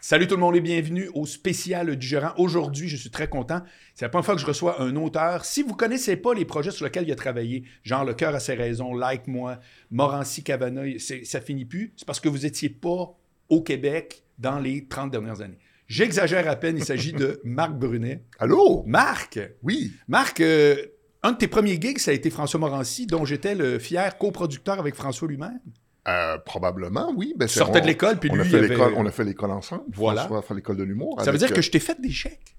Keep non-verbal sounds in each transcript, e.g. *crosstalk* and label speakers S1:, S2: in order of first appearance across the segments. S1: Salut tout le monde et bienvenue au spécial du gérant. Aujourd'hui, je suis très content. C'est la première fois que je reçois un auteur. Si vous ne connaissez pas les projets sur lesquels il a travaillé, genre Le cœur à ses raisons, Like moi, Morancy Cavanoy, ça finit plus, c'est parce que vous n'étiez pas au Québec dans les 30 dernières années. J'exagère à peine, il s'agit
S2: *laughs*
S1: de Marc Brunet.
S2: Allô?
S1: Marc!
S2: Oui.
S1: Marc, euh, un de tes premiers gigs, ça a été François Morancy, dont j'étais le fier coproducteur avec François lui-même.
S2: Euh, probablement, oui. Ben,
S1: Tu sortais de l'école, puis
S2: on a
S1: lui,
S2: fait
S1: il avait- euh,
S2: l'école- On a fait l'école ensemble.
S1: Voilà.
S2: François a fait l'école de l'humour.
S1: Ça veut
S2: avec,
S1: dire que
S2: euh,
S1: je t'ai fait des chèques,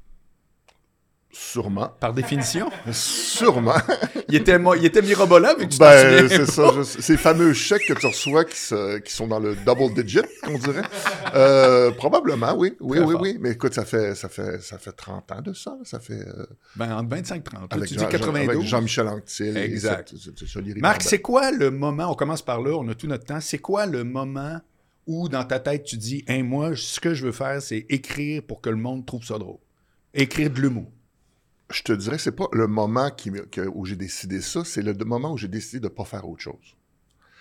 S1: *laughs*
S2: Sûrement.
S1: par définition.
S2: Sûrement.
S1: il, était, mo- il était mirobolant, mais tu t'en
S2: ben,
S1: souviens
S2: c'est ça. je- ces fameux chèques que tu reçois qui, se- qui sont dans le double digit, qu'on dirait. Euh, probablement, oui. Oui,
S1: Très
S2: oui,
S1: fort.
S2: oui. Mais écoute, ça fait, ça, fait, ça fait 30 ans de ça. Ça fait... euh,
S1: Ben, entre 25 30. Là,
S2: avec
S1: tu dis
S2: Jean- Jean- avec
S1: 92.
S2: Jean-Michel Anctil. et
S1: Exact.
S2: cette- cette- cette jolie
S1: Marc,
S2: ribambelle.
S1: c'est quoi le moment, on commence par là, on a tout notre temps, c'est quoi le moment où dans ta tête tu dis, Hein, moi, ce que je veux faire, c'est écrire pour que le monde trouve ça drôle. Écrire de l'humour.
S2: Je te dirais, c'est pas le moment qui, me- que- où j'ai décidé ça, c'est le moment où j'ai décidé de pas faire autre chose.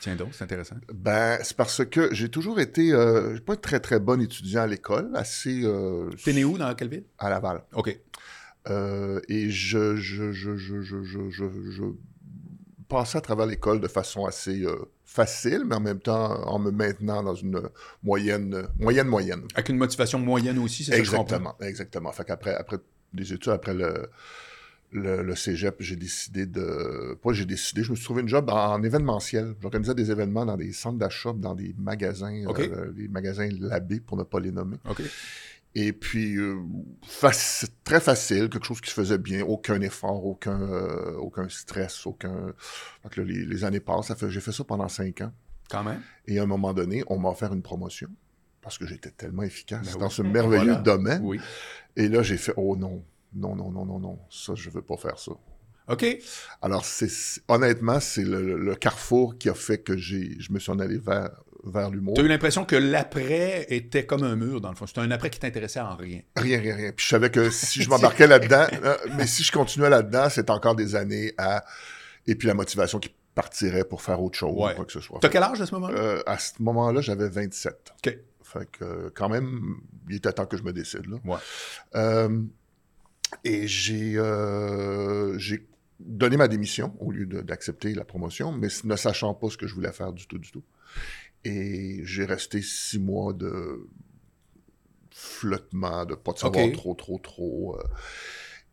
S1: Tiens donc, c'est intéressant.
S2: Ben, c'est parce que j'ai toujours été, euh, j'ai pas été très très bon étudiant à l'école, assez euh,
S1: T'es né où, dans quelle ville?
S2: à Laval.
S1: OK.
S2: Euh, et je je, je, je, je, je, je- je passais à travers l'école de façon assez euh, facile, mais en même temps en me maintenant dans une moyenne moyenne moyenne.
S1: Avec une motivation moyenne aussi, c'est ça que je comprends.
S2: Exactement, exactement. Fait qu'après après des études, après le, le, le cégep, j'ai décidé de. Pas j'ai décidé, je me suis trouvé une job en événementiel. J'organisais des événements dans des centres d'achat, dans des magasins,
S1: Ok.
S2: euh, les magasins Labé, pour ne pas les nommer.
S1: OK.
S2: Et puis, euh, faci- très facile, quelque chose qui se faisait bien, aucun effort, aucun, euh, aucun stress, aucun. Fait que là, les, les années passent, ça fait- j'ai fait ça pendant cinq ans.
S1: Quand même.
S2: Et à un moment donné, on m'a offert une promotion. Parce que j'étais tellement efficace
S1: Ben
S2: dans
S1: oui.
S2: ce merveilleux
S1: Voilà.
S2: domaine.
S1: Oui.
S2: Et là, j'ai fait, oh non, non, non, non, non, non, ça, je veux pas faire ça.
S1: OK.
S2: Alors, c'est- c'est- honnêtement, c'est le, le carrefour qui a fait que j'ai, je me suis en allé vers, vers l'humour.
S1: T'as eu l'impression que l'après était comme un mur, dans le fond. C'était un après qui t'intéressait en rien.
S2: Rien, rien, rien. Puis je savais que si je m'embarquais là-dedans, euh, mais si je continuais là-dedans, c'est encore des années à. Et puis la motivation qui partirait pour faire autre chose,
S1: Ouais.
S2: quoi que ce soit.
S1: T'as quel âge à ce moment-là?
S2: Euh, à ce moment-là, j'avais 27.
S1: OK.
S2: Fait que euh, quand même, il était temps que je me décide. Là.
S1: Ouais.
S2: Euh, et j'ai euh, j'ai donné ma démission au lieu de- d'accepter la promotion, mais ne sachant pas ce que je voulais faire du tout, du tout. Et j'ai resté six mois de flottement, de pas de savoir
S1: OK.
S2: trop, trop, trop. euh.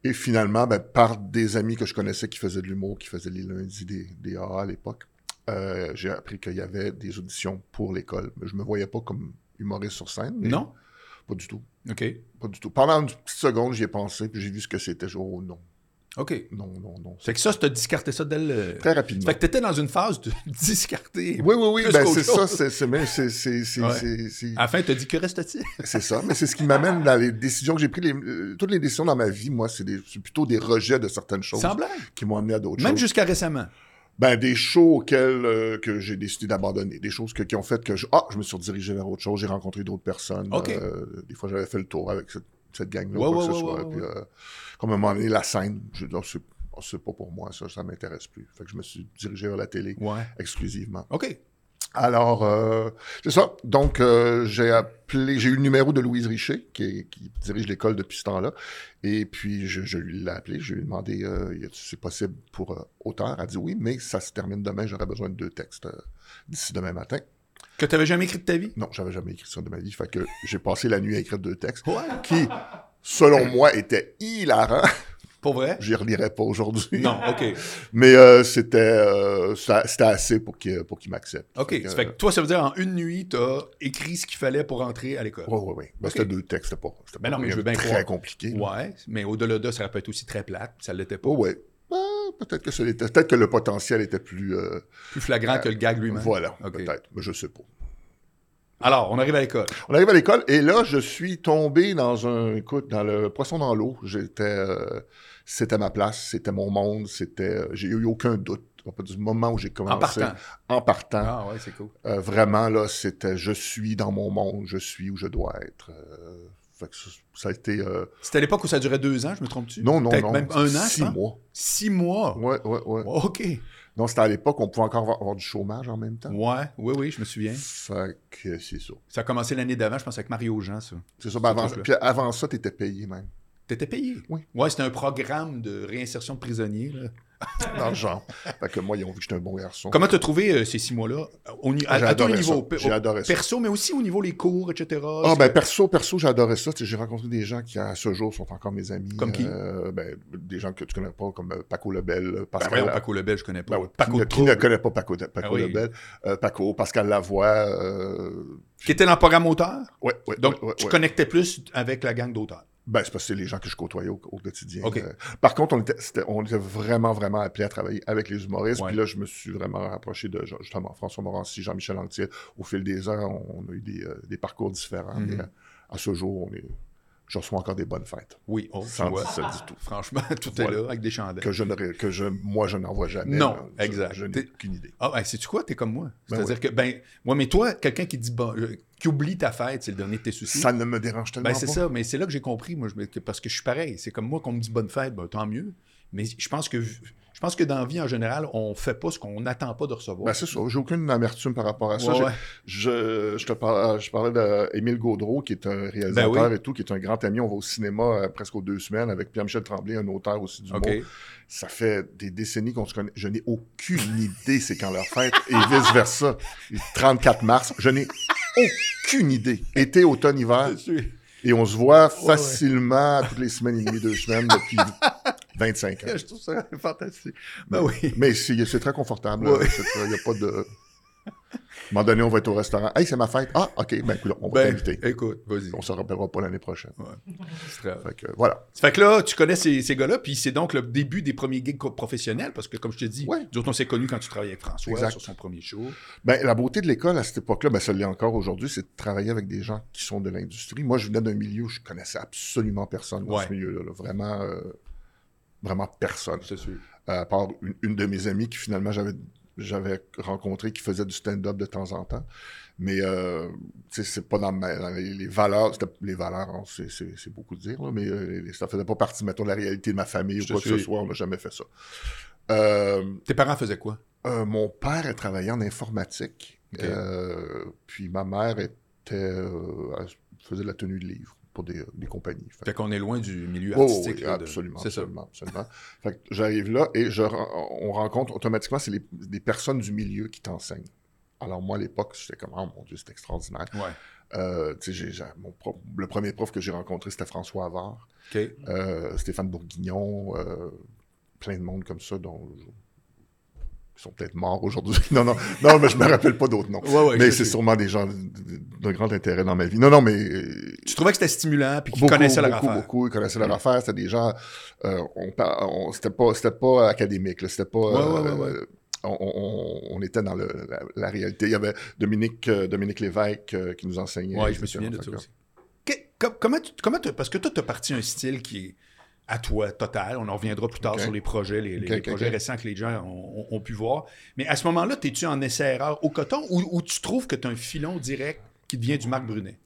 S2: Et finalement, ben, par des amis que je connaissais qui faisaient de l'humour, qui faisaient les lundis des, des AA à l'époque, euh, j'ai appris qu'il y avait des auditions pour l'école. Mais Je me voyais pas comme humoriste sur scène. mais
S1: Non?
S2: Pas du tout.
S1: OK.
S2: Pas du tout. Pendant une petite seconde, j'y ai pensé, puis j'ai vu ce que c'était. J'ai dit, oh non,
S1: OK.
S2: non, non, non.
S1: Fait que ça, t'as discarté ça dès le...
S2: Très rapidement.
S1: Fait que t'étais dans une phase de *laughs* discarter.
S2: Oui, oui, oui,
S1: plus
S2: ben,
S1: qu'autre
S2: c'est ça,
S1: chose.
S2: c'est c'est- mais c'est- c'est- c'est-
S1: Ouais.
S2: c'est- c'est-
S1: À la fin, t'as dit, que reste-t-il?
S2: c'est ça, mais c'est ce qui m'amène dans les décisions que j'ai prises. les- euh, toutes les décisions dans ma vie, moi, c'est des- c'est plutôt des rejets de certaines choses
S1: Semblable.
S2: qui m'ont amené à d'autres
S1: Même
S2: choses.
S1: jusqu'à récemment.
S2: Ben, des shows auxquels euh, que j'ai décidé d'abandonner, des choses que- qui ont fait que je, ah, je me suis redirigé vers autre chose, j'ai rencontré d'autres personnes.
S1: OK.
S2: Euh, des fois, j'avais fait le tour avec cette, cette gang-là,
S1: Ouais, ouais,
S2: quoi que ce
S1: ouais,
S2: soit.
S1: ouais,
S2: Puis,
S1: ouais.
S2: euh, comme à un moment donné, la scène, je dis, Ah, c'est ah, c'est pas pour moi, ça, ça m'intéresse plus. Fait que je me suis dirigé vers la télé
S1: Ouais.
S2: exclusivement.
S1: OK.
S2: Alors, euh, c'est ça. Donc, euh, j'ai appelé, j'ai eu le numéro de Louise Richer, qui, est- qui dirige l'école depuis ce temps-là. Et puis, je, je lui l'ai appelé, je lui ai demandé euh, Y a-t-il- c'est possible pour euh, auteur. Elle a dit oui, mais ça se termine demain, j'aurais besoin de deux textes euh, d'ici demain matin.
S1: Que t'avais jamais écrit de ta vie?
S2: Non, j'avais jamais écrit ça de ma vie, fait que j'ai passé la nuit à écrire deux textes
S1: Ouais.
S2: qui, selon moi, étaient hilarants.
S1: Pour vrai?
S2: J'y relirai pas aujourd'hui.
S1: Non, OK.
S2: Mais euh, c'était euh, ça- c'était assez pour qu'il pour qu'il m'accepte.
S1: OK.
S2: Fait que, euh,
S1: Ça fait que toi, ça veut dire en une nuit, t'as écrit ce qu'il fallait pour entrer à l'école.
S2: Oui, oui, oui. Ben,
S1: Ok.
S2: C'était deux textes, c'était pas, c'était
S1: Ben
S2: pas
S1: non, mais
S2: rien
S1: je veux
S2: de
S1: bien
S2: très
S1: croire.
S2: compliqué. Oui,
S1: Ouais, mais au-delà de ça, ça peut être aussi très plate. Ça l'était pas.
S2: oui. Ben, peut-être que, ça l'était- peut-être que le potentiel était plus... euh,
S1: Plus flagrant que le gag lui-même.
S2: Voilà,
S1: Ok.
S2: peut-être, mais je sais pas.
S1: Alors, on arrive à l'école.
S2: On arrive à l'école, et là, je suis tombé dans un... Écoute, dans le poisson dans l'eau, j'étais... euh, c'était ma place, c'était mon monde, c'était... euh, J'ai eu aucun doute. On peut dire, Du moment où j'ai commencé...
S1: En partant.
S2: En partant.
S1: Ah ouais, c'est cool.
S2: Euh, vraiment, là, c'était je suis dans mon monde, je suis où je dois être. Euh, Fait que ça, ça a été. euh,
S1: C'était à l'époque où ça durait deux ans, je me trompe-tu?
S2: non, non,
S1: Peut-être
S2: non.
S1: même un an, Ah.
S2: Six
S1: je pense.
S2: mois.
S1: Six mois.
S2: Ouais, ouais, ouais.
S1: OK. Ouais,
S2: Non, c'était à l'époque, on pouvait encore avoir, avoir du chômage en même temps.
S1: oui, oui, je me souviens.
S2: Fait que c'est ça.
S1: Ça a commencé l'année d'avant, je pense, avec Mario Jean, ça.
S2: C'est ça. Ben, avant,
S1: truc-là.
S2: puis avant ça, t'étais payé même.
S1: T'étais payé.
S2: Oui.
S1: Ouais, c'était un programme de réinsertion de prisonniers. là.
S2: Dans le genre. fait que moi, ils ont vu que j'étais un bon garçon.
S1: Comment t'as trouvé euh, ces six mois-là? Au ni- À,
S2: Ah, J'ai
S1: à tous les
S2: adoré ça.
S1: niveaux. Pe-
S2: J'ai
S1: au-
S2: adoré ça.
S1: Perso, mais aussi au niveau des cours, etc.
S2: Ah,
S1: C'est-
S2: ben, perso, perso, j'adorais ça. Tu sais, J'ai rencontré des gens qui, à ce jour, sont encore mes amis.
S1: Comme qui?
S2: Euh, ben, des gens que tu connais pas, comme euh, Paco Lebel,
S1: Ben
S2: Pascal.
S1: voyons, Paco Lebel, je connais pas.
S2: Ben ouais,
S1: Paco
S2: qui, ne-
S1: de
S2: qui ne
S1: Trouble,
S2: connaît pas Paco, de- Paco
S1: Ah oui.
S2: Lebel, euh, Paco, Pascal Lavoie. Euh,
S1: qui était dans le programme auteur.
S2: ouais, ouais,
S1: Donc,
S2: ouais, ouais,
S1: tu
S2: ouais.
S1: connectais plus avec la gang d'auteurs.
S2: Ben, c'est parce que c'est les gens que je côtoyais au, au quotidien.
S1: Ok.
S2: Euh, par contre, on était, c'était- on était vraiment, vraiment appelés à travailler avec les humoristes.
S1: Ouais.
S2: Puis là, je me suis vraiment rapproché de Jean- justement François Morancy, Jean-Michel Anctier. Au fil des heures, on, on a eu des, euh, des parcours différents.
S1: Mhm.
S2: Mais euh, à ce jour, on est, je reçois encore des bonnes fêtes.
S1: Oui, oh, tu
S2: Sans
S1: vois.
S2: ça du tout.
S1: Franchement, *laughs* tout est
S2: Voilà.
S1: là, avec des chandelles.
S2: Que, je ne ré- que je, moi, je n'en vois jamais.
S1: Ben Non,
S2: là.
S1: exact.
S2: Je, je n'ai
S1: T'es-
S2: aucune idée.
S1: Ah, ben, sais-tu quoi? T'es comme moi.
S2: Ben
S1: C'est-à-dire que, ben, moi, mais toi, quelqu'un qui dit, bon, euh, qui oublie ta fête, c'est le dernier de tes soucis.
S2: Ça ne me dérange tellement
S1: Hmm. Ben, c'est
S2: pas.
S1: ça, mais c'est là que j'ai compris, moi, je me- que- parce que je suis pareil. C'est comme moi, qu'on me dit bonne fête, ben, tant mieux. Mais je pense que je pense que dans la vie, en général, on fait pas ce qu'on n'attend pas de recevoir.
S2: Ben, c'est ça. J'ai aucune amertume par rapport à ça.
S1: Ouais,
S2: J'ai-
S1: ouais.
S2: Je, je te parlais, je parlais d'Émile Gaudreau, qui est un réalisateur
S1: Ben
S2: et tout, qui est un grand ami. On va au cinéma euh, presque aux deux semaines avec Pierre-Michel Tremblay, un auteur aussi du
S1: OK.
S2: monde. Ça fait des décennies qu'on se connaît. Je n'ai aucune *laughs* idée c'est quand leur fête et vice-versa. Le 34 mars, je n'ai aucune idée. Été, automne, hiver.
S1: *laughs* Je suis-
S2: Et on se voit
S1: ouais.
S2: facilement toutes les semaines et demie, deux semaines depuis 25 ans.
S1: je trouve ça fantastique. Ben oui.
S2: Mais c'est c'est très confortable. euh,
S1: Ouais.
S2: Il n'y a pas de... À un moment donné, on va être au restaurant. Hey, c'est ma fête. Ah, OK. Ben, écoute, on va
S1: Ben,
S2: t'inviter.
S1: écoute, vas-y.
S2: On se rappellera pas l'année prochaine.
S1: C'est grave.
S2: Fait que, euh, voilà.
S1: Fait que là, tu connais ces, ces gars-là, puis c'est donc le début des premiers gigs co- professionnels, parce que comme je te dis,
S2: Ouais.
S1: nous autres, on s'est connus quand tu travaillais avec François
S2: Exact.
S1: sur son premier show.
S2: Ben, la beauté de l'école à cette époque-là, ben, ça l'est encore aujourd'hui, c'est de travailler avec des gens qui sont de l'industrie. Moi, je venais d'un milieu où je connaissais absolument personne dans
S1: Ouais.
S2: ce milieu-là. là. Vraiment, euh, vraiment personne.
S1: C'est sûr.
S2: À part une, une de mes amies qui finalement j'avais j'avais rencontré qui faisait du stand-up de temps en temps. Mais euh, tu sais, c'est pas dans, ma- dans les, les valeurs, c'était- les valeurs, hein, c'est- c'est c'est beaucoup de dire, là, mais euh, les- ça faisait pas partie, mettons, de la réalité de ma famille ou
S1: Je te
S2: quoi que ce
S1: suis.
S2: soit, on n'a jamais fait ça. Euh,
S1: Tes parents faisaient quoi?
S2: euh, mon père a travaillé en informatique,
S1: Ok.
S2: euh, puis ma mère était, euh, elle faisait de la tenue de livres pour des, des compagnies. Fait
S1: Fait qu'on est loin du milieu
S2: Oh,
S1: artistique.
S2: oui,
S1: là, de-
S2: absolument,
S1: C'est ça.
S2: absolument, absolument. *laughs* Fait que j'arrive là et je, ren- on rencontre automatiquement, c'est les, des personnes du milieu qui t'enseignent. Alors moi, à l'époque, j'étais comme, oh mon Dieu, c'est extraordinaire.
S1: Ouais.
S2: Euh, tu sais, j'ai- j'ai- mon prof- le premier prof que j'ai rencontré, c'était François Havard,
S1: OK.
S2: euh, Stéphane Bourguignon, euh, plein de monde comme ça, dont... qui sont peut-être morts aujourd'hui. *laughs* non, non, non, mais je me rappelle pas d'autres noms.
S1: Ouais, ouais,
S2: mais
S1: je
S2: c'est
S1: sais.
S2: sûrement des gens d'un grand intérêt dans ma vie. Non, non, mais euh,
S1: Tu trouvais que c'était stimulant, puis qu'ils
S2: beaucoup,
S1: connaissaient leur
S2: beaucoup,
S1: affaire. Mm.
S2: beaucoup, ils connaissaient leur affaire. C'était des gens, euh, on, par- on- c'était pas, c'était pas académique, là, c'était pas.
S1: Ouais, ouais, ouais,
S2: euh, On, on- on était dans le- la, la réalité. Il y avait Dominique, euh, Dominique Lévesque euh, qui nous enseignait.
S1: Ouais, je me
S2: etc.
S1: souviens de
S2: Fait
S1: ça
S2: que-
S1: aussi. Que- com- comment tu, comment t'as- parce que toi, tu as parti un style qui est à toi, total. On en reviendra plus tard
S2: Ok.
S1: sur les projets, les, les-
S2: Ok,
S1: les
S2: ok,
S1: projets
S2: ok.
S1: récents que les gens ont, ont- ont pu voir. Mais à ce moment-là, es-tu en essai-erreur au coton ou, ou tu trouves que tu as un filon direct qui devient du Marc Brunet?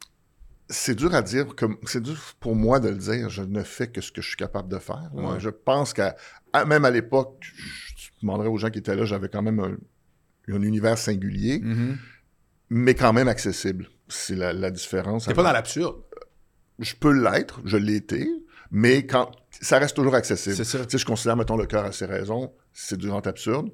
S2: C'est dur à dire, comme c'est dur pour moi de le dire. Je ne fais que ce que je suis capable de faire. là.
S1: Ouais.
S2: Je pense qu'à à- même à l'époque, je tu demanderais aux gens qui étaient là, j'avais quand même un, un univers singulier, mais quand même accessible. C'est la, la différence.
S1: T'es pas dans l'absurde.
S2: je peux l'être, je l'ai été, mais quand ça reste toujours accessible.
S1: C'est
S2: Tu
S1: ça.
S2: sais, je considère, mettons, le cœur à ses raisons, c'est du grand absurde,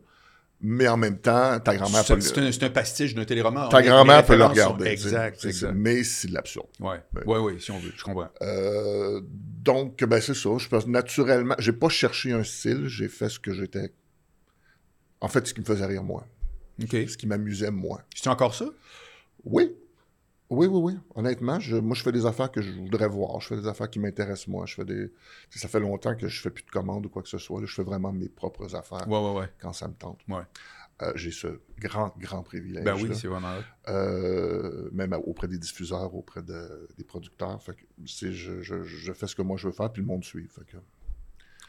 S2: mais en même temps, ta grand-mère peut,
S1: C'est
S2: le-
S1: c'est un, c'est un pastiche d'un téléroman.
S2: ta
S1: Les- les
S2: grand-mère peut le
S1: références sont-
S2: regarder. tu sais.
S1: Exact,
S2: C'est-
S1: exact.
S2: Mais c'est de l'absurde.
S1: Ouais.
S2: Ouais.
S1: ouais, ouais, si on veut, je comprends.
S2: Euh, donc, ben, c'est ça. Je pense naturellement, j'ai pas cherché un style, j'ai fait ce que j'étais. En fait, ce qui me faisait rire, moi.
S1: OK.
S2: Ce qui m'amusait, moi.
S1: C'est encore ça?
S2: Oui. Oui, oui, oui. Honnêtement, je, moi, je fais des affaires que je voudrais voir. Je fais des affaires qui m'intéressent, moi. Je fais des... tu sais, Ça fait longtemps que je fais plus de commandes ou quoi que ce soit. là. Je fais vraiment mes propres affaires
S1: Ouais, ouais, ouais.
S2: quand ça me tente.
S1: Ouais.
S2: Euh, J'ai ce grand, grand privilège.
S1: Ben oui,
S2: là.
S1: c'est vraiment.
S2: Euh, même auprès des diffuseurs, auprès de- des producteurs. Fait que c'est- je, je- je fais ce que moi je veux faire, puis le monde suit. Fait que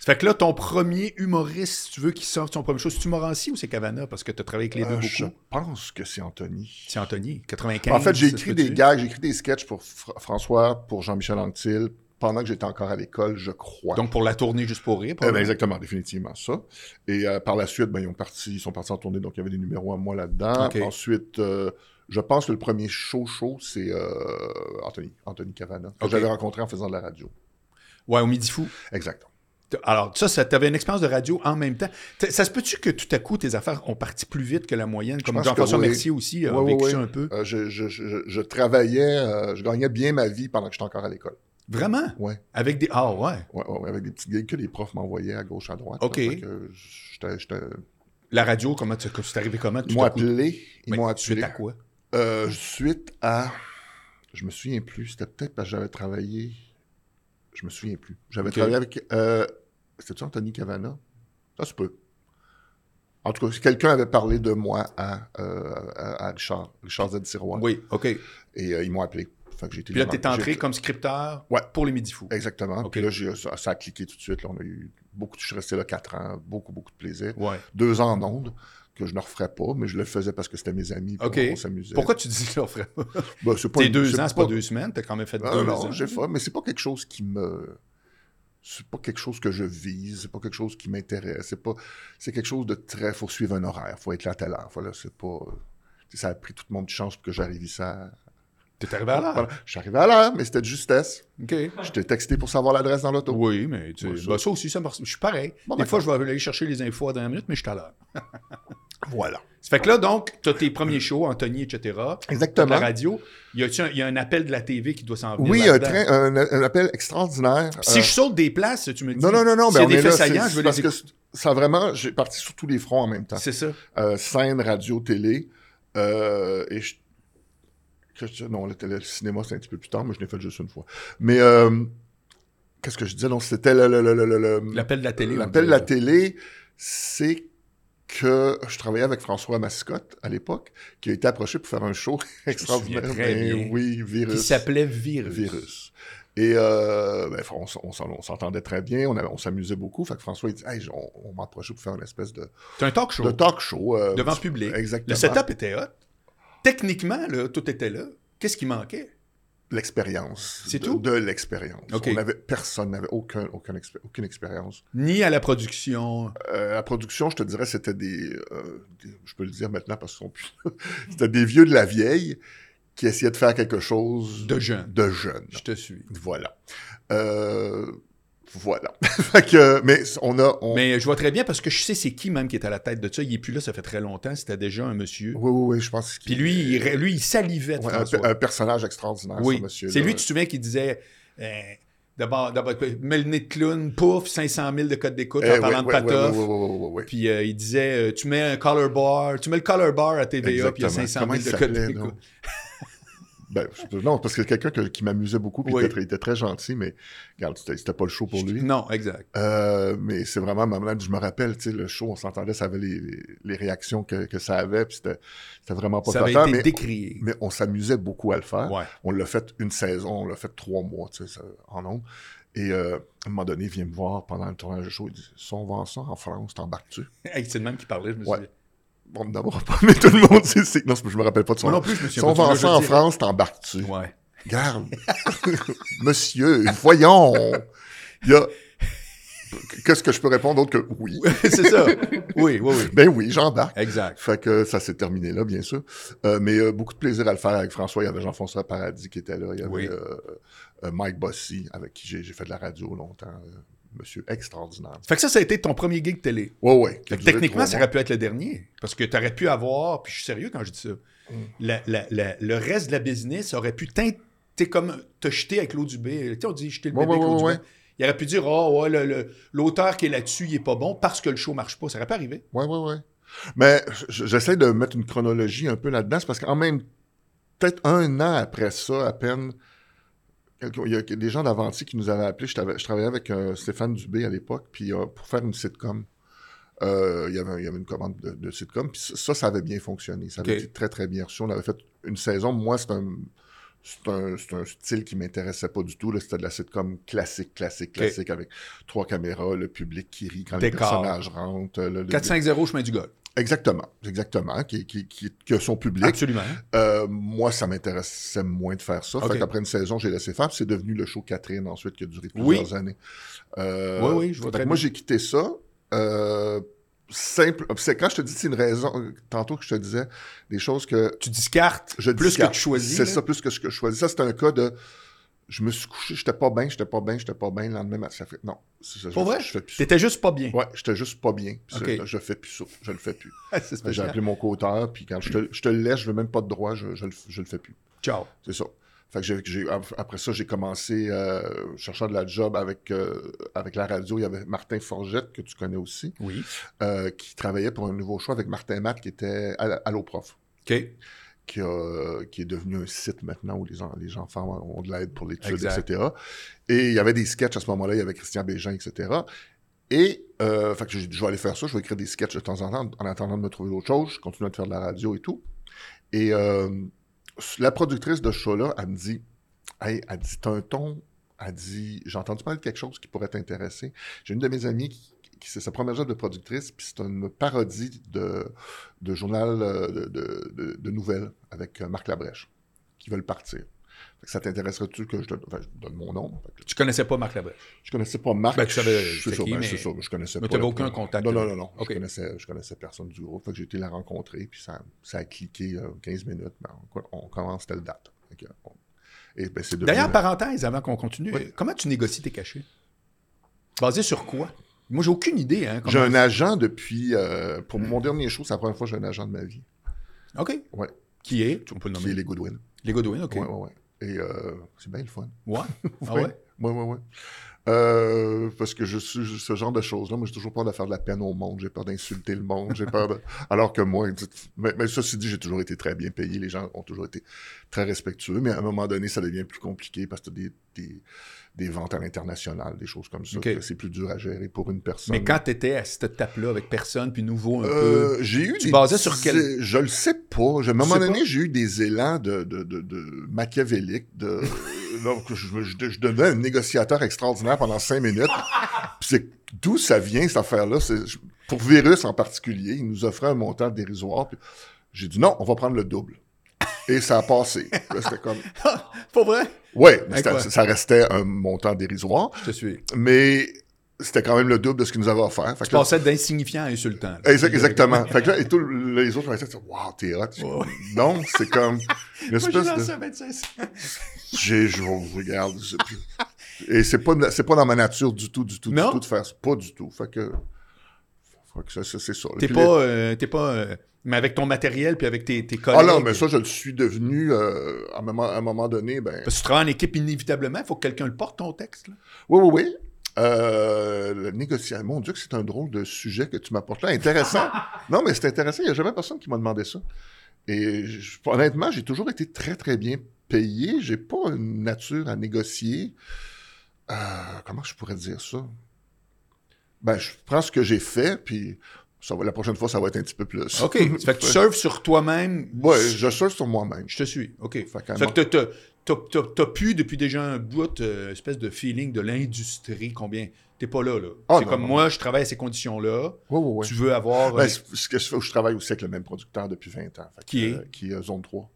S1: fait que là, ton premier humoriste, si tu veux, qui sort son premier show, c'est Morancy ou c'est Cavana? Parce que tu as travaillé avec les deux
S2: Euh,
S1: beaucoup.
S2: je pense que c'est Anthony.
S1: C'est Anthony, 95.
S2: en fait,
S1: ça
S2: j'ai
S1: se
S2: écrit
S1: peut-tu?
S2: des gags, j'ai écrit des sketchs pour Fr- François, pour Jean-Michel Anctil, pendant que j'étais encore à l'école, je crois.
S1: Donc, pour la tournée juste pour rire.
S2: Euh, ben,
S1: probablement.
S2: exactement, définitivement ça. Et euh, par la suite, ben, ils, ont parti, ils sont partis en tournée, donc il y avait des numéros à moi là-dedans.
S1: Ok.
S2: Ensuite, euh, je pense que le premier show show, c'est euh, Anthony, Anthony Cavana, que
S1: Ok.
S2: j'avais rencontré en faisant de la radio.
S1: ouais, au Midi Fou.
S2: Exact.
S1: T- Alors, ça, ça t'avais une expérience de radio en même temps. T- Ça se peut-tu que tout à coup, tes affaires ont parti plus vite que la moyenne, comme
S2: pense
S1: Jean-François
S2: que oui.
S1: Mercier aussi a
S2: Ouais, ouais,
S1: vécu
S2: ouais.
S1: ça un peu?
S2: Euh, je, je- je- je travaillais, euh, je gagnais bien ma vie pendant que j'étais encore à l'école.
S1: Vraiment?
S2: Ouais.
S1: Avec des. Ah, ouais.
S2: Ouais, ouais, ouais, avec des petites gigs que les profs m'envoyaient à gauche, à droite.
S1: Ok.
S2: Fait que j'étais- j'étais-
S1: La radio, comment tu c'est arrivé comment?
S2: Ils
S1: tout
S2: m'ont
S1: à coup?
S2: appelé. Ils
S1: Ouais,
S2: m'ont
S1: suite
S2: appelé.
S1: à quoi?
S2: Euh, suite à. Je me souviens plus. C'était peut-être parce que j'avais travaillé. Je me souviens plus. J'avais
S1: Ok.
S2: travaillé avec. Euh... C'était-tu Anthony Cavana Ça se peut. En tout cas, quelqu'un avait parlé de moi à, euh, à, à Richard, Richard Z. Sirois.
S1: Oui, OK. Puis
S2: Et euh, ils m'ont appelé. Fait que j'ai été
S1: là,
S2: demandé-
S1: t'es entré
S2: j'ai-
S1: comme scripteur
S2: Ouais.
S1: pour les Midi Fous.
S2: Exactement.
S1: Ok.
S2: Puis là, j'ai- ça, ça a cliqué tout de suite. Là, on a eu beaucoup. Je suis resté là quatre ans, beaucoup, beaucoup de plaisir.
S1: Ouais.
S2: Deux ans en ondes que je ne referais pas, mais je le faisais parce que c'était mes amis. puis
S1: Ok.
S2: On s'amusait.
S1: Pourquoi tu dis que là, frère?
S2: Ben, c'est pas
S1: T'es
S2: une-
S1: deux ans, c'est pas deux semaines, t'as quand même fait
S2: Ah,
S1: deux
S2: non,
S1: ans.
S2: j'ai faim, mais c'est pas quelque chose qui me. C'est pas quelque chose que je vise, c'est pas quelque chose qui m'intéresse. C'est pas. C'est quelque chose de très. Faut suivre un horaire, faut être là à telle heure. Voilà, c'est pas. tu sais, Ça a pris toute mon petite chance pour que j'arrive ici à.
S1: T'es arrivé à l'heure.
S2: Voilà. Je suis arrivé à l'heure, mais c'était de justesse.
S1: OK.
S2: Je t'ai texté pour savoir l'adresse dans l'auto.
S1: Oui, mais tu...
S2: Ouais,
S1: bah,
S2: ça-
S1: ça. aussi, ça me ressemble. Je suis pareil.
S2: Bon,
S1: Des
S2: d'accord.
S1: fois, je vais aller chercher les infos à la dernière minute, mais je suis à l'heure.
S2: Voilà.
S1: Ça fait que là, donc, t'as tes premiers shows, Anthony, etc. T'as de
S2: Exactement.
S1: La radio. Y a-tu un- y a un appel de la TV qui doit s'en venir?
S2: Oui, un,
S1: là-dedans?
S2: train- un, un appel extraordinaire.
S1: Puis Si
S2: Euh,
S1: je saute des places, tu me dis.
S2: Non, non, non, non,
S1: S'il
S2: mais
S1: y
S2: on
S1: a des
S2: est là.
S1: faits
S2: c'est-
S1: saillants, je
S2: c'est
S1: veux
S2: parce
S1: les
S2: que
S1: écouter.
S2: c'est- ça vraiment, j'ai parti sur tous les fronts en même temps.
S1: C'est ça.
S2: euh, scène, radio, télé. Euh, et je... que je- Non, le, télé- le cinéma, c'est un petit peu plus tard, mais je l'ai fait juste une fois. Mais euh, qu'est-ce que je disais? Non, c'était le, le- le- le- le- le-
S1: L'appel de la télé. on
S2: l'appel de
S1: dit.
S2: la télé, c'est que je travaillais avec François Mascotte à l'époque, qui a été approché pour faire un show *laughs* extraordinaire.
S1: souviens très
S2: mais
S1: bien.
S2: Oui, virus.
S1: Qui s'appelait Virus.
S2: Virus. Et euh, ben, on, s- on s'en- on s'entendait très bien, on, avait- on s'amusait beaucoup. Fait que François, il dit, Hey, on, on m'a approché pour faire une espèce de,
S1: C'est un talk show.
S2: de talk show. euh,
S1: devant public.
S2: Exactement.
S1: Le setup était hot. Techniquement, là, tout était là. Qu'est-ce qui manquait?
S2: L'expérience.
S1: C'est
S2: De-
S1: tout?
S2: De l'expérience.
S1: Ok.
S2: On avait, personne n'avait aucun, aucun expé- aucune expérience.
S1: Ni à la production.
S2: Euh, la production, je te dirais, c'était des, euh, des- Je peux le dire maintenant parce qu'ils sont plus. là. *laughs* c'était des vieux de la vieille qui essayaient de faire quelque chose
S1: De jeunes.
S2: de jeune.
S1: Je te suis.
S2: Voilà. Euh, voilà. *laughs* Fait que, mais on a. on-
S1: Mais je vois très bien parce que je sais c'est qui même qui est à la tête de ça. Il est plus là, ça fait très longtemps. C'était déjà un monsieur.
S2: Oui, oui, oui, je pense
S1: Puis
S2: qu'il-
S1: lui, il, ré- lui, il salivait. de
S2: Ouais, un,
S1: François.
S2: pe- un personnage extraordinaire,
S1: oui.
S2: ce monsieur.
S1: C'est lui, tu te souviens, qui disait euh, d'abord, d'abord, mets le nez de clown, pouf, 500 000 de code d'écoute
S2: Eh
S1: en parlant de patoff.
S2: Oui, oui, oui, oui, oui.
S1: Puis euh, il disait, euh, tu mets un color bar, tu mets le color bar à TVA, puis il y a 500
S2: Comment
S1: 000
S2: il
S1: de codes
S2: s'appelait,
S1: d'écoute.
S2: donc? Ben, je sais pas, non, parce que quelqu'un que- qui m'amusait beaucoup, puis
S1: Oui.
S2: il, était, il était très gentil, mais regarde, c'était c'était pas le show pour lui.
S1: Non, exact.
S2: Euh, mais c'est vraiment, maintenant, je me rappelle, tu sais, le show, on s'entendait, ça avait les, les réactions que, que ça avait, puis c'était c'était vraiment pas
S1: Ça avait
S2: flatteur,
S1: été
S2: mais,
S1: décrié.
S2: mais on s'amusait beaucoup à le faire.
S1: Ouais.
S2: On l'a fait une saison, on l'a fait trois mois, tu sais, ça- en nombre. Et euh, à un moment donné, il vient me voir pendant le tournage du show, il dit « Si on vend ça en France, t'embarques-tu?
S1: Hey, c'est le même qui parlait, je me
S2: Ouais.
S1: souviens. »
S2: Bon, d'abord, *laughs* pas, mais tout le monde sait c'est... Non, c'est- je me rappelle pas de son
S1: Moi non
S2: nom.
S1: plus, je me suis
S2: Si on vend ça en France, t'embarques-tu?
S1: Ouais. *laughs*
S2: Garde. *laughs* Monsieur, voyons. Il y a... Qu'est-ce que je peux répondre autre que oui?
S1: c'est ça. Oui, oui, oui.
S2: Ben oui, j'embarque.
S1: Exact.
S2: Fait que ça s'est terminé là, bien sûr. Euh, mais euh, beaucoup de plaisir à le faire avec François. Il y avait Jean-François Paradis qui était là. Il y avait
S1: Oui.
S2: euh, euh, Mike Bossy, avec qui j'ai j'ai fait de la radio longtemps. Euh, Monsieur extraordinaire.
S1: Fait que ça, ça a été ton premier gig télé.
S2: Ouais, ouais.
S1: Fait que techniquement, ça aurait pu être le dernier. Parce que tu aurais pu avoir, puis je suis sérieux quand je dis ça,
S2: Mm.
S1: la- la- la- le reste de la business aurait pu t'in- t'es comme te jeter avec l'eau du bébé. Tu sais, on dit jeter le
S2: Ouais,
S1: bébé avec
S2: ouais,
S1: l'eau du
S2: ouais,
S1: bain. Il aurait pu dire, oh, ouais, le- le- l'auteur qui est là-dessus, il est pas bon parce que le show marche pas. Ça aurait pas arrivé.
S2: Ouais, ouais, ouais. Mais j- j'essaie de mettre une chronologie un peu là-dedans. C'est parce qu'en même, peut-être un an après ça, à peine, quelques- il y a des gens d'Avanti qui nous avaient appelés. Je, t'avais- je travaillais avec euh, Stéphane Dubé à l'époque, puis euh, pour faire une sitcom. Euh, il, y avait, il y avait une commande de, de sitcom, puis ça, ça avait bien fonctionné. Ça avait
S1: Ok.
S2: été très, très bien reçu. On avait fait une saison. Moi, c'est un, C'est un, c'est un style qui m'intéressait pas du tout. là. C'était de la sitcom classique, classique, classique, avec trois caméras, le public qui rit quand
S1: Décor.
S2: les personnages rentrent. euh, le- le-
S1: 4-5-0, chemin du golf.
S2: Exactement, exactement, qui, qui, qui, qui a son public.
S1: Absolument.
S2: Euh, moi, ça m'intéressait moins de faire ça.
S1: Ok.
S2: Fait qu'après une saison, j'ai laissé faire. puis C'est devenu le show Catherine ensuite qui a duré
S1: Oui.
S2: plusieurs années. Euh,
S1: Oui, oui, je vois
S2: fait
S1: très
S2: que Moi,
S1: bien.
S2: j'ai quitté ça. euh, simple. C'est quand je te dis c'est une raison. Tantôt que je te disais des choses que
S1: Tu discartes
S2: je
S1: plus
S2: discarte.
S1: que tu choisis.
S2: C'est
S1: là.
S2: ça, plus que ce que je choisis. Ça, c'est un cas de. Je me suis couché, j'étais pas bien, j'étais pas bien, j'étais pas bien. Le lendemain, matin, ça fait. Non. c'est ça, je-
S1: Pour vrai?
S2: Je fais plus ça.
S1: T'étais juste pas bien.
S2: Ouais, j'étais juste pas bien. puis ça,
S1: Ok.
S2: là, Je fais plus ça. Je le fais plus.
S1: *laughs* c'est
S2: J'ai
S1: spécial.
S2: appelé mon co-auteur, puis quand je te, je te le laisse, je veux même pas de droit, je, je, le, je le fais plus.
S1: Ciao.
S2: C'est ça. Fait que j'ai, j'ai- après ça, j'ai commencé euh, cherchant de la job avec, euh, avec la radio. Il y avait Martin Forgette, que tu connais aussi,
S1: Oui.
S2: euh, qui travaillait pour un nouveau show avec Martin Matt, qui était à la- Allo Prof,
S1: OK.
S2: qui, a- qui est devenu un site maintenant où les, en- les enfants ont, ont de l'aide pour l'étude,
S1: Exact.
S2: etc. Et il y avait des sketchs à ce moment-là, il y avait Christian Bégin, etc. Et, euh, fait que j'ai dit, je vais aller faire ça, je vais écrire des sketchs de temps en temps, en attendant de me trouver d'autres choses. Je continue de faire de la radio et tout. Et euh, la productrice de ce show-là, elle me dit, hey, elle dit, t'as un ton, elle dit, j'ai entendu parler de quelque chose qui pourrait t'intéresser. J'ai une de mes amies qui, qui- c'est sa première job de productrice, puis c'est une parodie de, de journal euh, de, de- de- de nouvelles avec euh, Marc Labrèche, qui veulent partir. Fait que ça t'intéresserait-tu que je donne, enfin, je donne mon nom? Fait que
S1: Tu connaissais pas Marc Labrèche.
S2: je connaissais pas Marc.
S1: Ben, tu savais
S2: je,
S1: c'était
S2: c'est sûr,
S1: qui,
S2: ben,
S1: mais-
S2: c'est sûr, je connaissais
S1: mais
S2: pas.
S1: t'avais
S2: la-
S1: aucun contact
S2: Non, non,
S1: avec-
S2: non, non.
S1: Ok.
S2: Je, connaissais, je connaissais personne du groupe. Fait que j'ai été la rencontrer, puis ça, ça a cliqué euh, 15 minutes. Ben, on, on commence telle date. Fait que, on- Et ben, c'est devenu-
S1: D'ailleurs, parenthèse, avant qu'on continue,
S2: Oui.
S1: comment tu négocies tes cachets? Basé sur quoi? Moi, j'ai aucune idée. Hein,
S2: J'ai
S1: comment-
S2: un agent depuis. euh, pour mon dernier show, c'est la première fois que j'ai un agent de ma vie,
S1: OK.
S2: Ouais.
S1: Qui est? On peut le
S2: qui est
S1: nommer.
S2: les Goodwin.
S1: Les Godwin, OK.
S2: Ouais, ouais, ouais. Et euh, c'est bien le fun.
S1: Ouais.
S2: *laughs*
S1: Ah
S2: Oui.
S1: ouais?
S2: Ouais, ouais, ouais. Euh, parce que je suis je- ce genre de choses-là. Moi, j'ai toujours peur de faire de la peine au monde. J'ai peur d'insulter le monde.
S1: *laughs*
S2: J'ai peur de... Alors que moi, une petite- mais, mais ceci dit, j'ai toujours été très bien payé. Les gens ont toujours été très respectueux. Mais à un moment donné, ça devient plus compliqué parce que t'as des, des, des ventes à l'international, des choses comme ça.
S1: Ok.
S2: que C'est plus dur à gérer pour une personne.
S1: Mais quand t'étais à cette tape-là avec personne, puis nouveau un *laughs*
S2: Euh, j'ai eu
S1: Tu
S2: des
S1: basais sur quel-
S2: petits- Je le sais pas. Je- À un moment
S1: sais pas?
S2: donné, j'ai eu des élans de, de, de, de machiavélique. De... *laughs* Donc, je, je, je devenais un négociateur extraordinaire pendant cinq minutes.
S1: *laughs*
S2: Puis c'est d'où ça vient, cette affaire-là. C'est- je- Pour Virus en particulier, il nous offrait un montant dérisoire. Puis j'ai dit non, on va prendre le double. Et ça
S1: *laughs*
S2: a passé. Là, C'était comme...
S1: peu. Pas Ah, vrai?
S2: Ouais, mais c'était-
S1: Incroyable.
S2: ça restait un montant dérisoire,
S1: Je te suis.
S2: mais c'était quand même le double de ce qu'il nous avait offert. Fait
S1: Tu
S2: que là,
S1: passais d'insignifiant à insultant. là.
S2: Exact- exactement. fait que là, et tous les autres, ils me Wow, t'es hot.
S1: *laughs* Ouais, ouais.
S2: Non, c'est
S1: *laughs*
S2: comme
S1: Moi,
S2: une
S1: j'ai
S2: espèce de.
S1: lancé à 26.
S2: J'ai, je vous regarde. je- Et c'est pas, c'est pas dans ma nature du tout, du tout,
S1: Non?
S2: du tout de faire ça. Pas du tout. Fait que. Fait que ça, ça, c'est ça.
S1: T'es
S2: Puis
S1: pas... euh, t'es pas euh, mais avec ton matériel, puis avec tes, tes collègues.
S2: Ah non, mais ça, je le suis devenu euh, à, un moment, à un moment donné. Ben...
S1: Parce que tu travailles en équipe inévitablement, il faut que quelqu'un le porte, ton texte.
S2: *laughs*
S1: là.
S2: Oui, oui, oui. Euh, le négociation. Mon Dieu, que c'est un drôle de sujet que tu m'apportes
S1: *laughs*
S2: là. Intéressant. non, mais c'est intéressant. Il n'y a jamais personne qui m'a demandé ça. Et je- honnêtement, j'ai toujours été très, très bien payé. J'ai pas une nature à négocier. Euh, comment je pourrais dire ça? Ben, je prends ce que j'ai fait, puis ça va- la prochaine fois, ça va être un petit peu plus. *laughs*
S1: OK. Ça fait que tu surfes sur toi-même.
S2: Ouais, je cherche sur moi-même.
S1: Je te suis. OK.
S2: Fait
S1: Ça
S2: qu'à un
S1: fait que t'as- t'as- t'as t'as- t'as pu depuis déjà un bout, euh, espèce de feeling de l'industrie, combien. T'es pas là, là.
S2: Ah,
S1: c'est
S2: non,
S1: comme
S2: non,
S1: moi, je travaille à ces conditions-là.
S2: Ouais, ouais, ouais.
S1: Tu veux avoir. euh,
S2: Ben, c'est- ce que je fais, je travaille aussi avec le même producteur depuis 20 ans. Fait que,
S1: Qui est?
S2: euh, qui est euh, Zone 3.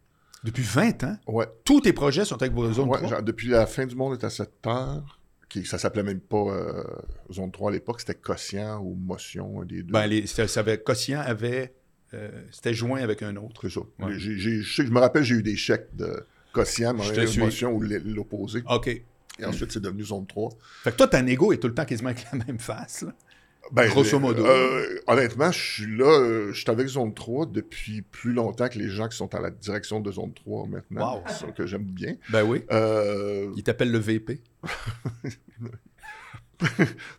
S1: depuis 20 ans,
S2: Ouais.
S1: tous tes projets sont avec vos zones
S2: Ouais,
S1: 3.
S2: genre, depuis la fin du monde est à 7 heures, qui, ça s'appelait même pas euh, Zone 3 à l'époque, c'était quotient ou motion, un des deux.
S1: Ben, les, ça, ça avait, Quotient avait. euh, C'était joint avec un autre.
S2: C'est ça.
S1: ouais.
S2: Les- j'ai- j'ai- je, sais que je me rappelle, j'ai eu des chèques de quotient, mais
S1: Je te suis. Hmm.
S2: motion ou l'é- l'opposé.
S1: OK.
S2: Et ensuite, c'est devenu Zone 3.
S1: Fait que toi, ta négo est tout le temps quasiment avec la même face. là.
S2: Ben,
S1: Grosso modo.
S2: euh, honnêtement, je suis là, euh, je suis avec Zone 3 depuis plus longtemps que les gens qui sont à la direction de Zone 3 maintenant,
S1: Wow.
S2: ça que j'aime bien.
S1: Ben oui.
S2: Euh,
S1: Il t'appelle le VP.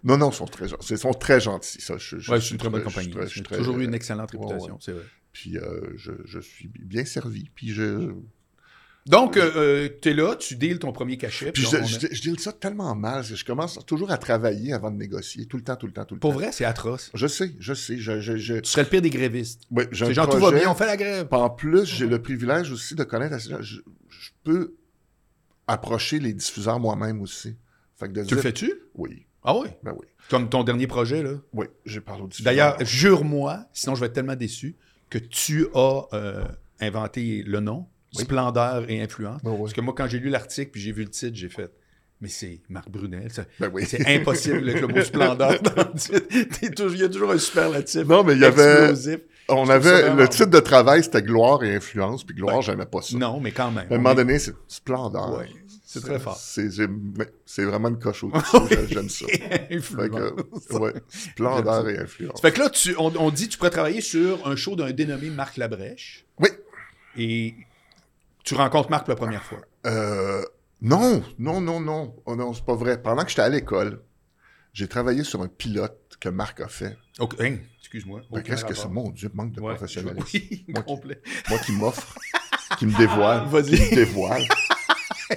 S2: non, non, ils sont très, gen- ils sont très gentils. Ça, je, je-
S1: Ouais,
S2: je
S1: c'est
S2: suis
S1: une très bonne
S2: je suis
S1: compagnie.
S2: très- je suis
S1: J'ai
S2: très- euh,
S1: toujours eu une excellente
S2: ouais,
S1: réputation, c'est vrai.
S2: Puis euh, je, je suis bien servi. Puis je,
S1: Mmh. Donc, euh, euh, t'es là, tu deals ton premier cachet.
S2: puis
S1: puis
S2: je,
S1: on- on a-
S2: je, je deal ça tellement mal. c'est que Je commence toujours à travailler avant de négocier. Tout le temps, tout le temps, tout le
S1: Pour
S2: temps.
S1: vrai, c'est atroce.
S2: Je sais, je sais. Je, je, je...
S1: Tu serais le pire des grévistes.
S2: Ouais, j'ai un
S1: C'est genre, tout va
S2: projet.
S1: bien, on fait la grève.
S2: Puis En plus, j'ai le privilège aussi de connaître assez de gens. Je, je peux approcher les diffuseurs moi-même aussi. Fait que de
S1: Tu le
S2: dire-
S1: fais-tu?
S2: Oui,
S1: Ah oui.
S2: ben oui.
S1: Comme ton dernier projet, là.
S2: Oui, j'ai parlé aux diffuseurs.
S1: D'ailleurs, jure-moi, sinon je vais être tellement déçu, que tu as euh, inventé le nom,
S2: Oui.
S1: Splendeur et Influence.
S2: Ben oui.
S1: Parce que moi, quand j'ai lu l'article puis j'ai vu le titre, j'ai fait. Mais c'est Marc Brunel.
S2: *laughs*
S1: ça-
S2: Ben oui.
S1: C'est impossible avec le mot splendeur dans le titre. T'es toujours- Il y a toujours un superlatif.
S2: Non, mais il y avait.
S1: explosif.
S2: On
S1: ça
S2: avait.
S1: vraiment
S2: Le titre de travail, c'était Gloire et Influence, puis Gloire, j'aimais pas ça.
S1: Non, mais quand même.
S2: À un moment donné, c'est splendeur.
S1: Ouais, c'est très fort.
S2: C'est j'ai- mais c'est vraiment une
S1: *laughs*
S2: coche au-dessus. J'a- J'aime ça. *laughs* Fait
S1: Influence.
S2: que, ouais, splendeur et influence.
S1: Fait que là, tu- on, on dit tu pourrais travailler sur un show d'un dénommé Marc Labrèche.
S2: Oui.
S1: Et tu rencontres Marc pour la première fois.
S2: Euh, non, non, non, non. Oh non, c'est pas vrai. Pendant que j'étais à l'école, j'ai travaillé sur un pilote que Marc a fait.
S1: Ok, hein, excuse-moi.
S2: Ben,
S1: Aucun
S2: Qu'est-ce que
S1: rapport.
S2: c'est? Mon Dieu, manque de
S1: Ouais,
S2: professionnalisme.
S1: Oui,
S2: Ok.
S1: complet. *laughs*
S2: Moi qui m'offre, qui me dévoile,
S1: Vas-y.
S2: qui
S1: *laughs*
S2: me dévoile.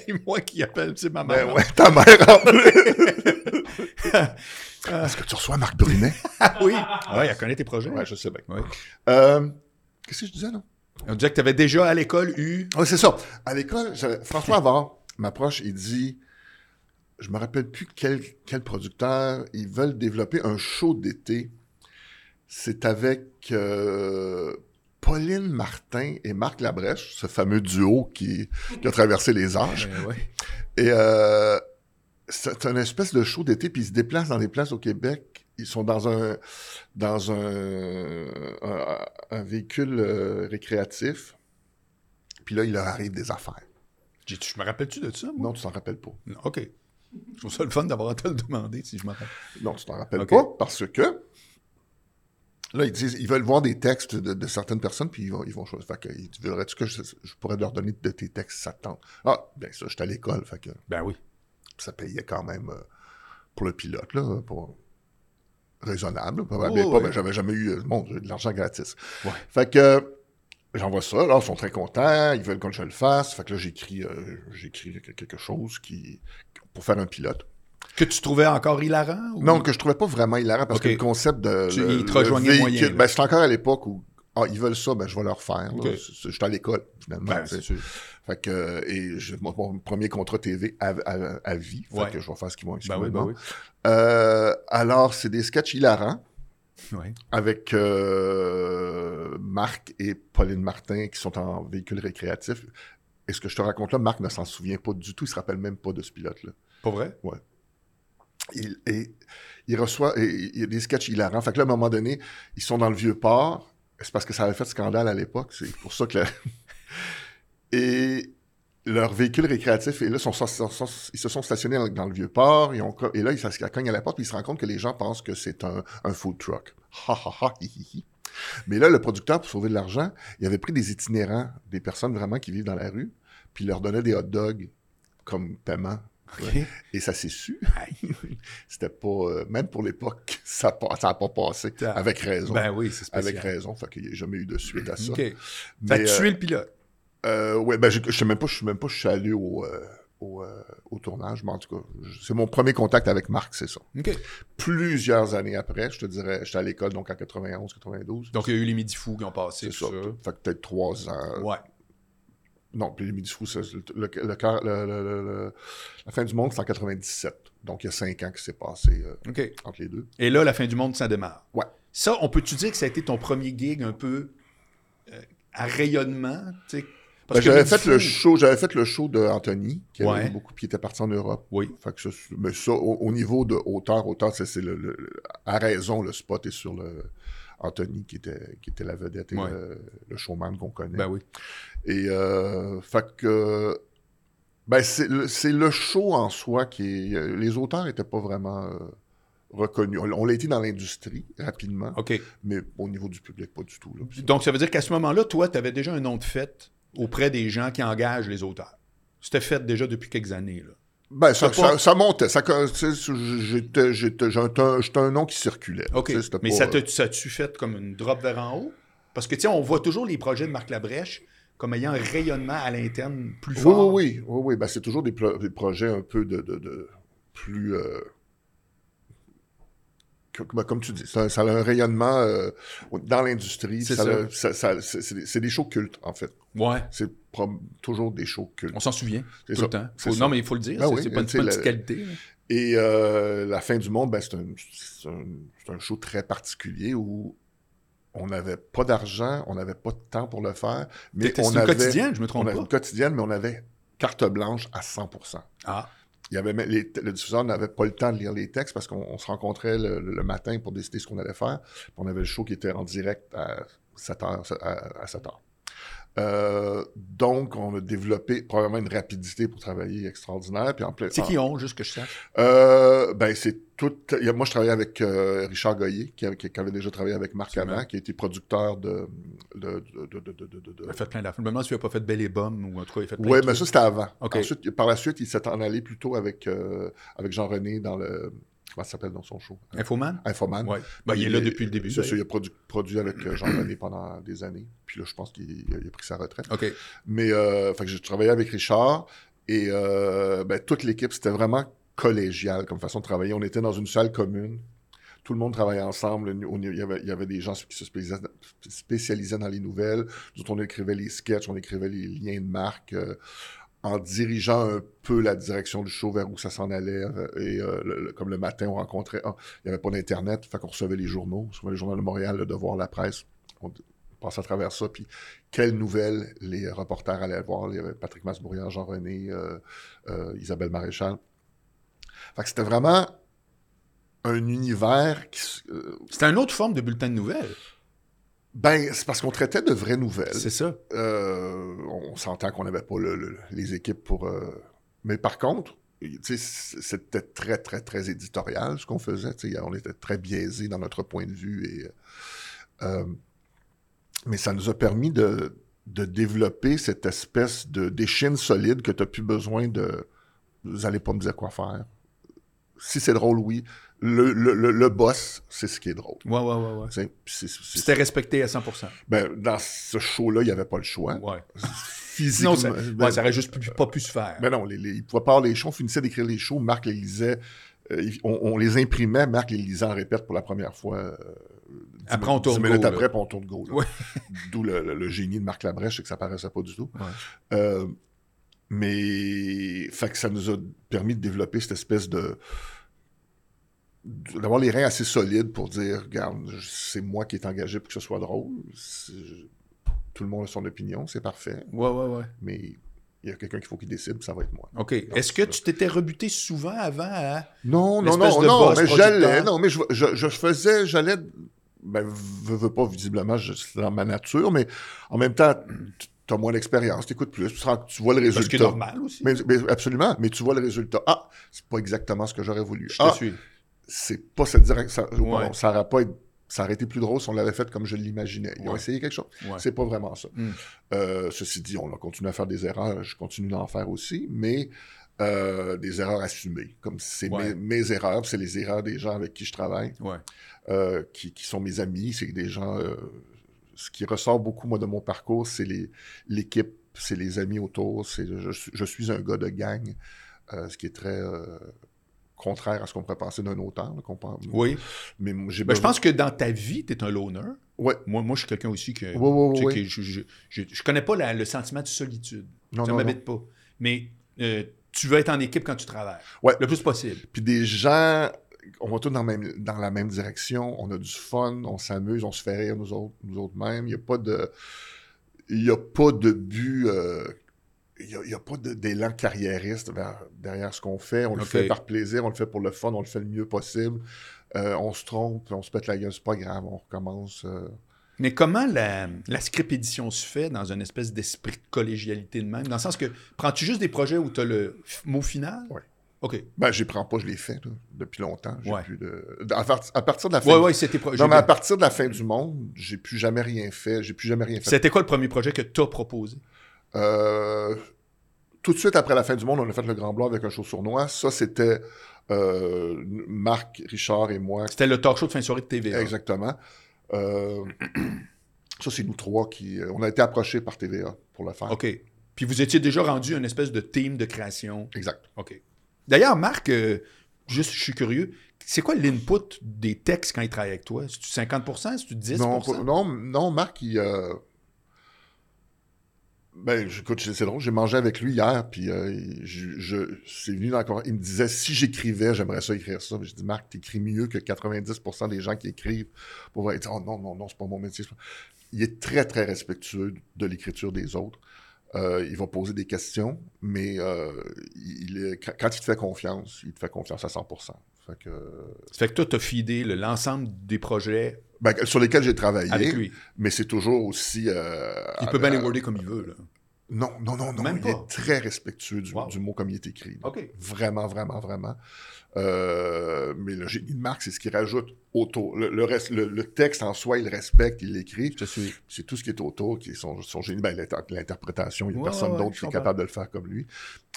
S1: Et moi qui appelle, c'est ma mère.
S2: Ben ouais, ta mère en plus. Est-ce que tu reçois Marc Brunet?
S1: Ah *laughs* oui, ouais, elle connaît tes projets.
S2: Ouais, je sais bien.
S1: Ouais.
S2: Euh, Qu'est-ce que je disais, non?
S1: On disait que tu avais déjà à l'école eu.
S2: Oui, c'est ça. À l'école, j'avais- François Avard m'approche et dit Je me rappelle plus quel, quel producteur, ils veulent développer un show d'été. C'est avec euh, Pauline Martin et Marc Labrèche, ce fameux duo qui, qui a traversé les âges.
S1: Euh, ouais.
S2: Et euh, c'est un espèce de show d'été, puis ils se déplacent dans des places au Québec. Ils sont dans un dans un, un, un véhicule euh, récréatif. Puis là, il leur arrive des affaires.
S1: J'ai- Je me rappelle-tu de ça, moi?
S2: Non, tu t'en rappelles pas.
S1: Non, OK. Je trouve ça le fun d'avoir à te le demander, si je m'en rappelle.
S2: Non, tu t'en rappelles
S1: Ok.
S2: pas parce que là, ils disent ils veulent voir des textes de, de certaines personnes, puis ils vont, ils vont choisir. Fait que, ils- voudrais-tu que je, je pourrais leur donner de tes textes si ça te tente? Ah, bien ça, j'étais à l'école, fait que
S1: Ben oui.
S2: ça payait quand même euh, pour le pilote, là, hein, pour raisonnable. Pas,
S1: Oui,
S2: mais pas-
S1: oui.
S2: mais j'avais jamais eu, euh, bon, j'ai eu de l'argent gratis.
S1: Ouais.
S2: Fait que euh, j'envoie ça, là, ils sont très contents, ils veulent que je le fasse. Fait que là, j'écris, euh, j'écris que- quelque chose qui pour faire un pilote.
S1: Que tu trouvais encore hilarant? ou-
S2: Non, que je trouvais pas vraiment hilarant parce
S1: Ok.
S2: que le concept de
S1: Tu-
S2: le-
S1: ils te
S2: le
S1: rejoignaient
S2: véhicule-
S1: moyen, là.
S2: ben, c'est encore à l'époque où ah, ils veulent ça, ben je vais leur faire. là.
S1: Ok.
S2: C'est- c'est- J'étais à l'école finalement.
S1: Ben,
S2: tu sais.
S1: c'est sûr.
S2: Fait que euh, et je- mon, mon premier contrat TV à, à- à vie. Fait
S1: Ouais.
S2: que je vais faire ce qu'ils vont. ce
S1: Ben
S2: qu'ils
S1: oui,
S2: me
S1: ben
S2: demandent.
S1: oui.
S2: Euh, alors, c'est des sketchs hilarants
S1: Ouais.
S2: avec euh, Marc et Pauline Martin qui sont en véhicule récréatif. Et ce que je te raconte là, Marc ne s'en souvient pas du tout. Il se rappelle même pas de ce pilote-là.
S1: Pas vrai?
S2: Il, et, il reçoit et, il y a des sketchs hilarants. Fait que là, à un moment donné, ils sont dans le vieux port. C'est parce que ça avait fait scandale à l'époque. C'est pour ça que... la- *laughs* et leur véhicule récréatif, et là, sont, sont- sont- ils se sont stationnés dans, dans le vieux port. Ils ont, co- et là, ils se ils cognent à la porte puis ils se rendent compte que les gens pensent que c'est un, un food truck. Ha, ha, ha, hi, hi, hi. Mais là, le producteur, pour sauver de l'argent, il avait pris des itinérants, des personnes vraiment qui vivent dans la rue, puis il leur donnait des hot dogs comme paiement.
S1: OK.
S2: Et ça s'est su.
S1: Aïe.
S2: *laughs* C'était pas, euh, même pour l'époque, *laughs* ça n'a pas, ça a pas passé.
S1: Ah.
S2: Avec raison.
S1: Ben oui, c'est spécial.
S2: avec raison. Fait qu'il n'y a jamais eu de suite à ça.
S1: OK. T'as
S2: Mais,
S1: tué le pilote.
S2: euh, euh, ouais, ben, je, je sais même pas, je suis même pas, je suis allé au, euh, au, euh, au tournage, mais en tout cas, je- c'est mon premier contact avec Marc, c'est ça.
S1: OK.
S2: Plusieurs années après, je te dirais, j'étais à l'école, donc en 91, 92.
S1: Donc, il y a eu les midi fous qui ont passé.
S2: C'est
S1: tout
S2: ça. Euh, Fait que peut-être trois ans.
S1: Ouais.
S2: Non, puis les Midi Fous, c'est le, le- le cœur- le- le- le- le- la fin du monde, c'est en 97. Donc il y a cinq ans qui s'est passé euh,
S1: OK.
S2: entre les deux.
S1: Et là, la fin du monde, ça démarre.
S2: Ouais.
S1: Ça, on peut-tu dire que ça a été ton premier gig un peu euh, à rayonnement? tu sais? Parce
S2: Ben, j'avais
S1: Midi
S2: fait le
S1: Fou-
S2: show, j'avais fait le show de Anthony, qui avait
S1: Ouais.
S2: eu beaucoup, qui était parti en Europe.
S1: Oui.
S2: Fait que ça, c'est- mais ça, au, au niveau de hauteur, hauteur, c'est, c'est le, le- le- à raison, le spot est sur le Anthony, qui était, qui était la vedette et
S1: Ouais.
S2: le, le showman qu'on connaît.
S1: Ben oui.
S2: Et euh, fait que ben c'est le, c'est le show en soi qui est, les auteurs n'étaient pas vraiment euh, reconnus. On, on l'a été dans l'industrie rapidement,
S1: OK.
S2: mais au niveau du public pas du tout. là. Puis
S1: Donc, ça veut dire qu'à ce moment-là, toi, tu avais déjà un nom de fête auprès des gens qui engagent les auteurs. C'était fait déjà depuis quelques années. Là.
S2: Ben, ça,
S1: T'as pas-
S2: ça, ça montait. Ça, co- tu sais, j'étais, j'étais, j'étais, un, j'étais un nom qui circulait.
S1: OK.
S2: Tu sais, c'était
S1: Mais
S2: pas,
S1: ça
S2: euh,
S1: te- ça tu fait comme une drop vers en haut? Parce que, tu sais, on voit toujours les projets de Marc Labrèche comme ayant un rayonnement à l'interne plus
S2: Oui,
S1: fort.
S2: oui, oui. oui, oui. Ben, c'est toujours des, pro- des projets un peu de, de- de- plus... euh, comme, comme tu dis, ça, ça a un rayonnement euh, dans l'industrie.
S1: C'est
S2: ça
S1: ça.
S2: a- ça- ça- c'est c'est des- c'est des shows cultes, en fait.
S1: Ouais.
S2: C'est prob- toujours des shows cultes.
S1: On s'en souvient
S2: C'est
S1: tout
S2: ça,
S1: le temps.
S2: c'est
S1: Faut-
S2: ça.
S1: non, mais il faut le dire.
S2: Ben
S1: c'est
S2: oui,
S1: c'est pas une,
S2: tu sais,
S1: pas une
S2: la-
S1: petite qualité. là.
S2: Et euh, La fin du monde, ben, c'est un, c'est un, c'est un show très particulier où on n'avait pas d'argent, on n'avait pas de temps pour le faire. Mais
S1: C'était- C'est
S2: on
S1: une
S2: avait,
S1: quotidienne, je me
S2: on
S1: trompe
S2: avait
S1: pas.
S2: une quotidienne, mais on avait carte blanche à 100
S1: Ah,
S2: Il y avait même- les- le diffuseur n'avait pas le temps de lire les textes parce qu'on on se rencontrait le, le matin pour décider ce qu'on allait faire. Puis on avait le show qui était en direct à 7 heures. À, à 7 heures. Euh, donc, on a développé probablement une rapidité pour travailler extraordinaire. Puis en plus,
S1: c'est qui on, juste que je sache.
S2: euh, ben, c'est tout. il y a- Moi, je travaillais avec euh, Richard Goyer, qui, a- qui avait déjà travaillé avec Marc
S1: Absolument.
S2: avant, qui était producteur de. de, de, de, de, de, de- de-
S1: Il a fait plein d'affaires. Je me demande s'il n'a pas fait Belle et Bomme ou en tout cas, il a fait plein
S2: Ouais,
S1: de
S2: mais ça,
S1: trucs.
S2: c'était avant.
S1: Ok.
S2: Ensuite, il- par la suite, il s'est en allé plutôt avec, euh, avec Jean-René dans le. Comment ça s'appelle dans son show
S1: Infoman?
S2: Infoman.
S1: Ouais. Ben, il est là depuis le début.
S2: C'est ça, Ah, il
S1: d'ailleurs.
S2: a produ- produit avec euh, Jean-René pendant des années. Puis là, je pense qu'il il a- il a pris sa retraite.
S1: OK.
S2: Mais euh, fait que j'ai travaillé avec Richard et euh, ben, toute l'équipe, c'était vraiment collégial comme façon de travailler. On était dans une salle commune. Tout le monde travaillait ensemble. Au niveau- Il y avait, il y avait des gens qui se spécialisaient- spécialisaient dans les nouvelles. Nous autres, on écrivait les sketchs, on écrivait les liens de marque. euh, en dirigeant un peu la direction du show vers où ça s'en allait. euh, Et euh, le- le- comme le matin, on rencontrait... ah, il n'y avait pas d'Internet, fait qu'on recevait les journaux. On recevait les journaux de Montréal, le Devoir, la presse. On passait à travers ça, puis quelles nouvelles les reporters allaient voir. Il y avait Patrick Masbourian, Jean-René, euh, euh, Isabelle Maréchal. Fait que c'était vraiment un univers qui... s- euh,
S1: C'était une autre forme de bulletin de nouvelles.
S2: ben, c'est parce qu'on traitait de vraies nouvelles.
S1: C'est ça.
S2: Euh, on s'entend qu'on n'avait pas le- le- les équipes pour. euh, Mais par contre, tu sais, c- c'était très, très, très éditorial ce qu'on faisait. Tu sais, On était très biaisé dans notre point de vue. Et, euh, mais ça nous a permis de, de développer cette espèce de d'échine solide que tu n'as plus besoin de. Vous n'allez pas me dire quoi faire. Si c'est drôle, oui. Le, le- le- le boss, c'est ce qui est drôle.
S1: Ouais, ouais, ouais. ouais.
S2: Tu sais, c'est- c'est-
S1: C'était respecté à 100
S2: ben, dans ce show-là, il n'y avait pas le choix
S1: Ouais.
S2: *laughs* physiquement.
S1: Sinon, ça,
S2: ben,
S1: ouais, ça aurait juste pu- pas pu se faire.
S2: ben non, les, les, ils pouvaient pas avoir les shows, on finissait d'écrire les shows, Marc les lisait, euh, il- on, on les imprimait, Marc les lisait en répète pour la première fois. euh, dix
S1: Après,
S2: minutes-
S1: on tourne
S2: dix minutes
S1: go,
S2: après,
S1: là.
S2: puis on tourne go. là.
S1: Ouais.
S2: *laughs* D'où le, le- le génie de Marc Labrèche, c'est que ça paraissait pas du tout.
S1: Ouais.
S2: Euh, mais fait que ça nous a permis de développer cette espèce de d'avoir les reins assez solides pour dire, regarde, je- c'est moi qui est engagé pour que ce soit drôle. C'est- Tout le monde a son opinion, c'est parfait
S1: Ouais, ouais, ouais.
S2: mais il y a quelqu'un qu'il faut qu'il décide, puis ça va être moi.
S1: OK. Est-ce que tu t'étais rebuté souvent avant à.
S2: Non, non,
S1: L'espèce
S2: non,
S1: de
S2: non,
S1: boss
S2: mais
S1: producteur.
S2: j'allais, non, mais je, je, je faisais, j'allais, ben, veux, veux pas, visiblement, je- c'est dans ma nature, mais en même temps, tu as moins d'expérience, tu écoutes plus, tu, te rends- tu vois le
S1: Parce que
S2: résultat.
S1: normal aussi.
S2: Mais, mais absolument, mais tu vois le résultat. Ah, c'est pas exactement ce que j'aurais voulu.
S1: Je te
S2: Ah,
S1: suis.
S2: c'est pas cette direction.
S1: Ouais.
S2: ça aurait pas été- ça aurait été plus drôle si on l'avait fait comme je l'imaginais. Ils ont
S1: Ouais.
S2: essayé quelque chose.
S1: Ouais.
S2: C'est pas vraiment ça.
S1: Mm.
S2: Euh, ceci dit, on a continué à faire des erreurs. Je continue d'en faire aussi, mais euh, des erreurs assumées. Comme c'est
S1: Ouais.
S2: mes, mes erreurs, c'est les erreurs des gens avec qui je travaille,
S1: Ouais.
S2: euh, qui, qui sont mes amis. C'est des gens. euh, ce qui ressort beaucoup, moi, de mon parcours, c'est les- l'équipe, c'est les amis autour. c'est- Je, suis- je suis un gars de gang, euh, ce qui est très. euh, contraire à ce qu'on pourrait penser d'un auteur, là, qu'on pense-
S1: Oui.
S2: mais moi, j'ai
S1: Ben, je
S2: besoin-
S1: pense que dans ta vie, tu es un loner.
S2: Bah, Ouais.
S1: Moi, moi je suis quelqu'un aussi que.
S2: Ouais, ouais,
S1: tu sais,
S2: ouais,
S1: que
S2: ouais.
S1: je, je, je- je connais pas la- le sentiment de solitude.
S2: Non,
S1: ça
S2: non, non.
S1: m'habite pas. Mais euh, tu veux être en équipe quand tu travailles.
S2: Ouais.
S1: Le plus possible.
S2: Puis des gens, on va tous dans, la même- dans la même direction, on a du fun, on s'amuse, on se fait rire nous autres, nous autres mêmes. Il n'y a pas de. Il y a pas de but. euh, il n'y a, il y a pas de- d'élan carriériste vers- derrière ce qu'on fait. On le
S1: Ok.
S2: fait par plaisir, on le fait pour le fun, on le fait le mieux possible. Euh, on se trompe, on se pète la gueule, c'est pas grave, on recommence. euh.
S1: Mais comment la, la script édition se fait dans une espèce d'esprit de collégialité de même? Dans le sens que prends-tu juste des projets où tu as le f- mot final?
S2: Ouais.
S1: OK.
S2: Ben, j'y prends pas, je l'ai fait là, depuis longtemps. J'ai
S1: Ouais.
S2: plus de... à, part- à partir de la fin
S1: Ouais,
S2: du-
S1: ouais, c'était projet.
S2: Non, mais à partir de la fin du monde, j'ai plus jamais rien fait. J'ai plus jamais rien fait.
S1: C'était quoi le premier projet que tu as proposé?
S2: Euh, tout de suite après la fin du monde, on a fait le Grand Blanc avec un show sournois. Ça, c'était euh, Marc, Richard et moi.
S1: C'était le talk show de fin de soirée de TV.
S2: Exactement. Euh, *clears throat* ça, c'est nous trois qui. euh, On a été approchés par TVA pour le faire.
S1: OK. Puis vous étiez déjà rendu une espèce de team de création.
S2: Exact.
S1: OK. D'ailleurs, Marc, euh, juste, je suis curieux. C'est quoi l'input des textes quand il travaille avec toi? C'est-tu 50 C'est-tu 10
S2: Non, pas- non, non, Marc, il. euh, Ben, je- écoute, c'est c'est drôle, j'ai mangé avec lui hier, puis euh, il- je, je- c'est venu dans la conver- Il me disait, si j'écrivais, j'aimerais ça écrire ça. Puis J'ai dit, Marc, t'écris mieux que 90% des gens qui écrivent. Pour vrai. Il dit, oh non, non, non, c'est pas mon métier. c'est pas- Il est très, très respectueux de l'écriture des autres. Euh, il va poser des questions, mais euh, il il est- quand- quand il te fait confiance, il te fait confiance à 100%. Fait que,
S1: Ça fait que toi, t'as fidé le- l'ensemble des projets
S2: ben, sur lesquels j'ai travaillé.
S1: avec lui.
S2: mais c'est toujours aussi. euh,
S1: Il
S2: à-
S1: peut bien les
S2: à-
S1: worder comme il veut. Là.
S2: Non, non, non, non.
S1: Même
S2: il
S1: pas.
S2: est très respectueux du,
S1: Wow.
S2: du mot comme il est écrit. là.
S1: OK.
S2: Vraiment, vraiment, vraiment. Euh, mais le génie de Marc, c'est ce qu'il rajoute autour. Le, le reste, le, le texte en soi, il le respecte, il l'écrit.
S1: Je te suis.
S2: C'est tout ce qui est autour qui est son, son génie. Ben, l'inter- l'interprétation, il n'y a
S1: Ouais,
S2: personne
S1: ouais,
S2: d'autre
S1: je
S2: qui est
S1: comprends.
S2: capable de le faire comme lui.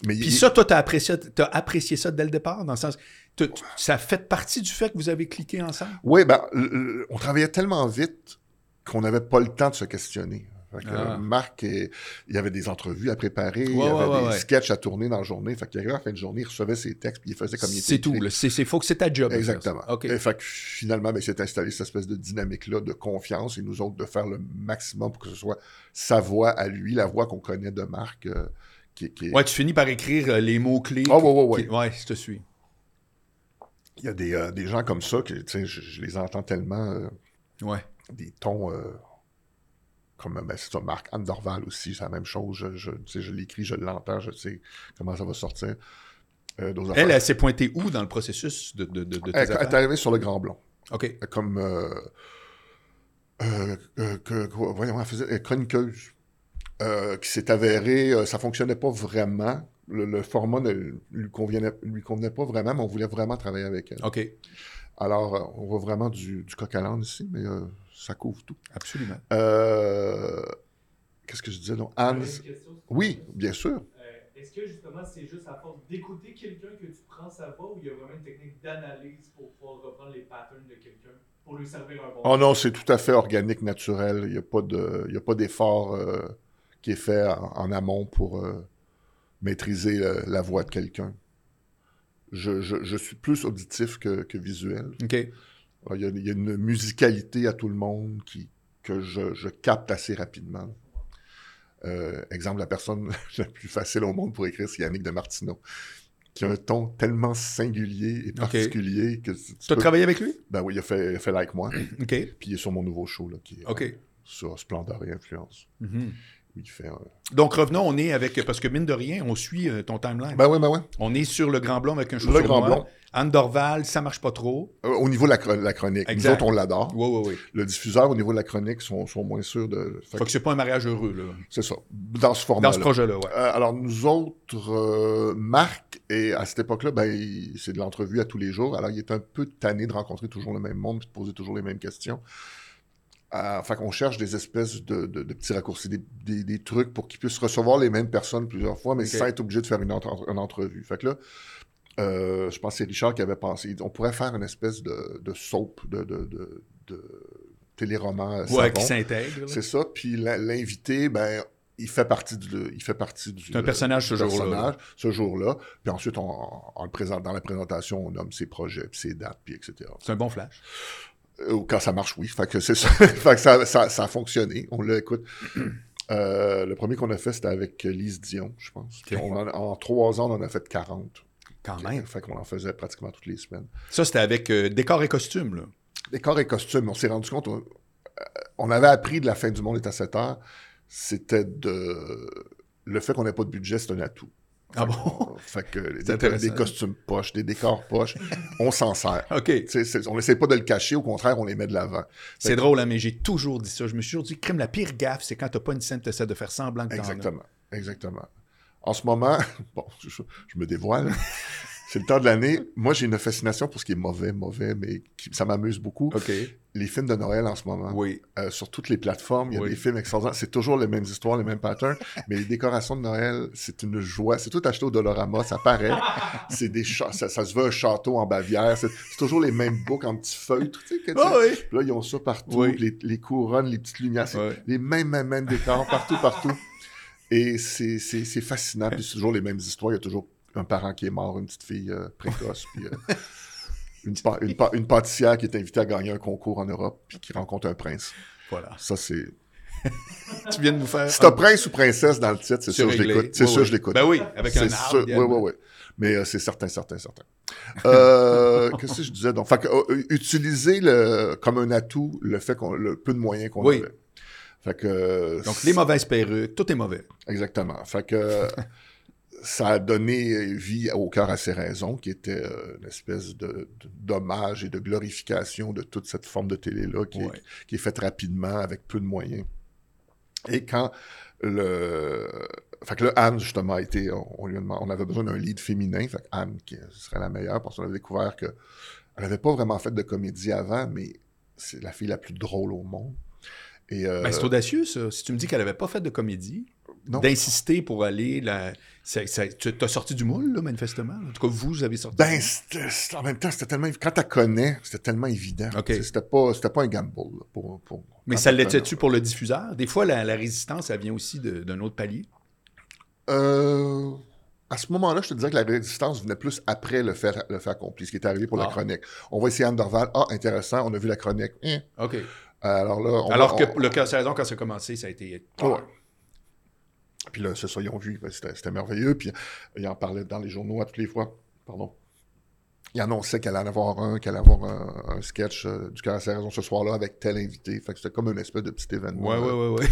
S2: Mais
S1: Puis
S2: il-
S1: ça, toi, t'as apprécié, t'as apprécié ça dès le départ, dans le sens. t'as- t- Ça fait partie du fait que vous avez cliqué ensemble?
S2: Oui, ben, le- le- on travaillait tellement vite qu'on n'avait pas le temps de se questionner. Fait que,
S1: Ah.
S2: euh, Marc, et- il y avait des entrevues à préparer, il y
S1: Ouais,
S2: avait
S1: ouais, ouais,
S2: des
S1: ouais.
S2: sketchs à tourner dans la journée. Fait qu'il arrivait à la fin de journée, il recevait ses textes, puis il faisait comme il était.
S1: C'est tout.
S2: écrit.
S1: là. C'est il faut que c'est ta job.
S2: Exactement.
S1: OK.
S2: Et fait que finalement, ben, il s'est installé cette espèce de dynamique-là de confiance et nous autres de faire le maximum pour que ce soit sa voix à lui, la voix qu'on connaît de Marc, euh, qui, qui est
S1: Ouais, tu finis par écrire euh, les mots-clés.
S2: Ah, ouais, ouais, ouais.
S1: qui- Ouais, je te suis.
S2: Il y a des, euh, des gens comme ça que tu sais, je, je les entends tellement. euh,
S1: Ouais.
S2: des tons euh, comme ben, c'est ça, Marc Anne Dorval aussi, c'est la même chose. Je, je, tu sais, je l'écris, je l'entends, je sais comment ça va sortir. Euh, nos
S1: Elle,
S2: affaires.
S1: elle s'est pointée où dans le processus de, de, de, de tes
S2: Elle- elle est
S1: affaires?
S2: arrivée sur le Grand Blond.
S1: OK.
S2: Comme. euh, euh, euh, que- quoi, voyons, elle faisait. euh, chroniqueuse. euh, qui s'est avérée. euh, ça fonctionnait pas vraiment. Le, le format ne lui convenait, lui convenait pas vraiment, mais on voulait vraiment travailler avec elle.
S1: OK.
S2: Alors, euh, on voit vraiment du, du coq à l'âne ici, mais euh, ça couvre tout.
S1: Absolument.
S2: Euh, Qu'est-ce que je disais donc? Hans.
S3: J'avais une question, si tu
S2: Oui,
S3: veux.
S2: bien sûr.
S3: Euh, Est-ce que justement c'est juste à force d'écouter quelqu'un que tu prends sa voix ou il y a vraiment une technique d'analyse pour pouvoir reprendre les patterns de quelqu'un pour lui servir un bon
S2: Oh non, c'est tout à fait organique, naturel. Il n'y a pas de, il y a pas d'effort euh, qui est fait en, en amont pour euh, maîtriser euh, la voix de quelqu'un. Je, je- je suis plus auditif que, que visuel.
S1: OK.
S2: Alors, Ah, il, y a, il y a une musicalité à tout le monde qui, que je, je capte assez rapidement. Euh, exemple, la personne *laughs* la plus facile au monde pour écrire, c'est Yannick de Martino, qui a un ton tellement singulier et particulier que tu- tu
S1: Tu as
S2: peux-
S1: travaillé avec lui?
S2: Ben oui, il a fait, il a fait like moi.
S1: OK.
S2: Puis il est sur mon nouveau show, là, qui est
S1: OK.
S2: euh, sur Splendeur et Influence.
S1: Mhm.
S2: où il fait. un-
S1: Donc, revenons, on est avec. Parce que mine de rien, on suit euh, ton timeline.
S2: Ben ouais, ben ouais.
S1: on est sur le Grand Blond avec un show
S2: Le
S1: sur
S2: Grand
S1: moi.
S2: Blond.
S1: Anne Dorval, ça marche pas trop.
S2: Euh, au niveau de la, chron- la chronique,
S1: Exact.
S2: nous autres, on l'adore.
S1: Oui, oui, oui.
S2: Le diffuseur, au niveau de la chronique, sont, sont moins sûrs de. fait
S1: Faut
S2: que
S1: que c'est pas un mariage heureux, là.
S2: C'est ça. Dans ce format-là.
S1: Dans ce projet-là, ouais.
S2: Euh, alors, nous autres, euh, Marc, et à cette époque-là, ben, il- c'est de l'entrevue à tous les jours. Alors, il est un peu tanné de rencontrer toujours le même monde puis de poser toujours les mêmes questions. Euh, fait qu'on cherche des espèces de, de- de petits raccourcis, des, des- des trucs pour qu'il puisse recevoir les mêmes personnes plusieurs fois, mais
S1: Ok.
S2: sans être obligé de faire une, entre- une entrevue. Fait que là, euh, je pense que c'est Richard qui avait pensé. il dit, On pourrait faire une espèce de, de soap, de, de, de- de téléroman. euh,
S1: Ouais,
S2: savon.
S1: qui s'intègre. là.
S2: C'est ça. Puis la- l'invité, ben, il fait partie du. Il fait partie du.
S1: C'est un personnage ce
S2: du
S1: jour-là.
S2: personnage ce jour-là. Puis ensuite, on, on le présente, dans la présentation, on nomme ses projets, puis ses dates, puis etc.
S1: C'est un bon flash.
S2: Euh, quand ça marche, oui. Fait que c'est ça. *laughs* fait que ça, ça, ça a fonctionné. On l'a, écoute. *clears throat* euh, le premier qu'on a fait, c'était avec Lise Dion, je pense. Puis
S1: Ok.
S2: on en, en trois ans, on en a fait 40.
S1: Quand même.
S2: Fait qu'on en faisait pratiquement toutes les semaines.
S1: Ça, c'était avec euh, décor et costume, là.
S2: Décor et costumes, on s'est rendu compte, on, euh, on avait appris de la fin du monde est à 7 heures, c'était de. Le fait qu'on n'ait pas de budget, c'est un atout.
S1: Ah bon? *laughs*
S2: *laughs* Fait que
S1: C'est
S2: des,
S1: intéressant.
S2: des costumes poches, des
S1: *laughs*
S2: décors poches, on s'en sert.
S1: OK.
S2: Tu sais, c'est- on n'essaie pas de le cacher, au contraire, on les met de l'avant.
S1: C'est drôle, hein, mais j'ai toujours dit ça. Je me suis toujours dit, crime, la pire gaffe, c'est quand t'as pas une scène, t'essaies de faire semblant que t'en as.
S2: Exactement. Exactement. En ce moment, *laughs* bon, je, je me dévoile. *laughs* C'est le temps de l'année. Moi, j'ai une fascination pour ce qui est mauvais, mauvais, mais qui- ça m'amuse beaucoup.
S1: OK.
S2: Les films de Noël en ce moment.
S1: Oui.
S2: Euh, sur toutes les plateformes. Il y a
S1: Oui.
S2: des films extraordinaires. C'est toujours les mêmes histoires, les
S1: *laughs*
S2: mêmes patterns. mais les décorations de Noël, c'est une joie. C'est tout acheté au Dolorama, ça paraît. c'est des cha- ça, ça se veut un château en Bavière. C'est c'est toujours les mêmes boucles en petits feutres. Tu sais, que tu-
S1: Ah oui.
S2: Puis Là, ils ont ça partout.
S1: Oui.
S2: Les, les couronnes, les petites lumières. c'est
S1: Ouais.
S2: Les mêmes, mêmes, mêmes décors partout, partout. Et c'est c'est- c'est fascinant. Puis c'est toujours les mêmes histoires. Il y a toujours un parent qui est mort, une petite fille euh, précoce,
S1: *laughs*
S2: puis euh, une, pa- une, pa- une pâtissière qui est invitée à gagner un concours en Europe, puis qui rencontre un prince.
S1: Voilà.
S2: Ça, c'est.
S1: Tu viens de nous faire.
S2: Si t'as
S1: Euh, un-
S2: prince ou princesse dans le titre, c'est sûr que je
S1: surréglé.
S2: l'écoute. C'est
S1: Ouais,
S2: sûr que
S1: ouais.
S2: je l'écoute.
S1: Ben oui, avec un
S2: C'est
S1: arbre.
S2: sûr,
S1: Yann.
S2: Oui, oui, oui. Mais euh, c'est certain,
S1: *laughs*
S2: certain, certain. Euh, Qu'est-ce que je disais donc? Fait que, euh, utiliser le, comme un atout le fait qu'on le peu de moyens qu'on
S1: Oui.
S2: avait. Fait que, euh,
S1: Donc, les mauvaises perruques, tout est mauvais.
S2: Exactement. Fait que *laughs* euh, ça a donné vie au cœur à ses raisons, qui était euh, une espèce de de- d'hommage et de glorification de toute cette forme de télé-là qui, est-
S1: Ouais.
S2: qui est faite rapidement avec peu de moyens. Et quand le. Fait que là, Anne, justement, a été. On, on lui a demandé- on avait besoin d'un lead féminin. Fait que Anne, qui serait la meilleure, parce qu'on avait découvert que elle n'avait pas vraiment fait de comédie avant, mais c'est la fille la plus drôle au monde. Et, euh,
S1: Ben, c'est audacieux, ça. Si tu me dis qu'elle n'avait pas fait de comédie,
S2: Non.
S1: d'insister pour aller. La... ça- ça- tu as sorti du moule, là, manifestement. En tout cas, vous avez sorti.
S2: Ben, c'était- c'était- en même temps, c'était tellement. évi- Quand tu connais, c'était tellement évident.
S1: OK.
S2: Tu sais, C'était pas, c'était pas un gamble. là, pour, pour-
S1: Mais
S2: quand
S1: ça
S2: t'as connu.
S1: l'était-tu pour le diffuseur? Des fois, la, la résistance, elle vient aussi de- d'un autre palier.
S2: Euh, à ce moment-là, je te disais que la résistance venait plus après le fait, le fait accompli, ce qui est arrivé pour
S1: Ah.
S2: la chronique. On voit ici Anne Dorval. Ah, intéressant, on a vu la chronique. Hein.
S1: OK.
S2: Euh, Alors là, on
S1: Alors
S2: on- Ah
S1: que le cœur saison, quand ça a commencé, ça a été.
S2: Ouais. Puis là, ce soyons vus, ben, c'était c'était merveilleux. Puis il en parlait dans les journaux à toutes les fois. Pardon. Il annonçait qu'elle allait avoir un, qu'elle allait avoir un, un sketch euh, du cœur à sa raison ce soir-là avec tel invité. Fait que c'était comme une espèce de petit événement.
S1: Ouais, ouais,
S2: là.
S1: ouais, ouais.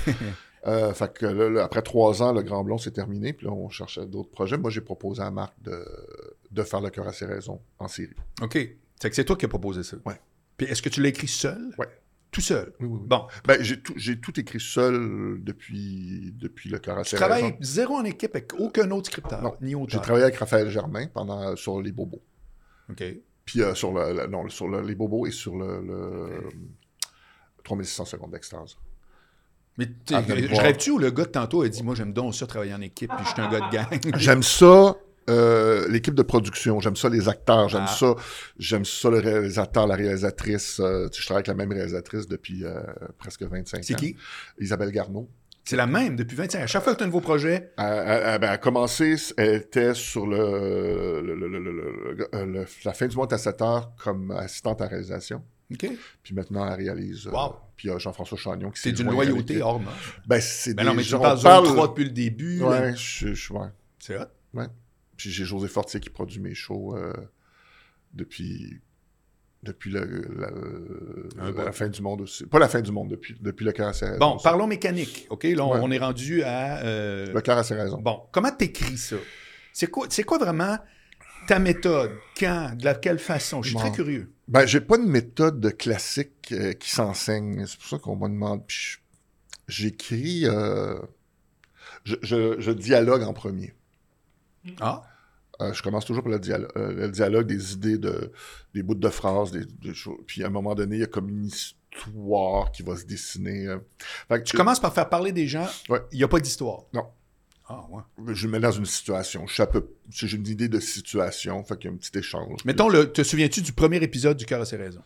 S2: Euh, fait que là, là, après trois ans, le Grand Blond, c'est terminé. Puis là, on cherchait d'autres projets. Moi, j'ai proposé à Marc de, de faire le cœur à ses raisons en série.
S1: OK. C'est que c'est toi qui as proposé ça.
S2: Ouais.
S1: Puis est-ce que tu l'as écrit seul?
S2: Ouais.
S1: Tout seul.
S2: Oui, oui, oui.
S1: Bon,
S2: Ben, j'ai tout, j'ai tout écrit seul euh, depuis, depuis le cœur à
S1: tu
S2: ses raisons.
S1: travailles zéro en équipe avec aucun autre scripteur,
S2: Non,
S1: ni
S2: J'ai
S1: auteur.
S2: travaillé avec Raphaël Germain pendant, sur Les Bobos.
S1: OK.
S2: Puis euh, sur, le, le- non, sur le- les bobos et sur le, le- 3600 secondes d'extase.
S1: Mais t'es-
S2: Ah, venez me
S1: je
S2: voir.
S1: rêve-tu où le gars de tantôt a dit Moi, j'aime donc ça, travailler en équipe, puis je suis un gars de
S2: *laughs*
S1: gang.
S2: J'aime ça, euh, l'équipe de production, j'aime ça, les acteurs, j'aime
S1: Ah.
S2: ça, j'aime ça, le réalisateur, la réalisatrice. euh, tu sais, je travaille avec la même réalisatrice depuis euh, presque 25 ans.
S1: C'est qui
S2: Isabelle Garneau.
S1: C'est la même depuis 25 ans. À chaque fois que tu as un nouveau projet,
S2: Elle, elle- elle- ben, elle a commencé, elle était sur le, le- le- le- le- le- euh, le- la fin du mois à 7 heures comme assistante à réalisation.
S1: OK,
S2: Puis maintenant, elle réalise. euh,
S1: Wow.
S2: puis il y a Jean-François Chagnon qui
S1: c'est
S2: s'est
S1: d'une
S2: joint à
S1: loyauté
S2: l'équipe.
S1: hors norme.
S2: Ben, c'est
S1: Mais
S2: des
S1: non, mais tu
S2: gens- on
S1: parles
S2: parle-
S1: zone 3 depuis le début. là.
S2: Ouais, je, je, ouais.
S1: C'est hot.
S2: Puis j'ai José Fortier qui produit mes shows euh, depuis, depuis le- la,
S1: Un
S2: la
S1: Ah, bon.
S2: fin du monde aussi. Pas la fin du monde, depuis, depuis le cœur à ses raisons.
S1: Bon,
S2: ça.
S1: parlons mécanique. OK, là, on,
S2: Ouais.
S1: on est rendu à. euh,
S2: Le cœur à ses raisons.
S1: Bon, comment t'écris ça? C'est quoi, c'est quoi vraiment ta méthode? Quand? De la, quelle façon? Je suis
S2: Bon.
S1: très curieux.
S2: Ben, j'ai pas de méthode de classique euh, qui s'enseigne. C'est pour ça qu'on m'a demandé. Puis je- J'écris. euh, je, je- je dialogue en premier.
S1: Ah,
S2: Euh, je commence toujours par le, dialogue, le dialogue des idées, de, des bouts de phrases, des, des choses. Puis à un moment donné, il y a comme une histoire qui va se dessiner. euh. Fait que
S1: tu commences par faire parler des gens. Il
S2: Ouais.
S1: n'y a pas d'histoire.
S2: Non.
S1: Ah, ouais.
S2: je me mets dans une situation. Je suis à peu- si j'ai une idée de situation, fait qu'il y a un petit échange.
S1: Mettons, le, te souviens-tu du premier épisode du Cœur à ses raisons?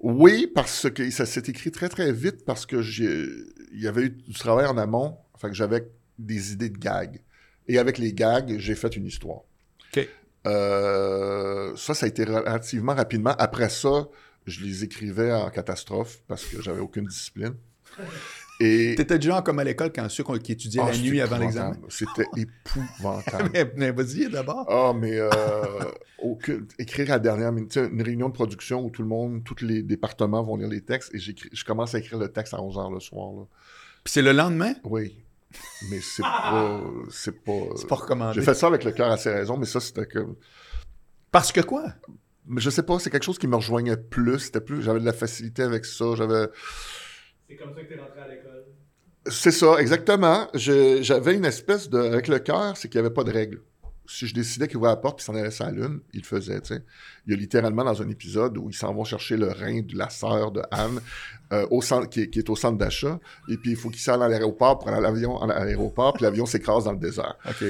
S2: Oui, parce que ça s'est écrit très très vite parce que j'ai, il y avait eu du travail en amont, fait que j'avais des idées de gags. Et avec les gags, j'ai fait une histoire.
S1: OK.
S2: Euh, ça, ça a été relativement rapidement. Après ça, je les écrivais en catastrophe parce que j'avais aucune discipline. Et
S1: T'étais du genre comme à l'école quand ceux qu'on- qui étudiaient
S2: Ah,
S1: la
S2: c'était
S1: nuit avant l'examen.
S2: épouvantable.
S1: *laughs*
S2: C'était épouvantable.
S1: Mais, mais vas-y d'abord.
S2: Ah, mais euh, aucune- écrire à la dernière minute, Tu sais, une réunion de production où tout le monde, tous les départements vont lire les textes et j'écris- je commence à écrire le texte à 11h le soir. là.
S1: Puis c'est le lendemain,
S2: Oui, mais
S1: *laughs*
S2: c'est pas... C'est pas...
S1: c'est pas recommandé.
S2: J'ai fait ça avec le cœur à ses raisons, mais ça, c'était que...
S1: Parce que quoi?
S2: Mais je sais pas, c'est quelque chose qui me rejoignait plus. C'était plus... J'avais de la facilité avec ça, j'avais...
S3: C'est comme ça que t'es rentré à l'école.
S2: C'est ça, exactement. Je- J'avais une espèce de. Avec le cœur, c'est qu'il n'y avait pas de règles. Si je décidais qu'il ouvrait la porte puis s'en allait sur la lune, il le faisait, tu sais. Il y a littéralement dans un épisode où ils s'en vont chercher le rein de la sœur de Anne euh, au centre, qui, est- qui est au centre d'achat. Et puis, il faut qu'il s'aille à l'aéroport pour aller à l'avion, à l'aéroport, puis l'avion s'écrase dans le désert.
S1: OK.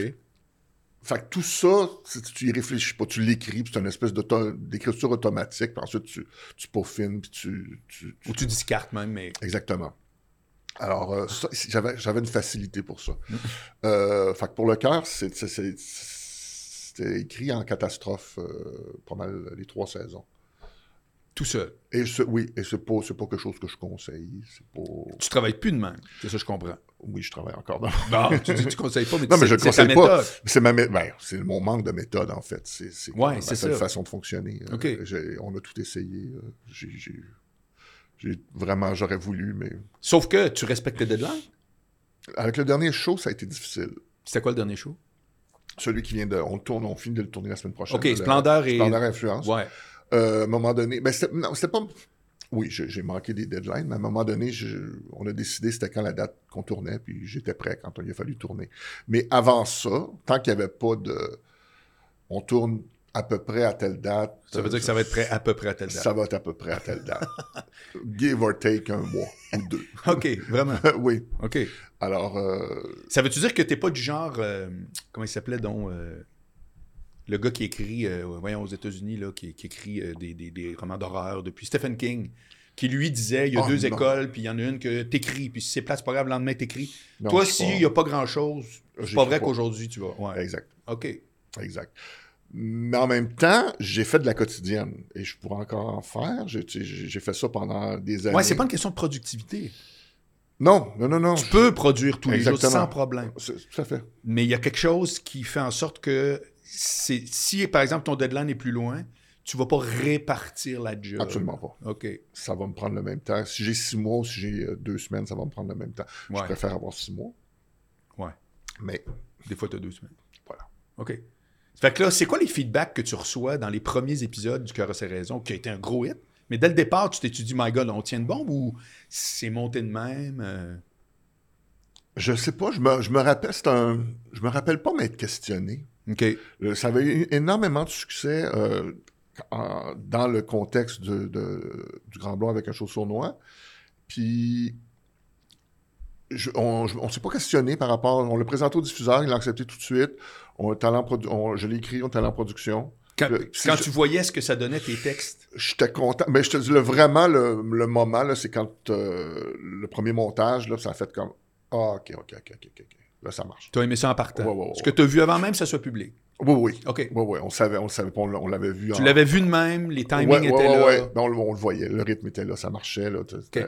S2: Fait que tout ça, si tu y réfléchis pas, tu l'écris, puis c'est une espèce d'auto- d'écriture automatique, puis ensuite, tu, tu peaufines, puis tu- tu,
S1: Ou tu discartes même, mais.
S2: Exactement. Alors, euh, ça, si-
S1: Mm.
S2: j'avais, j'avais une facilité pour ça. Euh, fait que pour le cœur, c'est, c'est- c'est- c'est- C'était écrit en catastrophe euh, pas mal les trois saisons.
S1: Tout seul.
S2: Et ce, oui, et c'est pas, c'est pas quelque chose que je conseille. C'est pas.
S1: Tu travailles plus de même. C'est ça, je *laughs* comprends.
S2: Oui, je travaille encore dans
S1: Non, tu dis que tu conseilles pas, mais,
S2: Non, mais je
S1: c'est-
S2: ne
S1: c'est ta
S2: conseille pas.
S1: méthode.
S2: C'est ma mé- ben, c'est mon manque de méthode, en fait. C'est c'est
S1: Ouais,
S2: ma
S1: c'est
S2: seule
S1: ça.
S2: façon de fonctionner. Euh,
S1: OK.
S2: j'ai- on a tout essayé. euh, j'ai- J'ai j'ai- vraiment, j'aurais voulu, mais
S1: Sauf que tu respectes tes deadlines.
S2: avec le dernier show, ça a été difficile.
S1: C'était quoi le dernier show?
S2: Celui qui vient de. On le tourne, on finit de le tourner la semaine prochaine.
S1: OK,
S2: Le-
S1: Splendeur et...
S2: Splendeur Influence.
S1: Ouais.
S2: Euh, à un moment donné, ben c'était- non, c'était pas. Oui, j'ai j'ai manqué des deadlines, mais à un moment donné, je- on a décidé c'était quand la date qu'on tournait, puis j'étais prêt quand il a fallu tourner. Mais avant ça, tant qu'il n'y avait pas de. On tourne à peu près à telle date.
S1: Ça veut dire que ça va être prêt à peu près à telle date.
S2: Ça va être à peu près à telle date. *laughs* Give or take un mois ou deux. *laughs*
S1: OK, vraiment.
S2: oui.
S1: OK.
S2: Alors, euh,
S1: Ça veut-tu dire que t'es pas du genre... euh, comment il s'appelait, donc... euh, le gars qui écrit, euh, voyons, aux États-Unis, là, qui, qui écrit euh, des, des- des romans d'horreur depuis Stephen King, qui lui disait, il y a
S2: Oh,
S1: deux
S2: non.
S1: écoles, puis il y en a une que t'écris, puis si c'est plat, c'est pas grave, le lendemain, t'écris.
S2: non,
S1: Toi,
S2: je suis
S1: s'il n'y a pas grand-chose, c'est
S2: j'écris
S1: pas vrai
S2: pas.
S1: qu'aujourd'hui, tu vas... Ouais.
S2: Exact.
S1: OK.
S2: Exact. Mais en même temps, j'ai fait de la quotidienne et je pourrais encore en faire. J'ai tu sais, j'ai- j'ai fait ça pendant des années.
S1: Ouais, c'est pas une question de productivité.
S2: Non, non, non, non.
S1: Tu peux produire tous les jours
S2: Exactement.
S1: sans problème.
S2: C'est- Tout à fait.
S1: Mais il y a quelque chose qui fait en sorte que c'est- si, par exemple, ton deadline est plus loin, tu vas pas répartir la job.
S2: Absolument pas.
S1: OK. Ouais.
S2: Ça va me prendre le même temps. Si j'ai six mois ou si j'ai euh, deux semaines, ça va me prendre le même temps. Je préfère avoir six mois.
S1: Ouais.
S2: Mais
S1: Des fois, tu as deux semaines.
S2: Voilà.
S1: OK. Fait que là, c'est quoi les feedbacks que tu reçois dans les premiers épisodes du Cœur à ses raisons, qui a été un gros hit? Mais dès le départ, tu t'es tu dit, my God, on tient une bombe ou c'est monté de même? euh?
S2: je sais pas, je me, je me rappelle, c'est un. Je me rappelle pas m'être questionné.
S1: OK.
S2: Euh, Ça avait eu énormément de succès euh, en- dans le contexte de- de- du Grand Blanc avec un chausson noir. Puis, je- on ne s'est pas questionné par rapport. On l'a présenté au diffuseur, il l'a accepté tout de suite. On, est allé en produ- on- je l'ai écrit, on est allé en production.
S1: Quand,
S2: Le- si
S1: quand
S2: je-
S1: tu voyais ce que ça donnait tes textes,
S2: J'étais content. Mais je te dis, le, vraiment, le, le moment, là, c'est quand euh, le premier montage, là, ça a fait comme Ah, OK, OK, OK, OK, OK. Là, ça marche.
S1: tu as aimé ça en partant.
S2: Ouais, ouais, ouais,
S1: Ce que tu as vu avant même, ça soit public.
S2: Oui, oui.
S1: OK.
S2: Oui, oui, on savait, on savait pas, on l'a- on l'avait vu
S1: Tu
S2: en-
S1: l'avais vu de même, les timings
S2: Ouais, ouais,
S1: étaient
S2: ouais,
S1: là.
S2: ouais. Ben, on, le- on le voyait, le rythme était là, ça marchait. Là, t- c'était,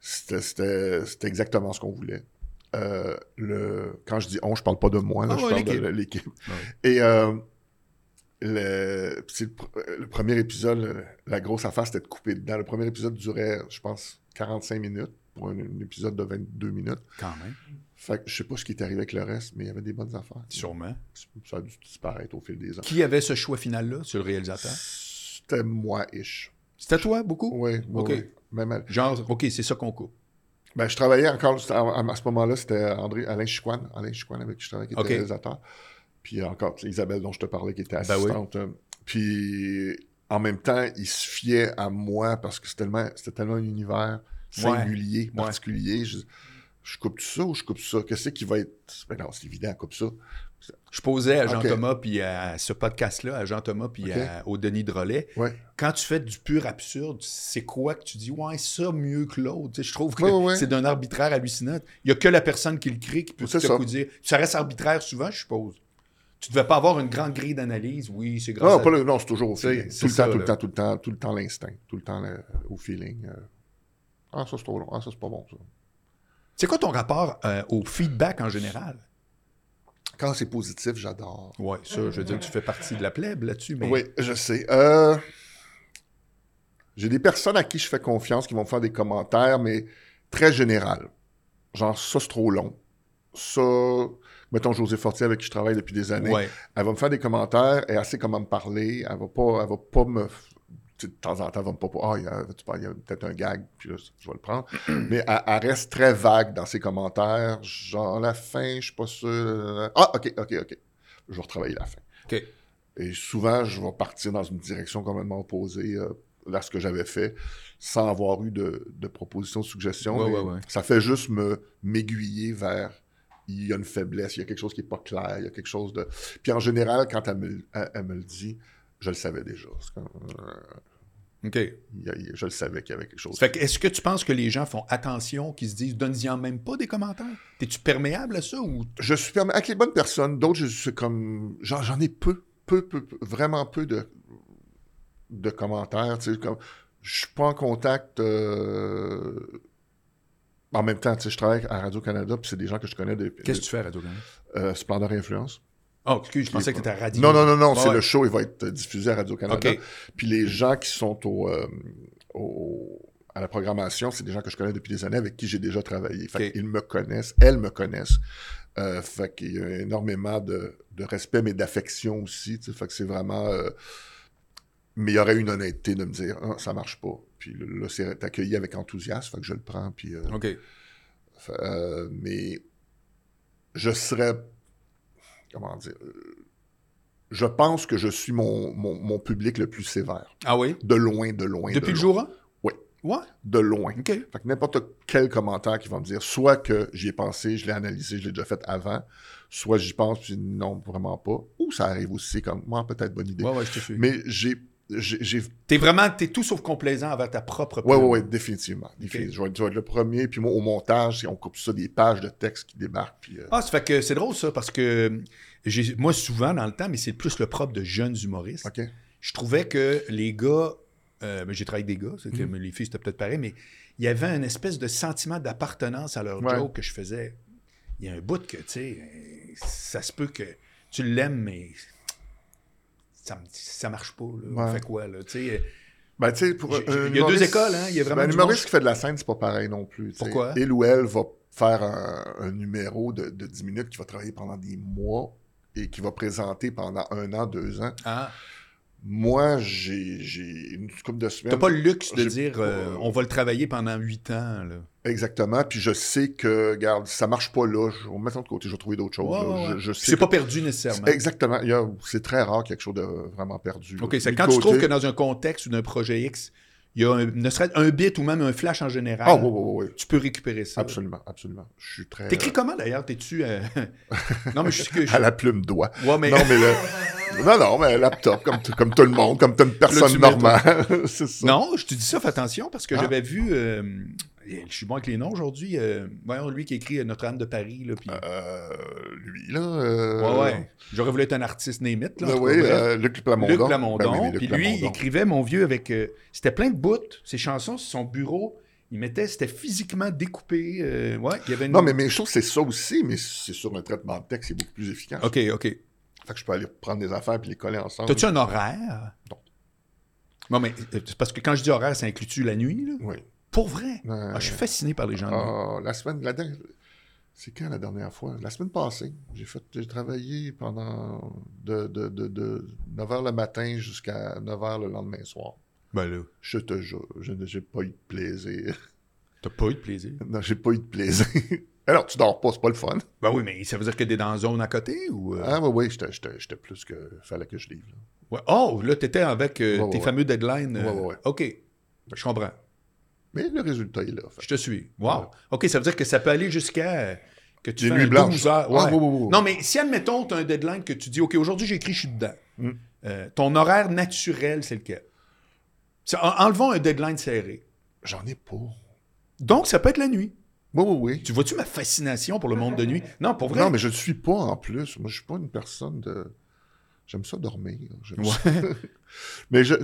S2: c'était- c'était- c'était exactement ce qu'on voulait. Euh, le, quand je dis on, je parle pas de moi, là,
S1: Ah
S2: je
S1: ouais,
S2: parle
S1: l'équipe.
S2: de
S1: Ah
S2: la- l'équipe.
S1: Ouais.
S2: Et euh, le, c'est le, pr- le premier épisode, la grosse affaire, c'était de couper dedans. Le premier épisode durait, je pense, 45 minutes pour un, un épisode de 22 minutes.
S1: Quand même,
S2: Fait que je sais pas ce qui est arrivé avec le reste, mais il y avait des bonnes affaires.
S1: sûrement.
S2: Ça a dû disparaître au fil des ans.
S1: Qui avait ce choix final-là sur le réalisateur?
S2: C'était moi-ish.
S1: C'était toi, beaucoup?
S2: Oui, oui,
S1: Ok.
S2: oui. Même à-
S1: Genre, OK, c'est ça qu'on coupe.
S2: Ben, je travaillais encore à, à- à ce moment-là, c'était André, Alain Chicoine, Alain Chicoine avec qui je travaillais, qui était
S1: Ok.
S2: réalisateur. Puis encore tu sais, Isabelle dont je te parlais, qui était
S1: Ben oui.
S2: assistante. euh, Puis en même temps, il se fiait à moi parce que c'était tellement, c'était tellement un univers singulier, particulier. Je, je coupe ça ou je coupe ça? Qu'est-ce qui va être. Ben non, c'est évident, coupe ça.
S1: Je posais à
S2: Ok.
S1: Jean-Thomas, puis à ce podcast-là, à Jean-Thomas, puis
S2: Ok.
S1: à- au Denis Drolet.
S2: Ouais.
S1: Quand tu fais du pur absurde, c'est quoi que tu dis? Ouais, ça, mieux que l'autre. Tu sais, Je trouve que
S2: Ouais, ouais, ouais.
S1: c'est d'un arbitraire hallucinant. Il n'y a que la personne qui le crée qui peut
S2: C'est
S1: tout
S2: ça.
S1: à coup dire. Ça reste arbitraire souvent, je suppose. Tu ne devais pas avoir une grande grille d'analyse. Oui, c'est grave.
S2: Non, pas le- non, c'est toujours au
S1: C'est-
S2: feeling.
S1: c'est
S2: Tout le,
S1: ça,
S2: temps, tout le
S1: là.
S2: temps, tout le temps, tout le temps, l'instinct. Tout le temps le- au feeling. euh, Ah, ça, c'est trop long. Ah, ça, c'est pas bon, ça.
S1: C'est quoi ton rapport euh, au feedback en général?
S2: Quand c'est positif, j'adore.
S1: Oui, ça, je veux dire, tu fais partie de la plèbe là-dessus, mais
S2: Oui, je sais. Euh, J'ai des personnes à qui je fais confiance qui vont me faire des commentaires, mais très général. Genre, ça, c'est trop long. Ça, mettons José Fortier avec qui je travaille depuis des années.
S1: Ouais.
S2: Elle va me faire des commentaires, elle sait comment me parler, elle va pas, elle va pas me. tu sais, de temps en temps, elle va me pas. Ah, il y a, tu parles, il y a peut-être un gag, puis là, je vais le prendre. *clears throat* Mais elle, elle reste très vague dans ses commentaires. Genre, la fin, je suis pas sûr. Ah, OK, OK, OK. Je vais retravailler la fin.
S1: OK.
S2: Et souvent, je vais partir dans une direction complètement opposée euh, à ce que j'avais fait, sans avoir eu de, de proposition, de suggestion.
S1: Ouais,
S2: Mais
S1: ouais, ouais.
S2: Ça fait juste me m'aiguiller vers il y a une faiblesse, il y a quelque chose qui n'est pas clair, il y a quelque chose de. Puis en général, quand elle me, elle- elle me le dit, je le savais déjà. C'est comme, euh,
S1: OK.
S2: il y a- il y a- je le savais qu'il y avait quelque chose.
S1: Fait que, est-ce que tu penses que les gens font attention, qu'ils se disent, donne-y en même pas des commentaires? T'es-tu perméable à ça ou
S2: Je suis perma- avec les bonnes personnes, d'autres, je suis comme. J'en j'en ai peu. peu, peu, peu- vraiment peu de, de commentaires. tu sais, Comme, je suis pas en contact. euh, en même temps, tu sais, je travaille à Radio-Canada, puis c'est des gens que je connais depuis
S1: Qu'est-ce que tu fais à Radio-Canada?
S2: euh, Splendeur et Influence.
S1: Oh, excuse, je pensais que tu étais à Radio.
S2: Non, non, non, non,
S1: Ouais,
S2: c'est
S1: Bah ouais.
S2: le show, il va être diffusé à Radio-Canada.
S1: OK.
S2: Puis les gens qui sont au, euh, au- à la programmation, c'est des gens que je connais depuis des années, avec qui j'ai déjà travaillé. Fait
S1: OK.
S2: qu'ils me connaissent, elles me connaissent. Euh, fait qu'il y a énormément de, de respect, mais d'affection aussi. tu sais. Fait que c'est vraiment... euh, mais il y aurait une honnêteté de me dire Ah, ça marche pas ». Puis là, c'est accueilli avec enthousiasme, fait que je le prends, puis... euh,
S1: OK.
S2: F- euh, mais je serais. Comment dire euh, Je pense que je suis mon, mon, mon public le plus sévère.
S1: Ah oui?
S2: De loin, de loin.
S1: Depuis
S2: de
S1: le
S2: loin.
S1: jour 1?
S2: Oui.
S1: Ouais?
S2: De loin.
S1: OK.
S2: Fait que n'importe quel commentaire qui va me dire, soit que j'y ai pensé, je l'ai analysé, je l'ai déjà fait avant, soit j'y pense, puis non, vraiment pas, ou ça arrive aussi comme, moi, peut-être bonne idée.
S1: Ouais, ouais, je te suis.
S2: Mais j'ai. j'ai- j'ai
S1: T'es vraiment, t'es tout sauf complaisant envers ta propre
S2: Oui,
S1: plume.
S2: oui, oui, définitivement. définitivement. Je, vais, être- je vais être le premier, puis moi, au montage, on coupe ça des pages de texte qui débarquent, puis euh,
S1: Ah, ça fait que c'est drôle ça, parce que hum, j'ai- moi, souvent dans le temps, mais c'est plus le propre de jeunes humoristes,
S2: OK.
S1: je trouvais que les gars, euh, mais j'ai travaillé avec des gars, c'est que les filles, c'était peut-être pareil, mais il y avait un espèce de sentiment d'appartenance à leur
S2: Ouais.
S1: joke que je faisais. Il y a un bout que, tu sais, euh, ça se peut que tu l'aimes, mais ça, me- ça marche pas. Là. On
S2: Ouais.
S1: fait quoi, là? Tu sais,
S2: Ben, tu sais, pour
S1: J'ai-
S2: un- un
S1: il y a deux
S2: humoriste-
S1: écoles, hein, il y a vraiment
S2: ben, un
S1: du
S2: humoriste
S1: monde-
S2: qui fait de la scène, c'est pas pareil non plus. tu sais.
S1: Pourquoi?
S2: Il ou elle va faire un, un numéro de, de 10 minutes qui va travailler pendant des mois et qui va présenter pendant un an, deux ans.
S1: ah,
S2: Moi, j'ai j'ai une couple de semaines.
S1: t'as pas le luxe de
S2: J'ai
S1: dire
S2: pas-
S1: euh, on va le travailler pendant huit ans, là.
S2: Exactement. Puis je sais que, regarde, si ça marche pas là, je vais me mettre ça de côté, je vais trouver d'autres choses.
S1: Ouais,
S2: là.
S1: ouais, ouais.
S2: Je, je
S1: Puis
S2: sais
S1: C'est pas
S2: que-
S1: perdu nécessairement.
S2: Exactement. Il y a- C'est très rare qu'il y ait quelque chose de vraiment perdu.
S1: hein. OK, c'est
S2: De
S1: quand tu
S2: côté-
S1: trouves que dans un contexte ou d'un projet X, il y a un, ne serait un bit ou même un flash en général,
S2: Ah, oui, oui, oui.
S1: tu peux récupérer ça.
S2: Absolument, absolument. Je suis très.
S1: T'écris comment d'ailleurs? T'es-tu.
S2: *laughs*
S1: euh, non, mais je suis que.
S2: euh, à la plume d'oie.
S1: Ouais, mais. euh,
S2: Non, mais le... Non, non, mais laptop, comme, t- comme tout le monde, comme toute une
S1: tu
S2: personne
S1: mets,
S2: normale. *laughs* c'est ça.
S1: Non, je te dis ça, fais attention, parce que
S2: Ah.
S1: j'avais vu. euh, je suis bon avec les noms aujourd'hui. euh, voyons, lui qui écrit euh, Notre-Dame de Paris. Là, puis-
S2: Euh, lui, là. euh,
S1: ouais, ouais. J'aurais voulu être un artiste némite. Là, en
S2: Ben
S1: tout
S2: oui,
S1: cas, bref.
S2: euh, Luc Plamondon.
S1: Luc Plamondon.
S2: Ben oui, oui, Luc
S1: puis lui, il
S2: Plamondon.
S1: écrivait Mon vieux avec. euh, c'était plein de bouts. Ses chansons sur son bureau. Il mettait. C'était physiquement découpé. euh, ouais, il y avait une.
S2: Non, mais mes choses, c'est ça aussi, mais c'est sur un traitement de texte, c'est beaucoup plus efficace.
S1: OK, OK.
S2: Fait que je peux aller prendre des affaires puis les coller ensemble.
S1: T'as-tu un horaire?
S2: Ah Non.
S1: Non, mais euh, c'est parce que quand je dis horaire, ça inclut-tu la nuit, là?
S2: Oui.
S1: Pour vrai?
S2: Euh,
S1: Ah, je suis fasciné par les gens. de nuit.
S2: ah, la semaine. La... dernière- C'est quand la dernière fois La semaine passée. J'ai fait j'ai travaillé pendant de, de, de, de 9 h le matin jusqu'à 9 h le lendemain soir.
S1: Ben là,
S2: Je te jure, je n'ai j'ai pas eu de plaisir. *laughs*
S1: t'as pas eu de plaisir.
S2: Non, j'ai pas eu de plaisir. *laughs* Alors, tu dors pas, c'est pas le fun.
S1: Ben oui, mais ça veut dire que t'es dans la zone à côté ou. euh?
S2: Ah, oui, oui, j'étais- j'étais j'étais plus que. Fallait que je livre. là.
S1: Ouais. Oh, là, t'étais avec euh,
S2: Ouais, ouais,
S1: tes
S2: ouais.
S1: fameux deadlines. euh,
S2: Ouais, ouais, ouais.
S1: OK. Je comprends.
S2: Mais le résultat est là. fait.
S1: Je te suis. Wow.
S2: Ouais.
S1: OK, ça veut dire que ça peut aller jusqu'à. euh, Que tu
S2: Des
S1: fais
S2: nuits
S1: un
S2: blanches.
S1: 12 heures.
S2: Ah,
S1: Ouais.
S2: oui, oui, oui.
S1: Non, mais si, admettons, t'as un deadline que tu dis, OK, aujourd'hui, j'écris, je suis dedans.
S2: Mm.
S1: Euh, ton horaire naturel, c'est lequel? C'est- en- Enlevons un deadline serré.
S2: J'en ai pas. Oui,
S1: Donc, ça peut être la nuit.
S2: oui, oui.
S1: Tu vois-tu ma fascination pour le monde de nuit? Non, pour vrai.
S2: Non, mais je ne suis pas en plus. Moi, je suis pas une personne de. J'aime ça dormir. J'aime ça. *laughs* mais je...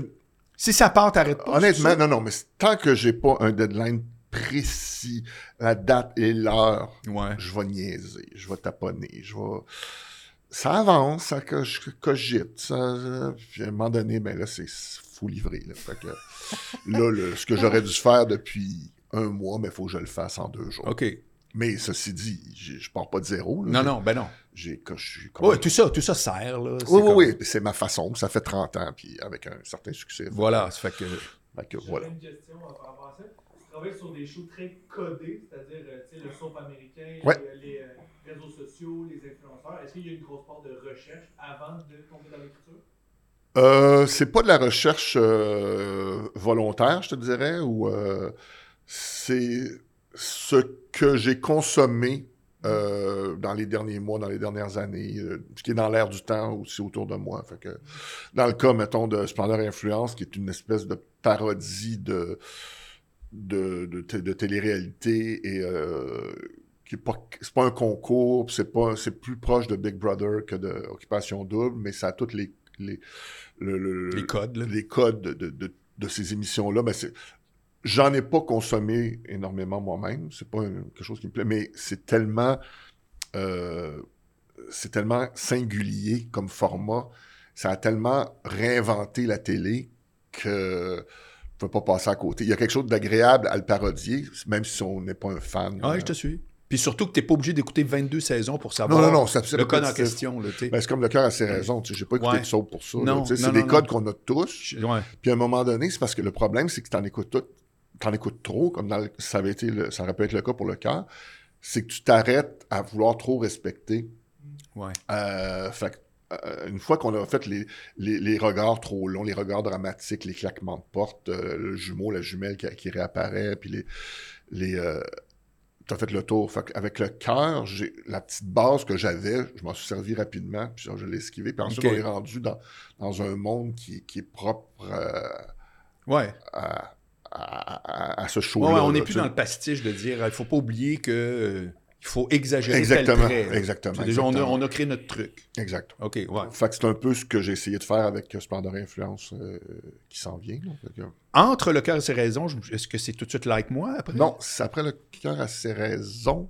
S1: Si ça part, t'arrêtes pas.
S2: honnêtement,
S1: c'est ça?
S2: non, non, mais tant que j'ai pas un deadline précis, la date et l'heure,
S1: Ouais.
S2: je vais niaiser, je vais taponner, je vais. Ça avance, ça co- je cogite. Ça... euh, Puis à un moment donné, ben là, c'est fou livré. Là,
S1: *laughs*
S2: Fait que, là, le- ce que j'aurais dû faire depuis un mois, mais il faut que je le fasse en deux jours.
S1: OK.
S2: Mais ceci dit, j'ai- je pars pas de zéro. là.
S1: Non, non, ben non.
S2: J'ai, co- je suis comme-
S1: Ouais, tout ça, tout ça sert, là. C'est
S2: oui, oui,
S1: comme-
S2: oui, c'est ma façon. Ça fait 30 ans, puis avec un certain succès.
S1: Voilà, ça fait que.
S2: Fait que
S3: J'avais
S2: voilà.
S3: une question à par rapport à ça. Tu travailles sur des shows très codés, c'est-à-dire euh, tu sais, le soap américain,
S2: Ouais.
S3: les, les, euh, réseaux sociaux, les influenceurs. Est-ce qu'il y a une grosse part de recherche avant de tomber dans l'écriture?
S2: Euh, c'est pas de la recherche euh, volontaire, je te dirais, ou euh, c'est ce que j'ai consommé euh, dans les derniers mois, dans les dernières années, euh, ce qui est dans l'air du temps aussi autour de moi. Fait que, dans le cas, mettons, de Splendeur et Influence, qui est une espèce de parodie de, de, de, té- de télé-réalité et euh, qui est pas, c'est pas un concours, puis c'est pas, c'est plus proche de Big Brother que de Occupation Double, mais ça a toutes les les, le- le-
S1: Les codes, là.
S2: les codes de, de- de- de ces émissions-là, ben c'est- j'en ai pas consommé énormément moi-même. C'est pas un- quelque chose qui me plaît, mais c'est tellement, euh, c'est tellement singulier comme format. Ça a tellement réinventé la télé que ne peut pas passer à côté. Il y a quelque chose d'agréable à le parodier, même si on n'est pas un fan.
S1: Ouais, Ah, je te suis. Puis surtout que t'es pas obligé d'écouter 22 saisons pour
S2: Non,
S1: savoir
S2: non, non, c'est absolument
S1: le code en
S2: positif.
S1: question. Là, t'sais.
S2: Ben, c'est comme le cœur a ses raisons. Je n'ai pas écouté
S1: Ouais.
S2: de soap pour ça.
S1: Non,
S2: là, tu sais,
S1: non,
S2: c'est des
S1: non,
S2: codes qu'on a tous.
S1: Je- ouais.
S2: Puis à un moment donné, c'est parce que le problème, c'est que tu en écoutes tout, t'en écoutes trop, comme dans le- ça, avait été le- ça aurait pu être le cas pour le cœur, c'est que tu t'arrêtes à vouloir trop respecter.
S1: Ouais.
S2: Euh, fait que, euh, une fois qu'on a fait les, les, les regards trop longs, les regards dramatiques, les claquements de porte, euh, le jumeau, la jumelle qui, qui réapparaît, puis les. les euh, T'as fait le tour. Fait avec le cœur, j'ai la petite base que j'avais, je m'en suis servi rapidement, puis je l'ai esquivé. Puis ensuite,
S1: Ok.
S2: on est rendu dans, dans un monde qui, qui est propre euh,
S1: Ouais.
S2: à, à- à- à ce
S1: Ouais,
S2: show-là.
S1: ouais, on
S2: là,
S1: n'est plus
S2: tu
S1: dans
S2: sais.
S1: le pastiche de dire il faut pas oublier que euh, il faut exagérer
S2: Exactement,
S1: tel trait.
S2: exactement,
S1: euh, C'est Déjà, on a,
S2: exactement.
S1: on a créé notre truc.
S2: Exact.
S1: OK, ouais.
S2: Fait que c'est un peu ce que j'ai essayé de faire avec euh, Splendor et Influence euh, qui s'en vient. là. Fait que-
S1: Entre le cœur et ses raisons, je- est-ce que c'est tout de suite like moi après?
S2: Non, c'est après le cœur à ses raisons,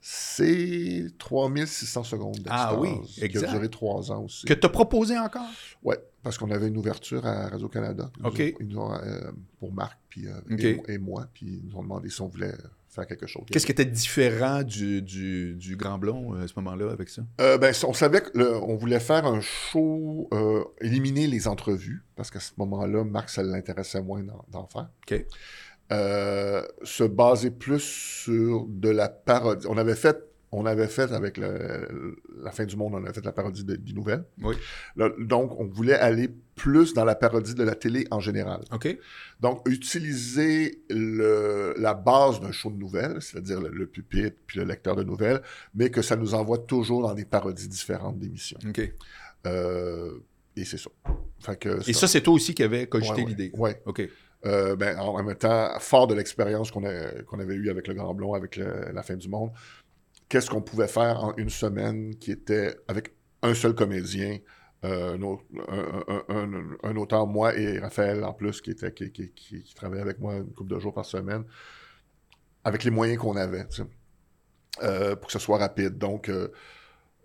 S2: c'est 3600 secondes d'extase.
S1: Ah oui,
S2: Qui
S1: exact.
S2: a duré trois ans aussi.
S1: Que t'as proposé encore?
S2: Oui, parce qu'on avait une ouverture à Radio-Canada. Ils nous
S1: OK.
S2: ont- ils nous ont, euh, pour Marc puis, euh,
S1: OK.
S2: et, et moi, puis ils nous ont demandé si on voulait faire quelque chose.
S1: Qu'est-ce qui était différent du, du, du Grand Blond euh, à ce moment-là avec ça?
S2: Euh, ben, on savait qu'on voulait faire un show, euh, éliminer les entrevues, parce qu'à ce moment-là, Marc, ça l'intéressait moins d'en- d'en faire.
S1: OK.
S2: Euh, se baser plus sur de la parodie. On avait fait, on avait fait avec le- la fin du monde, on avait fait la parodie de- des nouvelles.
S1: Oui.
S2: Là, donc, on voulait aller plus dans la parodie de la télé en général.
S1: OK.
S2: Donc, utiliser le- la base d'un show de nouvelles, c'est-à-dire le, le pupitre puis le lecteur de nouvelles, mais que ça nous envoie toujours dans des parodies différentes d'émissions.
S1: OK.
S2: Euh, et c'est ça. Fait que
S1: Et ça, c'est toi aussi qui avais cogité
S2: Ouais, ouais,
S1: l'idée.
S2: ouais.
S1: OK.
S2: Euh, ben, en en même temps, fort de l'expérience qu'on a- qu'on avait eue avec le Grand Blond, avec le- la fin du monde, qu'est-ce qu'on pouvait faire en une semaine qui était avec un seul comédien, euh, un, au- un- un- un- un auteur, moi et Raphaël en plus, qui, était, qui, qui- qui- qui travaillait avec moi une couple de jours par semaine, avec les moyens qu'on avait, tu sais, euh, pour que ce soit rapide. Donc, euh,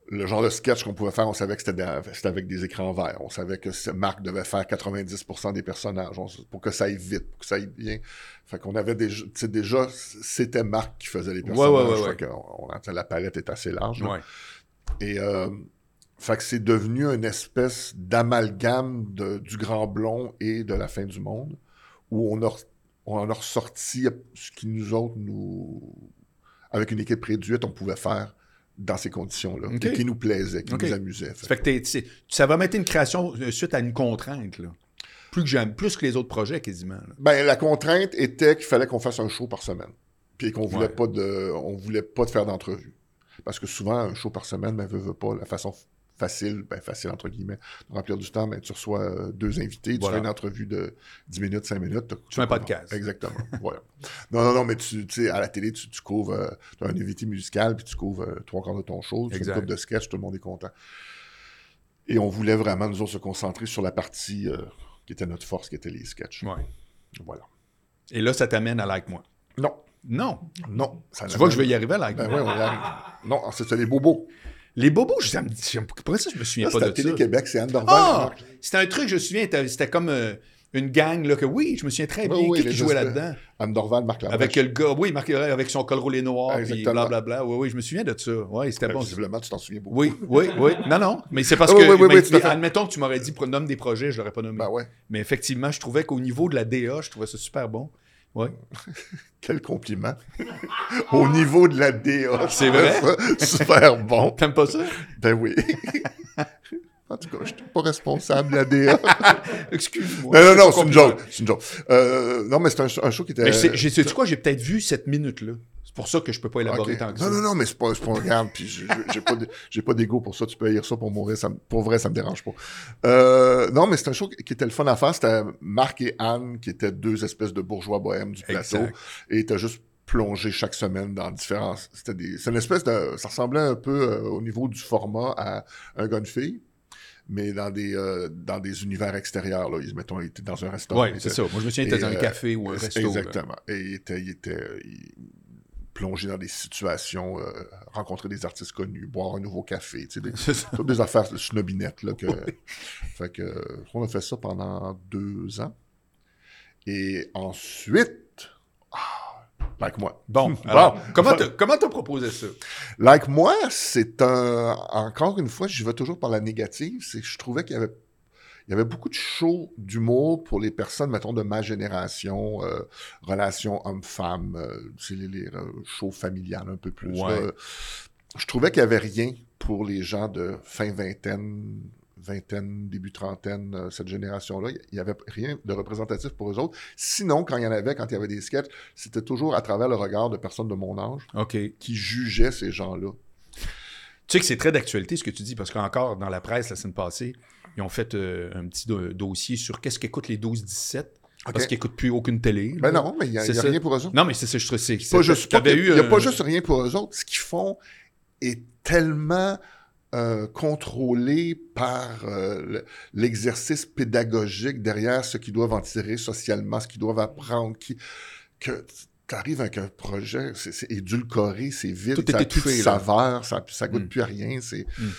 S2: le genre de sketch qu'on pouvait faire, on savait que c'était dans- c'était avec des écrans verts. On savait que ce- Marc devait faire 90% des personnages on- pour que ça aille vite, pour que ça aille bien. Fait qu'on avait déjà, tu sais, déjà, c'était Marc qui faisait les
S1: Ouais, ouais,
S2: personnages.
S1: ouais,
S2: Fait qu'on- on- la palette est assez large. là.
S1: Ouais.
S2: Et euh, fait que c'est devenu une espèce d'amalgame de- du Grand Blond et de la fin du monde, où on, a, re- on en a ressorti ce qui nous autres, nous, avec une équipe réduite, on pouvait faire dans ces conditions-là,
S1: Ok.
S2: et qui nous plaisait, qui
S1: Ok.
S2: nous amusait. Fait
S1: Ça fait que t'es- c'est- ça va mettre une création euh, suite à une contrainte, là. Plus que j'aime, plus que les autres projets, quasiment. là.
S2: Ben, la contrainte était qu'il fallait qu'on fasse un show par semaine. Puis qu'on voulait
S1: Ouais.
S2: pas de, on voulait pas de faire d'entrevue. Parce que souvent, un show par semaine, ben, veut, veut pas. La façon f- facile, ben, facile entre guillemets, de remplir du temps, ben, tu reçois euh, deux invités,
S1: Voilà.
S2: tu fais une entrevue de 10 minutes, 5 minutes. t'as-
S1: Tu fais un podcast.
S2: Exactement. voilà. Non, non, non, mais tu, tu sais, à la télé, tu, tu couvres, euh, t'as un invité musical, puis tu couvres euh, trois quarts de ton show, tu fais
S1: Exact.
S2: une coupe de sketch, tout le monde est content. Et on voulait vraiment, nous autres, se concentrer sur la partie euh, qui était notre force, qui était les sketchs.
S1: Ouais.
S2: Voilà.
S1: Et là, ça t'amène à like moi.
S2: Non,
S1: Non.
S2: non. Ça
S1: Tu vois que je vais y arriver à like
S2: Ben
S1: moi.
S2: oui, on y arrive. Non, c'était les bobos.
S1: Les bobos, je, ça me dit- pourquoi ça, je me souviens
S2: Là,
S1: pas
S2: C'était
S1: de ça.
S2: Télé-Québec, Ah, c'est Anne Dorval.
S1: Ah!
S2: Marc.
S1: C'était un truc, je me souviens, t'avais- c'était comme euh, une gang, là, que oui, je me souviens très
S2: Oui,
S1: bien
S2: oui,
S1: qui,
S2: les
S1: qui jouait
S2: espèces-
S1: là-dedans.
S2: Anne Dorval, Marc Lamarche.
S1: Avec le gars, oui, Marc Laurent, avec son col roulé noir, puis
S2: Exactement.
S1: blablabla. Oui, oui, je me souviens de ça. Oui, c'était
S2: Ben,
S1: bon.
S2: Visiblement, tu t'en souviens beaucoup.
S1: Oui, oui, oui. Non, non, mais c'est parce
S2: Ah
S1: que,
S2: oui, oui, oui,
S1: mais-
S2: tout à
S1: mais
S2: fait.
S1: admettons que tu m'aurais dit, pro- nomme des projets, je l'aurais pas nommé.
S2: Ben ouais,
S1: Mais effectivement, je trouvais qu'au niveau de la DA, je trouvais ça super bon. Oui.
S2: quel compliment. *laughs* Au niveau de la DA.
S1: Ah, C'est vrai?
S2: Ça, Super bon.
S1: T'aimes pas
S2: *laughs*
S1: ça?
S2: Ben oui. En tout cas, je suis pas responsable de la DA.
S1: Excuse-moi.
S2: Non, non, non, c'est une joke. Euh, C'est une joke. Euh, non, mais c'est un, un show qui était...
S1: Mais c'est- j'ai- sais-tu quoi? J'ai peut-être vu cette minute-là. C'est pour ça que je peux pas élaborer
S2: Ok.
S1: tant que
S2: non,
S1: ça.
S2: non, non, mais c'est pas, c'est pas un garde, puis je- je- j'ai pas, de- j'ai pas d'ego pour ça, tu peux lire ça pour mourir, ça, me- pour vrai, ça me dérange pas. Euh, non, mais c'est un show qui qui était le fun à faire, c'était Marc et Anne, qui étaient deux espèces de bourgeois bohèmes du plateau,
S1: Exact.
S2: et t'as juste plongé chaque semaine dans différents... C'était des- c'est une espèce de... Ça ressemblait un peu euh, au niveau du format à un gars, une fille, mais dans des, euh, dans des univers extérieurs. Là. Ils, mettons, il était dans un restaurant.
S1: Oui,
S2: il
S1: c'est
S2: était-
S1: ça. Moi, je me souviens, il était
S2: et,
S1: dans un
S2: euh,
S1: café ou un resto. là.
S2: Exactement. Et il était, il était euh, il- plongé dans des situations, euh, rencontrer des artistes connus, boire un nouveau café, tu sais, des,
S1: C'est ça.
S2: toutes des affaires snobinettes. Là, que, fait que, euh, on a fait ça pendant deux ans. Et ensuite, ah, like moi.
S1: *laughs* *laughs*
S2: *laughs*
S1: Bon, alors, comment
S2: Enfin-
S1: t'as comment t'as proposé ça?
S2: Like moi, c'est un. Encore une fois, je vais toujours par la négative. C'est que je trouvais qu'il y avait. Il y avait beaucoup de shows d'humour pour les personnes, mettons, de ma génération, euh, relations hommes-femmes, euh, c'est les, les, euh, shows familiales un peu plus.
S1: Ouais.
S2: là. Je trouvais qu'il n'y avait rien pour les gens de fin vingtaine, vingtaine, début trentaine, euh, cette génération-là. Il n'y avait rien de représentatif pour eux autres. Sinon, quand il y en avait, quand il y avait des sketchs, c'était toujours à travers le regard de personnes de mon âge
S1: OK.
S2: qui jugeaient ces gens-là.
S1: Tu sais que c'est très d'actualité ce que tu dis, parce qu'encore dans la presse la semaine passée, ils ont fait euh, un petit do- dossier sur qu'est-ce qu'écoutent les 12-17, parce
S2: Ok.
S1: qu'ils n'écoutent plus aucune télé.
S2: Ben
S1: là.
S2: non, mais il n'y a,
S1: C'est
S2: il y a
S1: ça.
S2: rien pour eux autres.
S1: Non, mais c'est ça, je trouve. c'est-
S2: C'est pas
S1: c'est-
S2: juste, pas
S1: t'avais
S2: qu'il- il
S1: eu
S2: n'y a
S1: un-
S2: pas juste rien pour eux autres. Ce qu'ils font est tellement euh, contrôlé par euh, le- l'exercice pédagogique derrière ce qu'ils doivent en tirer socialement, ce qu'ils doivent apprendre, qui, que tu arrives avec un projet, c'est c'est édulcoré, c'est vide,
S1: Tout est
S2: ça n'a plus de
S1: étouffé, là.
S2: saveur, ça, ça goûte
S1: Mm.
S2: plus à rien. C'est...
S1: Mm.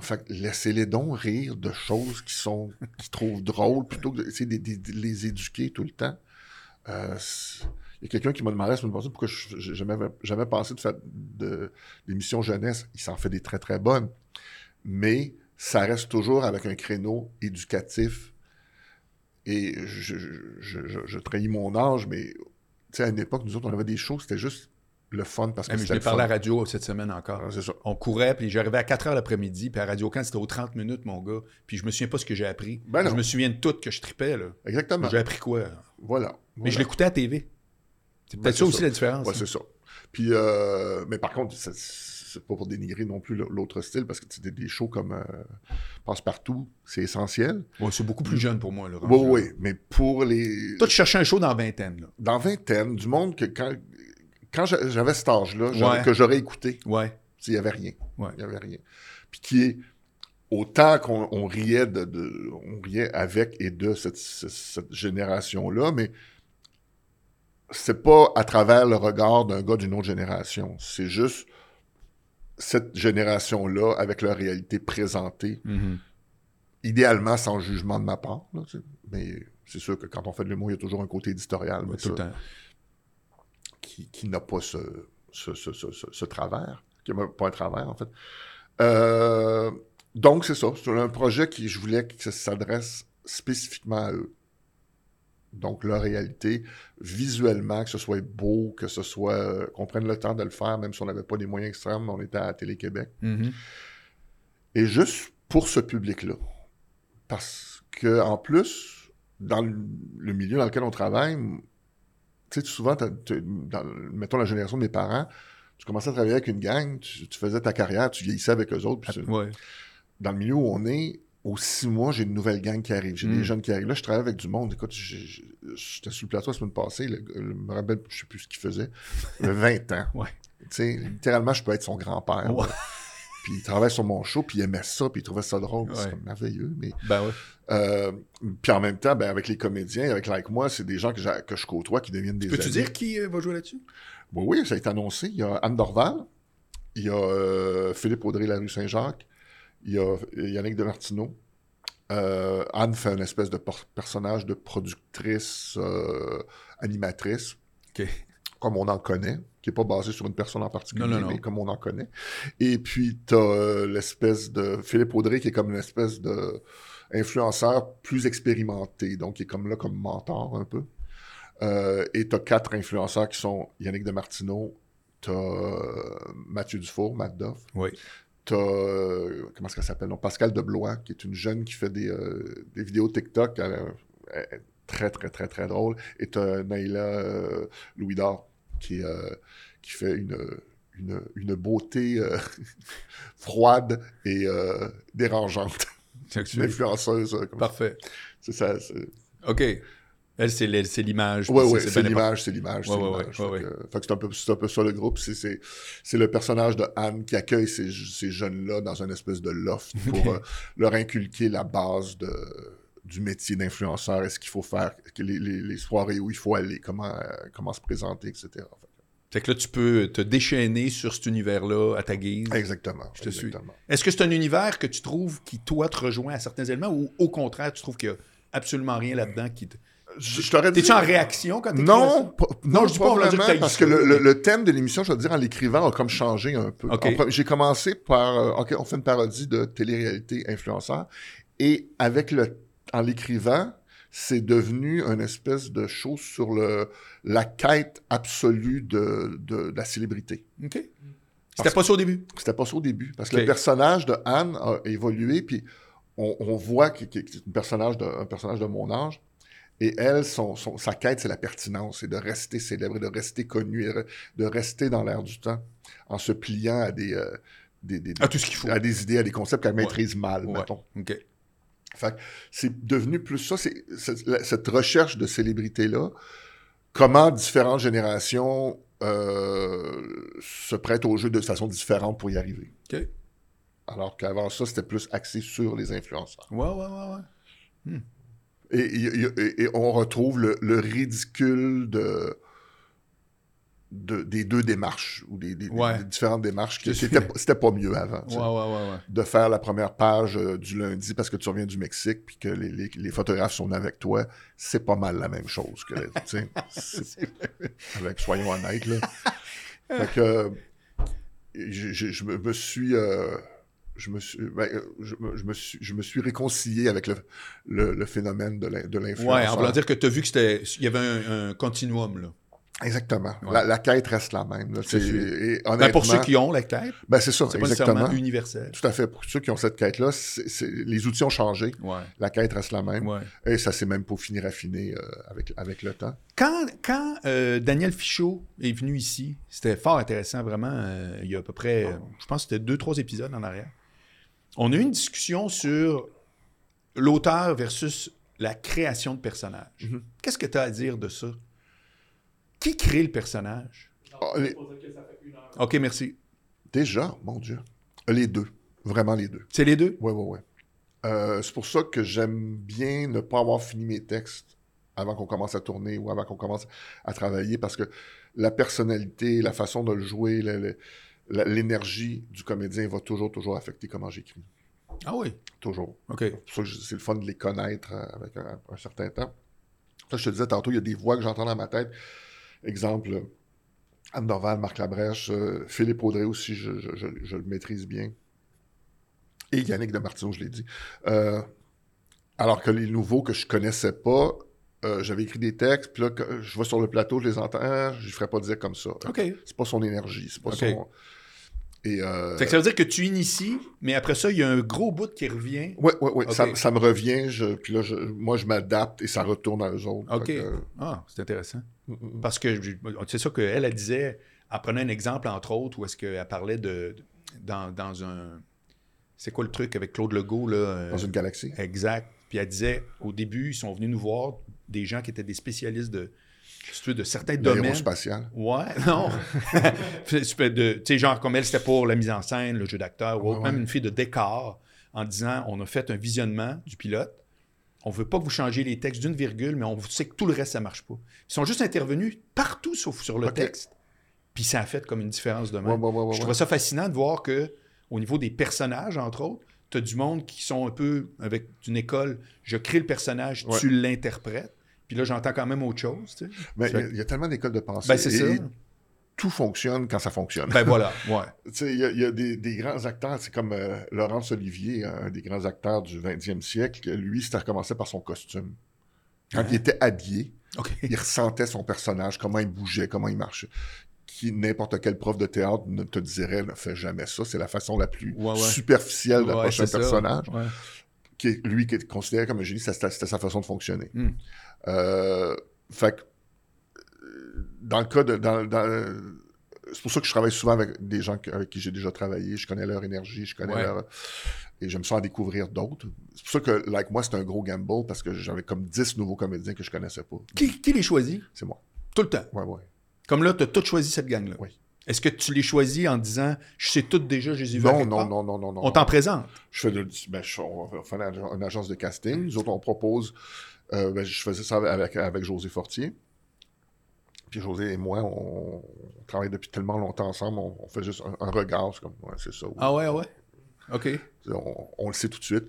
S2: Fait que laissez-les donc rire de choses qui sont qui trouvent drôles plutôt que d'essayer de, de- de les éduquer tout le temps. Euh, c'est- il y a quelqu'un qui m'a demandé la semaine passée pourquoi je j'ai jamais, jamais pensé de faire de, d'émission jeunesse. Il s'en fait des très, très bonnes. Mais ça reste toujours avec un créneau éducatif. Et je, je, je- je- je trahis mon âge, mais tu sais, à une époque, nous autres, on avait des shows, c'était juste le fun parce que
S1: Ah, mais je
S2: c'était
S1: l'ai
S2: le
S1: parlé à
S2: fun.
S1: la radio cette semaine encore.
S2: Ah, c'est ça.
S1: On courait, puis j'arrivais à 4 h l'après-midi, puis à Radio Can, c'était aux 30 minutes, mon gars. Puis je me souviens pas ce que j'ai appris.
S2: Ben non.
S1: je me souviens de tout que je tripais, là.
S2: Exactement.
S1: J'ai appris quoi?
S2: Voilà.
S1: Mais je
S2: Voilà.
S1: l'écoutais à TV. C'est
S2: Ben,
S1: peut-être
S2: c'est
S1: ça aussi
S2: ça.
S1: la différence. hein.
S2: Ouais, c'est ça. Puis, euh, mais par contre, c'est- c'est pas pour dénigrer non plus l'autre style, parce que tu sais, des, des shows comme euh, Passe-Partout, c'est essentiel.
S1: Ouais, c'est beaucoup plus jeune pour moi, là.
S2: Oui,
S1: rendu là.
S2: oui, mais pour les.
S1: Ah, Toi, tu cherchais un show dans la vingtaine, là.
S2: Dans vingtaine, du monde que quand, quand j'a- j'avais cet âge-là, j'aurais-
S1: Ouais.
S2: que j'aurais écouté,
S1: Ouais.
S2: tu sais, il n'y avait rien.
S1: Ouais.
S2: Il n'y avait rien. Puis qui est. Autant qu'on on riait, de, de- on riait avec et de cette, ce- cette génération-là, mais c'est pas à travers le regard d'un gars d'une autre génération. C'est juste cette génération-là, avec leur réalité présentée,
S1: Mhm.
S2: idéalement sans jugement de ma part. là, tu sais. mais c'est sûr que quand on fait de l'humour, il y a toujours un côté éditorial mais
S1: Tout le
S2: ça,
S1: temps.
S2: qui, qui n'a pas ce, ce, ce- ce- ce- ce travers, qui n'a pas un travers, en fait. Euh, donc, c'est ça. C'est un projet qui, je voulais que ça s'adresse spécifiquement à eux. Donc, leur réalité, visuellement, que ce soit beau, que ce soit... euh, qu'on prenne le temps de le faire, même si on n'avait pas des moyens extrêmes, on était à Télé-Québec.
S1: Mhm.
S2: Et juste pour ce public-là. Parce que en plus, dans le le milieu dans lequel on travaille, tu sais, souvent, t'as- t'as- dans, mettons la génération de mes parents, tu commençais à travailler avec une gang, tu, tu faisais ta carrière, tu vieillissais avec eux autres. puis c'est-
S1: Ah, Ouais.
S2: dans le milieu où on est, aux six mois, j'ai une nouvelle gang qui arrive. J'ai
S1: Mm.
S2: des jeunes qui arrivent. Là, je travaille avec du monde. Écoute, j'ai- j'ai- j'étais sur le plateau la semaine passée. Le, le- je me rappelle, je sais plus ce
S1: *laughs*
S2: qu'il faisait. Il avait 20 ans.
S1: Ouais.
S2: Tu sais, littéralement, je peux être son grand-père.
S1: Ouais.
S2: là. Puis il travaille sur mon show, puis il aimait ça, puis il trouvait ça drôle.
S1: Ouais.
S2: C'est comme merveilleux. Mais...
S1: *laughs* Ben ouais.
S2: euh, puis en même temps, ben, avec les comédiens, avec Like Moi, c'est des gens que, j'a- que je côtoie qui deviennent des
S1: Peux-tu
S2: amis.
S1: dire qui euh, va jouer là-dessus?
S2: Oui, oui, ça a été annoncé. Il y a Anne Dorval, il y a euh, Philippe Audrey, la rue Saint-Jacques, il y a Yannick Demartino. Euh, Anne fait une espèce de por- personnage de productrice, euh, animatrice,
S1: OK.
S2: comme on en connaît, qui n'est pas basé sur une personne en particulier,
S1: Non, non, non.
S2: mais comme on en connaît. Et puis, tu as l'espèce de Philippe Audrey, qui est comme une espèce de influenceur plus expérimenté, donc qui est comme là comme mentor un peu. Euh, et tu as quatre influenceurs qui sont Yannick Demartino, tu as euh, Mathieu Dufour, Matt Doff,
S1: Oui.
S2: T'as, euh, comment est-ce qu'elle s'appelle? Non, Pascal Deblois, qui est une jeune qui fait des, euh, des vidéos TikTok. Elle, euh, elle est très, très, très, très drôle. Et t'as Naïla euh, Louis d'Or, qui, euh, qui fait une, une, une beauté euh, *laughs* froide et euh, dérangeante. Une influenceuse. euh, comme-
S1: Parfait.
S2: c'est ça. c'est-
S1: OK. Elle, c'est le- c'est ben, l'image.
S2: Ouais,
S1: puis
S2: ouais,
S1: bien
S2: c'est
S1: important.
S2: l'image, c'est l'image,
S1: Ouais,
S2: c'est
S1: ouais,
S2: l'image.
S1: ouais, ouais,
S2: Fait que- fait que c'est un peu, c'est un peu ça le groupe. C'est, c'est, c'est le personnage de Anne qui accueille ces, ces jeunes-là dans une espèce
S1: *laughs*
S2: de loft pour euh, leur inculquer la base de, du métier d'influenceur. Est-ce qu'il faut faire que les, les, les soirées où il faut aller, comment, euh, comment se présenter, etc. Fait que-
S1: Fait que là, tu peux te déchaîner sur cet univers-là à ta guise.
S2: Exactement.
S1: Je te suis.
S2: exactement.
S1: Est-ce que c'est un univers que tu trouves qui, toi, te rejoint à certains éléments ou au contraire, tu trouves qu'il n'y a absolument rien là-dedans qui te.
S2: Je, je t'aurais dit.
S1: T'es-tu en réaction quand t'écris
S2: Euh, Non,
S1: ça?
S2: pas-
S1: Non,
S2: non,
S1: je
S2: je
S1: dis
S2: dis
S1: pas,
S2: pas
S1: on va dire que
S2: vraiment,
S1: t'as eu
S2: parce
S1: ça,
S2: que le,
S1: mais-
S2: le- le thème de l'émission, je veux dire, en l'écrivant, a comme changé un peu.
S1: Ok.
S2: En pre- J'ai commencé par, euh, OK, on fait une parodie de télé-réalité influenceur, et avec le, en l'écrivant, c'est devenu une espèce de chose sur le, la quête absolue de, de- de la célébrité.
S1: OK. C'était
S2: Parce-
S1: pas ça au début.
S2: C'était pas ça au début, parce que
S1: Ok.
S2: le personnage de Anne a évolué, puis on, on voit que que c'est un personnage, de, un personnage de mon âge. Et elle, son, son- sa quête, c'est la pertinence, c'est de rester célèbre, de rester connu, et re- de rester dans l'air du temps, en se pliant à des, euh, des, des-
S1: À tout ce qu'il faut.
S2: à des idées, à des concepts qu'elle
S1: Ah, Ouais.
S2: maîtrise mal,
S1: Ouais.
S2: mettons.
S1: OK.
S2: C'est devenu plus ça, c'est, c'est- la- cette recherche de célébrité-là, comment différentes générations euh, se prêtent au jeu de façon différente pour y arriver.
S1: OK.
S2: Alors qu'avant ça, c'était plus axé sur les influenceurs.
S1: Ouais, ouais, ouais, ouais.
S2: Et, et- et- et on retrouve le, le ridicule de, de- des deux démarches, ou des, des-
S1: Ouais.
S2: des différentes démarches.
S1: Je
S2: qui- qui
S1: suis-
S2: étaient- C'était pas mieux avant. tu sais.
S1: Ouais, ouais, ouais, ouais.
S2: De faire la première page euh, du lundi parce que tu reviens du Mexique puis que les, les- les photographes sont avec toi, c'est pas mal la même chose que la- tu sais,
S1: *laughs*
S2: c'est- avec, soyons honnêtes. Là. fait que euh, je, je- je me me suis. euh, je me suis, ben, euh, je, me, je me suis, je me suis réconcilié avec le, le, le phénomène de l'in- de
S1: Ouais, en
S2: l'influenceur.
S1: voulant dire que tu as vu que c'était. Il y avait un, un continuum, là. Ben,
S2: Exactement.
S1: Ouais.
S2: La, la quête reste la même. là.
S1: Je
S2: C'est-
S1: suis.
S2: et
S1: Ben,
S2: honnêtement,
S1: pour ceux qui ont la tête,
S2: ben, c'est ça,
S1: c'est pas
S2: exactement.
S1: nécessairement universel.
S2: Tout à fait. Pour ceux qui ont cette quête-là, c'est- c'est- les outils ont changé.
S1: Ouais.
S2: La quête reste la même.
S1: Ouais.
S2: Et ça s'est même peaufiné, raffiné euh, avec, avec le temps.
S1: Quand, quand euh, Daniel Fichot est venu ici, c'était fort intéressant, vraiment. euh, il y a à peu près,
S2: Ah.
S1: euh, je pense que c'était deux, trois épisodes en arrière. On a eu une discussion sur l'auteur versus la création de personnage.
S2: Mhm.
S1: Qu'est-ce que tu as à dire de ça? Qui crée le personnage?
S3: Non,
S2: Ah,
S3: c'est
S2: les-
S3: pour dire que ça fait une heure.
S1: OK, merci.
S2: Déjà, mon Dieu. Les deux. Vraiment les deux.
S1: C'est les deux?
S2: Ouais, ouais, ouais. Euh, c'est pour ça que j'aime bien ne pas avoir fini mes textes avant qu'on commence à tourner ou avant qu'on commence à travailler parce que la personnalité, la façon de le jouer, le- le- la- l'énergie du comédien va toujours, toujours affecter comment j'écris.
S1: Ah oui.
S2: Toujours.
S1: OK.
S2: C'est pour ça que je- c'est le fun de les connaître euh, avec un, un certain temps. Ça, je te disais tantôt, il y a des voix que j'entends dans ma tête. Exemple, euh, Anne Dorval, Marc Labrèche, euh, Philippe Audrey aussi, je, je- je- je le maîtrise bien. Et Yannick Demartino, je l'ai dit. Euh, alors que les nouveaux que je connaissais pas, euh, j'avais écrit des textes, puis là, que- je vais sur le plateau, je les entends, Ah, je ne ferais pas dire comme ça.
S1: OK.
S2: C'est pas son énergie, c'est pas
S1: Ok.
S2: son... Et, euh,
S1: Fait que ça veut dire que tu inities, mais après ça, il y a un gros bout qui revient.
S2: Oui, oui, oui.
S1: Ok.
S2: Ça, ça me revient, je, puis là, je- moi, je m'adapte et ça retourne à eux autres.
S1: OK.
S2: Fait que, euh,
S1: Ah, c'est intéressant.
S2: mm, mm,
S1: Parce que je- c'est ça qu'elle, elle disait, elle prenait un exemple, entre autres, où est-ce qu'elle parlait de, de- dans, dans un... C'est quoi le truc avec Claude Legault, là? euh,
S2: dans une galaxie.
S1: Exact. Puis elle disait, au début, ils sont venus nous voir, des gens qui étaient des spécialistes de, si tu veux, de certains domaines.
S2: L'aérospatiale.
S1: Ouais, *laughs* non. Tu fais de- tu sais, genre, comme elle, c'était pour la mise en scène, le jeu d'acteur, ou autre.
S2: Ouais, ouais.
S1: même une fille de décor, en disant on a fait un visionnement du pilote. On veut pas que vous changiez les textes d'une virgule, mais on vous sait que tout le reste, ça marche pas. Ils sont juste intervenus partout sauf sur le
S2: Ok.
S1: texte. Puis ça a fait comme une différence de même.
S2: Ouais, ouais, ouais, ouais,
S1: Je trouvais ça fascinant de voir que, au niveau des personnages, entre autres, tu as du monde qui sont un peu avec une école, je crée le personnage,
S2: Ouais.
S1: tu l'interprètes. Puis là, j'entends quand même autre chose. tu sais.
S2: Mais il y a- il y, a tellement d'écoles de pensée.
S1: Ben, c'est
S2: et-
S1: ça.
S2: et tout fonctionne quand ça fonctionne. *laughs*
S1: Ben voilà, ouais.
S2: Tu sais, il y a, il y a des, des grands acteurs, c'est comme euh, Laurence Olivier, un des grands acteurs du 20e siècle, que lui, ça recommençait par son costume. Quand
S1: Hein?
S2: il était habillé,
S1: OK.
S2: il ressentait son personnage, comment il bougeait, comment il marchait. Qui n'importe quel prof de théâtre ne te dirait ne fais jamais ça. C'est la façon la plus
S1: Ouais, ouais.
S2: superficielle
S1: Ouais,
S2: d'approcher
S1: c'est
S2: un
S1: ça.
S2: personnage.
S1: Ouais.
S2: Qui est- lui qui est considéré comme un génie, ça, c'était c'était sa façon de fonctionner.
S1: Hmm.
S2: Euh, fait que, euh, dans le cas de dans, dans- c'est pour ça que je travaille souvent avec des gens que- avec qui j'ai déjà travaillé. Je connais leur énergie, je connais
S1: Ouais.
S2: leur. Et j'aime ça en découvrir d'autres. C'est pour ça que, like moi, c'est un gros gamble parce que j'avais comme 10 nouveaux comédiens que je connaissais pas.
S1: Qui, qui les choisit?
S2: C'est moi.
S1: Tout le temps.
S2: Ouais, ouais.
S1: Comme là, tu as tout choisi cette gang-là.
S2: Oui.
S1: Est-ce que tu les choisis en disant je sais tout déjà, je les ai vues à
S2: Non,
S1: quelque
S2: non,
S1: part?
S2: non, non, non, non.
S1: On t'en présente.
S2: Je fais de, ben, je- on va faire une ag- une agence de casting. Nous autres, on propose. euh, ben, je faisais ça avec, avec José Fortier. Puis José et moi, on, on travaille depuis tellement longtemps ensemble, on, on fait juste un, un regard. C'est comme, ouais, c'est ça. oui.
S1: Ah ouais, ouais. OK.
S2: On, on le sait tout de suite.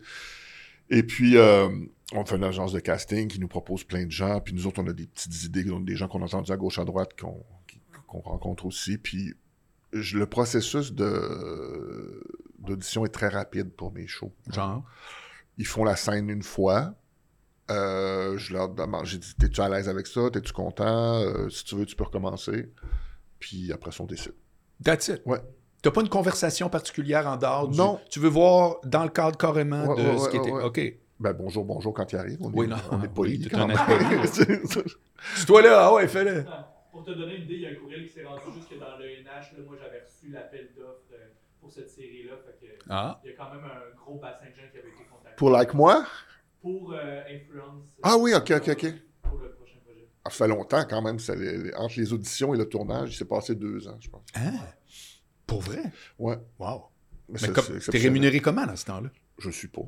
S2: Et puis, euh, on fait une agence de casting qui nous propose plein de gens. Puis nous autres, on a des petites idées, on a des gens qu'on a entendus à gauche, à droite, qu'on qui- qu'on rencontre aussi. Puis je- le processus de- d'audition est très rapide pour mes shows.
S1: Genre.
S2: Ils font la scène une fois. Euh, je leur demande, j'ai dit, t'es-tu à l'aise avec ça? T'es-tu content? Euh, si tu veux, tu peux recommencer. Puis après, ça, on décide.
S1: That's it.
S2: Ouais.
S1: T'as pas une conversation particulière en dehors du...
S2: Non.
S1: Tu veux voir dans le cadre carrément
S2: Ouais,
S1: de
S2: ouais,
S1: ce qui
S2: ouais,
S1: était...
S2: ouais.
S1: OK.
S2: Ben bonjour, bonjour quand ils arrivent. On
S1: Oui,
S2: est,
S1: non,
S2: on est poli
S1: oui, tout
S2: quand
S1: en
S2: même. *laughs*
S1: C'est toi là, ah ouais, fais-le.
S3: Pour te donner une idée, il y a un courriel qui s'est rendu jusque dans le NH. Là, moi, j'avais reçu l'appel d'offres euh, pour cette série-là. Fait que,
S1: Ah.
S3: il y a quand même un gros bassin de gens qui avaient été contactés.
S2: Pour like moi?
S3: Pour euh, Influence.
S2: Ah oui, ok, ok, ok.
S3: Pour le prochain projet.
S2: Ah, Ça fait longtemps quand même. ça, les- les- entre les auditions et le tournage, il s'est passé deux ans, je pense.
S1: Hein? Pour vrai?
S2: Ouais.
S1: Wow.
S2: c'est-
S1: Mais
S2: c'est
S1: comme- t'es
S2: exceptionnel.
S1: rémunéré comment dans ce temps-là?
S2: Je suis pas.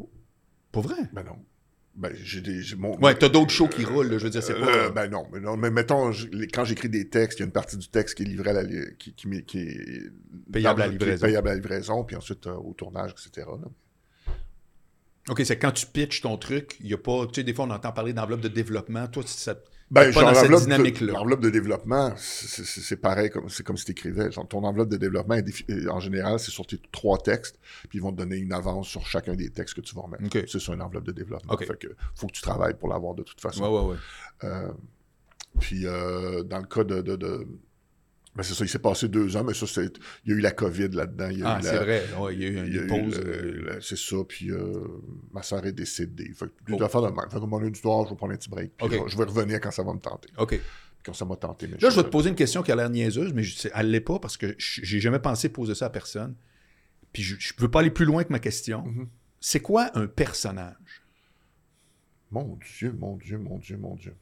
S1: Pour vrai?
S2: Ben non. Ben j'ai des. j'ai mon-
S1: Ouais, t'as d'autres shows qui roulent, là, je veux dire, c'est pas...
S2: Euh, ben non, mais non, mais mettons, je- les- quand j'écris des textes, il y a une partie du texte qui est livrée à la li- qui, qui, m'est- qui est
S1: Payable à
S2: qui est
S1: livraison.
S2: payable à la livraison, puis ensuite euh, au tournage, etc. là.
S1: OK, c'est quand tu pitches ton truc, il y a pas... Tu sais, des fois, on entend parler d'enveloppe de développement. Toi, ça...
S2: Ben,
S1: Pas
S2: genre,
S1: dans cette
S2: l'enveloppe de-
S1: dynamique-là.
S2: L'enveloppe de développement, c'est- c'est c'est pareil, comme c'est comme si tu écrivais. Ton enveloppe de développement, est défi- euh, en général, c'est sur tes trois textes, puis ils vont te donner une avance sur chacun des textes que tu vas remettre.
S1: OK.
S2: C'est sur une enveloppe de développement.
S1: OK.
S2: Fait que faut que tu travailles pour l'avoir de toute façon.
S1: Ouais, ouais, ouais.
S2: Euh, puis euh, dans le cas de. de- de- ben, c'est ça, il s'est passé deux ans, mais ça, c'est- il y a eu la COVID là-dedans. il y a
S1: Ah,
S2: eu la-
S1: c'est vrai. Ouais, il y a eu
S2: il y a
S1: une
S2: eu
S1: pause.
S2: le-
S1: euh,
S2: le- c'est ça, puis euh, ma soeur est décédée. Fait que
S1: Oh.
S2: des affaires de même. Fait que mon lundi soir, je vais prendre un petit break. puis
S1: OK.
S2: je vais- je vais revenir quand ça va me tenter.
S1: OK.
S2: Quand ça m'a tenté. mais
S1: Là, je vais te poser une question qui a l'air niaiseuse, mais je, c'est- elle l'est pas parce que je- j'ai jamais pensé poser ça à personne. Puis je ne veux pas aller plus loin que ma question.
S2: Mhm.
S1: C'est quoi un personnage?
S2: Mon Dieu, mon Dieu, mon Dieu, mon Dieu.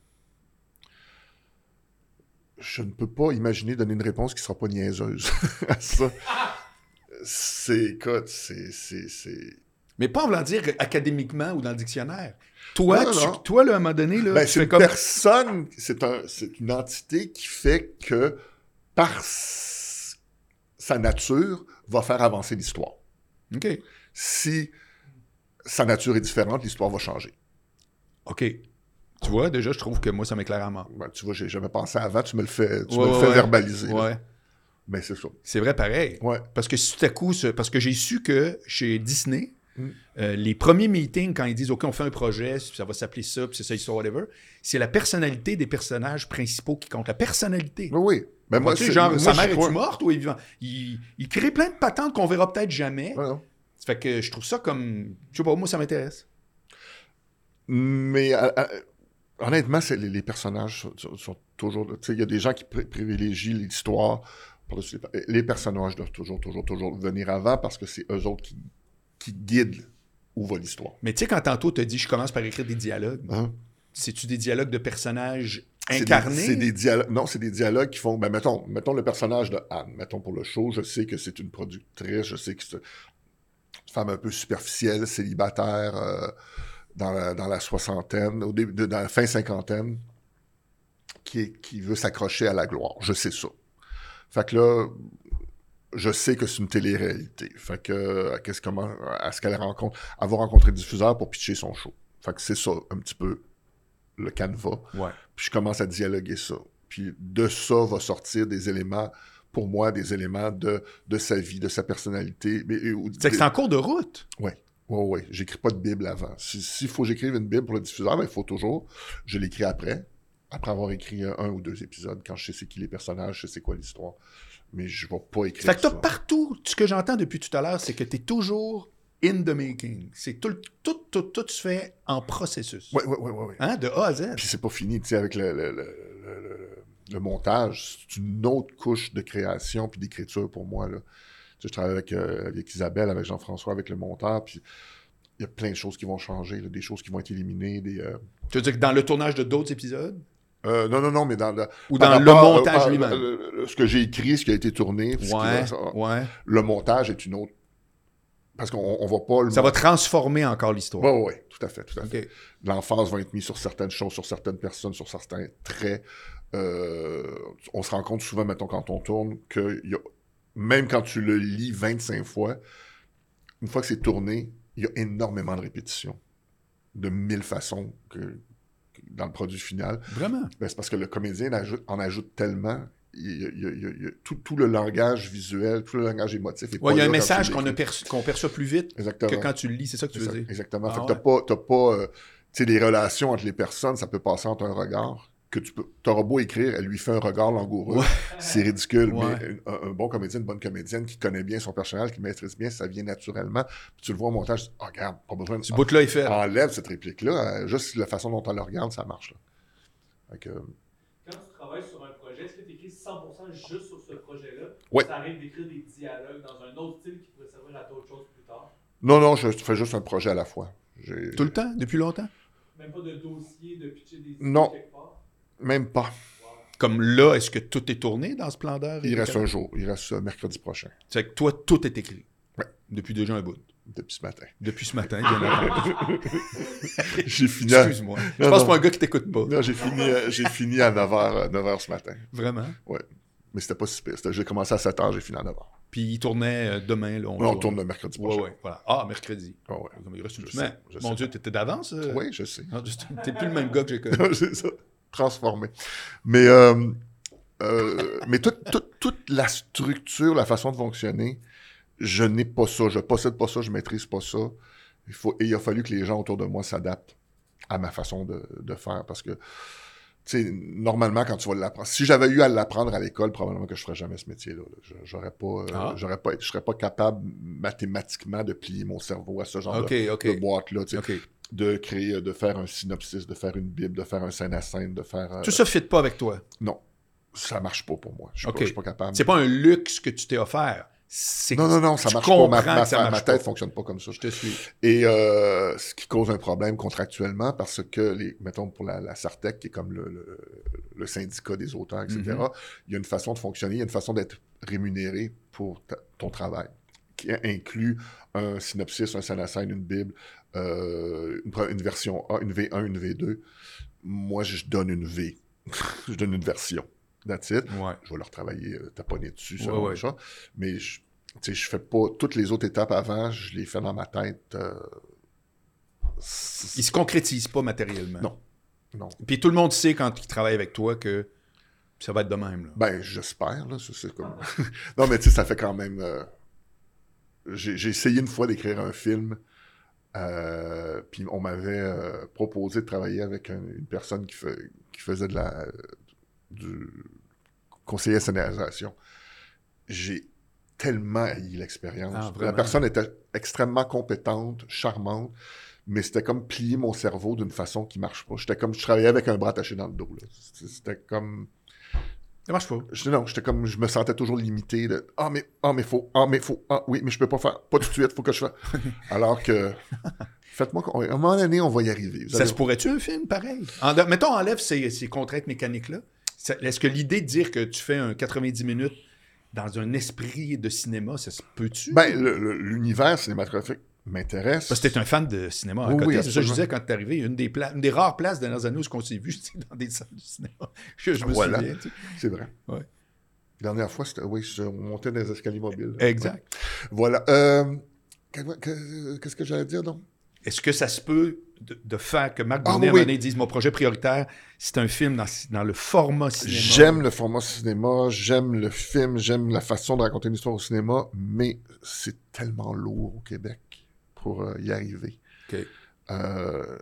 S2: Je ne peux pas imaginer donner une réponse qui ne sera pas niaiseuse *laughs* à ça. C'est, écoute, c'est, c'est, c'est...
S1: Mais pas en voulant dire académiquement ou dans le dictionnaire. Toi,
S2: Non,
S1: tu-
S2: non.
S1: toi là, à un moment donné, là,
S2: Ben,
S1: tu
S2: c'est
S1: fais
S2: une
S1: comme...
S2: personne, c'est, un, c'est une entité qui fait que, par s- sa nature, va faire avancer l'histoire.
S1: OK.
S2: Si sa nature est différente, l'histoire va changer.
S1: OK. Tu vois, déjà, je trouve que moi, ça m'éclaire à mort.
S2: Ben, tu vois, j'ai jamais pensé avant, tu me le fais, tu me
S1: Ouais,
S2: le
S1: ouais,
S2: fais
S1: ouais.
S2: verbaliser. là.
S1: Ouais.
S2: Ben, c'est ça.
S1: C'est vrai pareil.
S2: Ouais.
S1: Parce que si tout à coup, ce- parce que j'ai su que chez Disney,
S2: Mm.
S1: euh, les premiers meetings, quand ils disent OK, on fait un projet, ça va s'appeler ça, puis c'est ça, histoire, whatever, c'est la personnalité des personnages principaux qui compte. La personnalité.
S2: Oui, oui. Ben, moi,
S1: tu
S2: c'est-
S1: sais, genre,
S2: moi,
S1: sa
S2: j'y
S1: mère
S2: crois.
S1: est morte ou est vivante? Il, il crée plein de patentes qu'on verra peut-être jamais.
S2: Ouais, non.
S1: Ça Fait que je trouve ça comme. Je sais pas, moi, ça m'intéresse.
S2: Mais à- à- honnêtement, c'est- les, les personnages sont, sont- sont toujours. Tu sais, il y a des gens qui pri- privilégient l'histoire. par-dessus Les, per- les personnages doivent toujours, toujours, toujours venir avant parce que c'est eux autres qui, qui guident où va l'histoire.
S1: Mais tu sais, quand tantôt, tu dit, je commence par écrire des dialogues,
S2: Hein?
S1: c'est-tu des dialogues de personnages
S2: C'est des-
S1: incarnés?
S2: C'est des, dialogues. Non, c'est des dialogues qui font. Ben, mettons, mettons le personnage de Anne. Mettons pour le show, je sais que c'est une productrice, je sais que c'est une femme un peu superficielle, célibataire, euh, dans, la, dans la soixantaine, au début, de- dans la fin cinquantaine, qui, est- qui veut s'accrocher à la gloire. Je sais ça. Fait que là, je sais que c'est une télé-réalité. Fait que, euh, qu'est-ce comment, à ce qu'elle rencontre, avoir rencontré le diffuseur pour pitcher son show. Fait que c'est ça, un petit peu, le canevas.
S1: Ouais.
S2: Puis je commence à dialoguer ça. Puis de ça va sortir des éléments, pour moi, des éléments de, de sa vie, de sa personnalité. Mais, et- ou-
S1: C'est que c'est en cours de route.
S2: oui, oui. J'écris pas de Bible avant. Si- S'il faut que j'écrive une Bible pour le diffuseur, ben, il faut toujours. Je l'écris après. Après avoir écrit un, un ou deux épisodes, quand je sais c'est qui les personnages, je sais c'est quoi l'histoire. Mais je vais pas écrire.
S1: Fait que toi,
S2: ça.
S1: partout, ce que j'entends depuis tout à l'heure, c'est que tu es toujours in the making. C'est tout, tout, tout, tout se fait en processus.
S2: Ouais, ouais, ouais, ouais, ouais.
S1: Hein, de A à Z.
S2: Puis c'est pas fini, tu sais, avec le, le- le- le- le- le montage, c'est une autre couche de création puis d'écriture pour moi. Là. Tu sais, je travaille avec, euh, avec Isabelle, avec Jean-François, avec le monteur, puis il y a plein de choses qui vont changer, là, des choses qui vont être éliminées, des... euh,
S1: Tu veux dire que dans le tournage de d'autres épisodes
S2: euh, non, non, non, mais dans, le-
S1: ou
S2: par
S1: dans le
S2: rapport, euh,
S1: montage
S2: par-
S1: lui-même
S2: le- le- Ce que j'ai écrit, ce qui a été tourné, ce qui va-
S1: Ouais,
S2: ça-
S1: ouais.
S2: le montage est une autre... Parce qu'on on va pas le...
S1: Ça va transformer encore l'histoire.
S2: Oui, oui, tout à fait, tout à fait.
S1: Ok.
S2: l'enfance va être mise sur certaines choses, sur certaines personnes, sur certains traits. Euh, on se rend compte souvent, mettons, quand on tourne, que il y a- même quand tu le lis 25 fois, une fois que c'est tourné, il y a énormément de répétitions, de mille façons que, que dans le produit final.
S1: Vraiment.
S2: Ben, c'est parce que le comédien en ajoute, en ajoute tellement. Il y a- il y a- il y a- il y a tout, tout le langage visuel, tout le langage émotif. est
S1: Ouais, il
S2: pas
S1: y a
S2: là
S1: un
S2: quand tu
S1: message
S2: l'écris.
S1: qu'on a perçu- qu'on perçoit plus vite
S2: Exactement.
S1: que quand tu le lis, c'est ça que tu veux
S2: Exact-
S1: dire.
S2: Exactement.
S1: Ah
S2: fait que
S1: ouais.
S2: t'as pas, t'as pas euh, tu sais, les relations entre les personnes, ça peut passer entre un regard que tu peux, t'auras beau écrire, elle lui fait un regard langoureux,
S1: Ouais.
S3: Euh,
S2: c'est ridicule,
S1: Ouais.
S2: mais un, un bon comédien, une bonne comédienne qui connaît bien son personnage, qui maîtrise bien, ça vient naturellement, puis tu le vois au montage, tu dis, Ah, regarde, pas besoin de ah,
S1: Ce bout-là est fait.
S2: enlève cette réplique-là, euh, juste la façon dont on la regarde, ça marche. Là. Fait que, euh,
S3: Quand tu travailles sur un projet, est-ce que tu écris 100% juste sur ce projet-là
S2: Ouais.
S3: Ça arrive d'écrire des dialogues dans un autre style qui pourrait servir à d'autres choses plus tard.
S2: non, non, je fais juste un projet à la fois. J'ai-
S1: Tout le temps, depuis longtemps.
S3: Même pas de dossier, de pitcher des idées
S2: Non.
S3: quelque part.
S2: Même pas.
S3: Wow.
S1: Comme là, est-ce que tout est tourné dans Splendeur? et
S2: Il reste
S1: Ricard?
S2: un jour, il reste euh, mercredi prochain,
S1: C'est que toi, tout est écrit.
S2: Ouais.
S1: Depuis déjà un bout.
S2: depuis ce matin.
S1: Depuis ce matin, bien
S2: *laughs*
S1: entendu.
S2: J'ai fini, à-
S1: Excuse-moi. Je
S2: *laughs* Non,
S1: pense
S2: non.
S1: pas un gars qui t'écoute pas.
S2: non, j'ai fini, à- j'ai fini à 9h, 9h ce matin.
S1: Vraiment.
S2: Mais c'était pas si pire. C'était- J'ai commencé à 7 h j'ai fini à 9 h
S1: Puis il tournait euh, demain. Là, on,
S2: On tourne le mercredi
S1: Ouais,
S2: prochain.
S1: ouais, voilà. Ah, mercredi.
S2: Ah ouais.
S1: Comme il reste une
S2: Je
S1: semaine.
S2: sais, je
S1: Mon
S2: sais.
S1: Dieu, t'étais d'avance? euh?
S2: Oui, je sais.
S1: Non, juste- T'es plus le même gars que j'ai
S2: *laughs*
S1: connu.
S2: C'est ça. Transformé. Mais, euh, euh, mais toute- toute- toute la structure, la façon de fonctionner, je n'ai pas ça. Je possède pas ça, je maîtrise pas ça. Il faut, et il a fallu que les gens autour de moi s'adaptent à ma façon de, de faire. Parce que, tu sais, normalement, quand tu vas l'apprendre, si j'avais eu à l'apprendre à l'école, probablement que je ferais jamais ce métier-là. là. Je- J'aurais pas, euh,
S1: Ah.
S2: j'aurais pas, je serais pas capable mathématiquement de plier mon cerveau à ce genre
S1: Ah, OK, OK.
S2: de, de boîte-là. tu sais
S1: OK.
S2: de créer, de faire un synopsis, de faire une bible, de faire un scène à scène, de faire. euh,
S1: Tout ça ne fit pas avec toi.
S2: Non, ça marche pas pour moi. Je suis
S1: Ok.
S2: pas- je suis pas capable.
S1: C'est pas un luxe que tu t'es offert. C'est
S2: Non, non, non, ça
S1: tu
S2: marche pas. Ma,
S1: comprends
S2: ma-
S1: que ça
S2: ma- ma
S1: marche
S2: tête
S1: pas.
S2: fonctionne pas comme ça.
S1: Je te suis.
S2: Et euh, ce qui cause un problème contractuellement parce que, les, mettons, pour la, la Sartec, qui est comme le, le- le syndicat des auteurs, etc.,
S1: Mhm.
S2: il y a une façon de fonctionner, il y a une façon d'être rémunéré pour ta- ton travail, qui inclut un synopsis, un scène à scène, une Bible, euh, une, pre- une version A, une V1, une V2. Moi, je donne une V. *laughs* je donne une version. That's it
S1: Ouais.
S2: je vais leur travailler, euh, taponner dessus,
S1: Ouais,
S2: selon
S1: ouais.
S2: le genre. Mais je, tu sais, je fais pas toutes les autres étapes avant, je les fais dans ma tête. euh,
S1: Il se concrétise pas matériellement.
S2: Non. Non.
S1: Puis tout le monde sait quand il travaille avec toi que ça va être de même. là.
S2: Ben, j'espère, là. ça, c'est comme... *laughs* non, mais tu sais, ça fait quand même. euh, J'ai j'ai essayé une fois d'écrire un film, euh, puis on m'avait euh, proposé de travailler avec un- une personne qui, fait- qui faisait de la. euh, du conseiller scénarisation. J'ai tellement haï
S1: Ah,
S2: l'expérience. la
S1: vraiment?
S2: personne était extrêmement compétente, charmante, mais c'était comme plier mon cerveau d'une façon qui marche pas. J'étais comme. Je travaillais avec un bras attaché dans le dos. là. C'était comme.
S1: Ça marche pas.
S2: Je- non, j'étais comme, je me sentais toujours limité de ah mais ah mais faut ah mais faut ah oui mais je peux pas faire pas tout de suite faut que je fasse
S1: *laughs*
S2: alors que faites-moi qu'on- à un moment donné on va y arriver. Vous
S1: Ça
S2: allez-
S1: se pourrait-tu un film pareil? En- mettons, enlève ces, ces contraintes mécaniques-là. Ça- Est-ce que l'idée de dire que tu fais un 90 minutes dans un esprit de cinéma, ça se peut-tu?
S2: Ben le- le- l'univers cinématographique m'intéresse.
S1: Parce que t'es un fan de cinéma à
S2: Oui,
S1: côté.
S2: oui,
S1: c'est ça que je
S2: absolument.
S1: disais quand t'es arrivé. Une des, pla- une des rares places de dernières années où ce qu'on s'est vu, *laughs* c'est dans des salles de cinéma. *laughs* Je, je me
S2: Voilà.
S1: souviens. tu sais.
S2: C'est vrai.
S1: Ouais.
S2: Dernière fois c'était oui je- on montait dans les escaliers mobiles.
S1: Exact.
S2: Voilà. Euh, que- que- Qu'est-ce que j'allais dire donc?
S1: Est-ce que ça se peut de, de faire que Marc
S2: Ah,
S1: Brunet, à un
S2: oui.
S1: moment donné, dise mon projet prioritaire, c'est un film dans, dans le format cinéma?
S2: J'aime le format cinéma, j'aime le film, j'aime la façon de raconter une histoire au cinéma, mais c'est tellement lourd au Québec pour euh, y arriver.
S1: OK.
S2: Euh,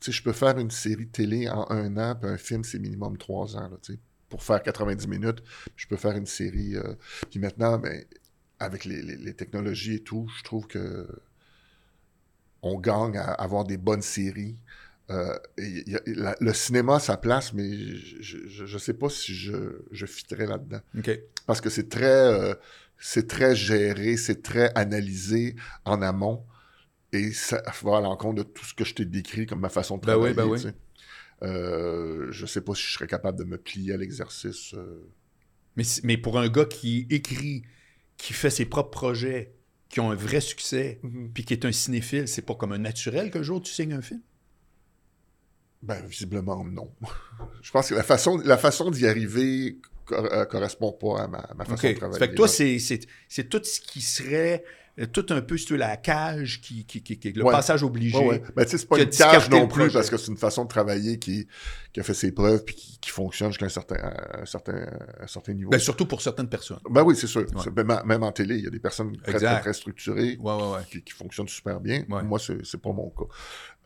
S2: tu sais, je peux faire une série télé en un an, puis un film, c'est minimum trois ans. là, tu sais. pour faire 90 minutes, je peux faire une série. euh, puis maintenant, ben, avec les, les- les technologies et tout, je trouve que on gagne à avoir des bonnes séries Euh, et il y a- et la- le cinéma a sa place, mais je ne sais pas si je, je fitterais là-dedans.
S1: OK.
S2: Parce que c'est très, euh, c'est très géré, c'est très analysé en amont. Et ça va à l'encontre de tout ce que je t'ai décrit comme ma façon de
S1: Ben oui,
S2: travailler.
S1: ben oui.
S2: tu sais. Euh, je sais pas si je serais capable de me plier à l'exercice. euh,
S1: Mais, si- mais pour un gars qui écrit, qui fait ses propres projets, qui ont un vrai succès, puis qui est un cinéphile, c'est pas comme un naturel qu'un jour tu signes un film?
S2: Ben, visiblement, non. *laughs* je pense que la façon, la façon d'y arriver cor- euh, correspond pas à ma, à ma façon
S1: OK.
S2: de travailler.
S1: Fait que toi,
S2: là.
S1: c'est, c'est, c'est tout ce qui serait, euh, tout un peu, si tu veux, la cage, qui, qui, qui, qui- le
S2: Ouais.
S1: passage obligé.
S2: Ouais, ouais. Ben, tu sais, c'est pas
S1: qui a
S2: une cage
S1: discarté
S2: non
S1: le
S2: plus,
S1: projet.
S2: parce que c'est une façon de travailler qui, qui a fait ses preuves puis qui, qui fonctionne jusqu'à un certain, à un certain, à un certain niveau.
S1: Ben, surtout pour certaines personnes.
S2: Ben oui, c'est sûr.
S1: Ouais.
S2: C'est- Même, en- même en télé, il y a des personnes très,
S1: Exact.
S2: très, très structurées
S1: Ouais, ouais, ouais.
S2: qui, qui fonctionnent super bien.
S1: Ouais.
S2: Moi, c'est c'est pas mon cas.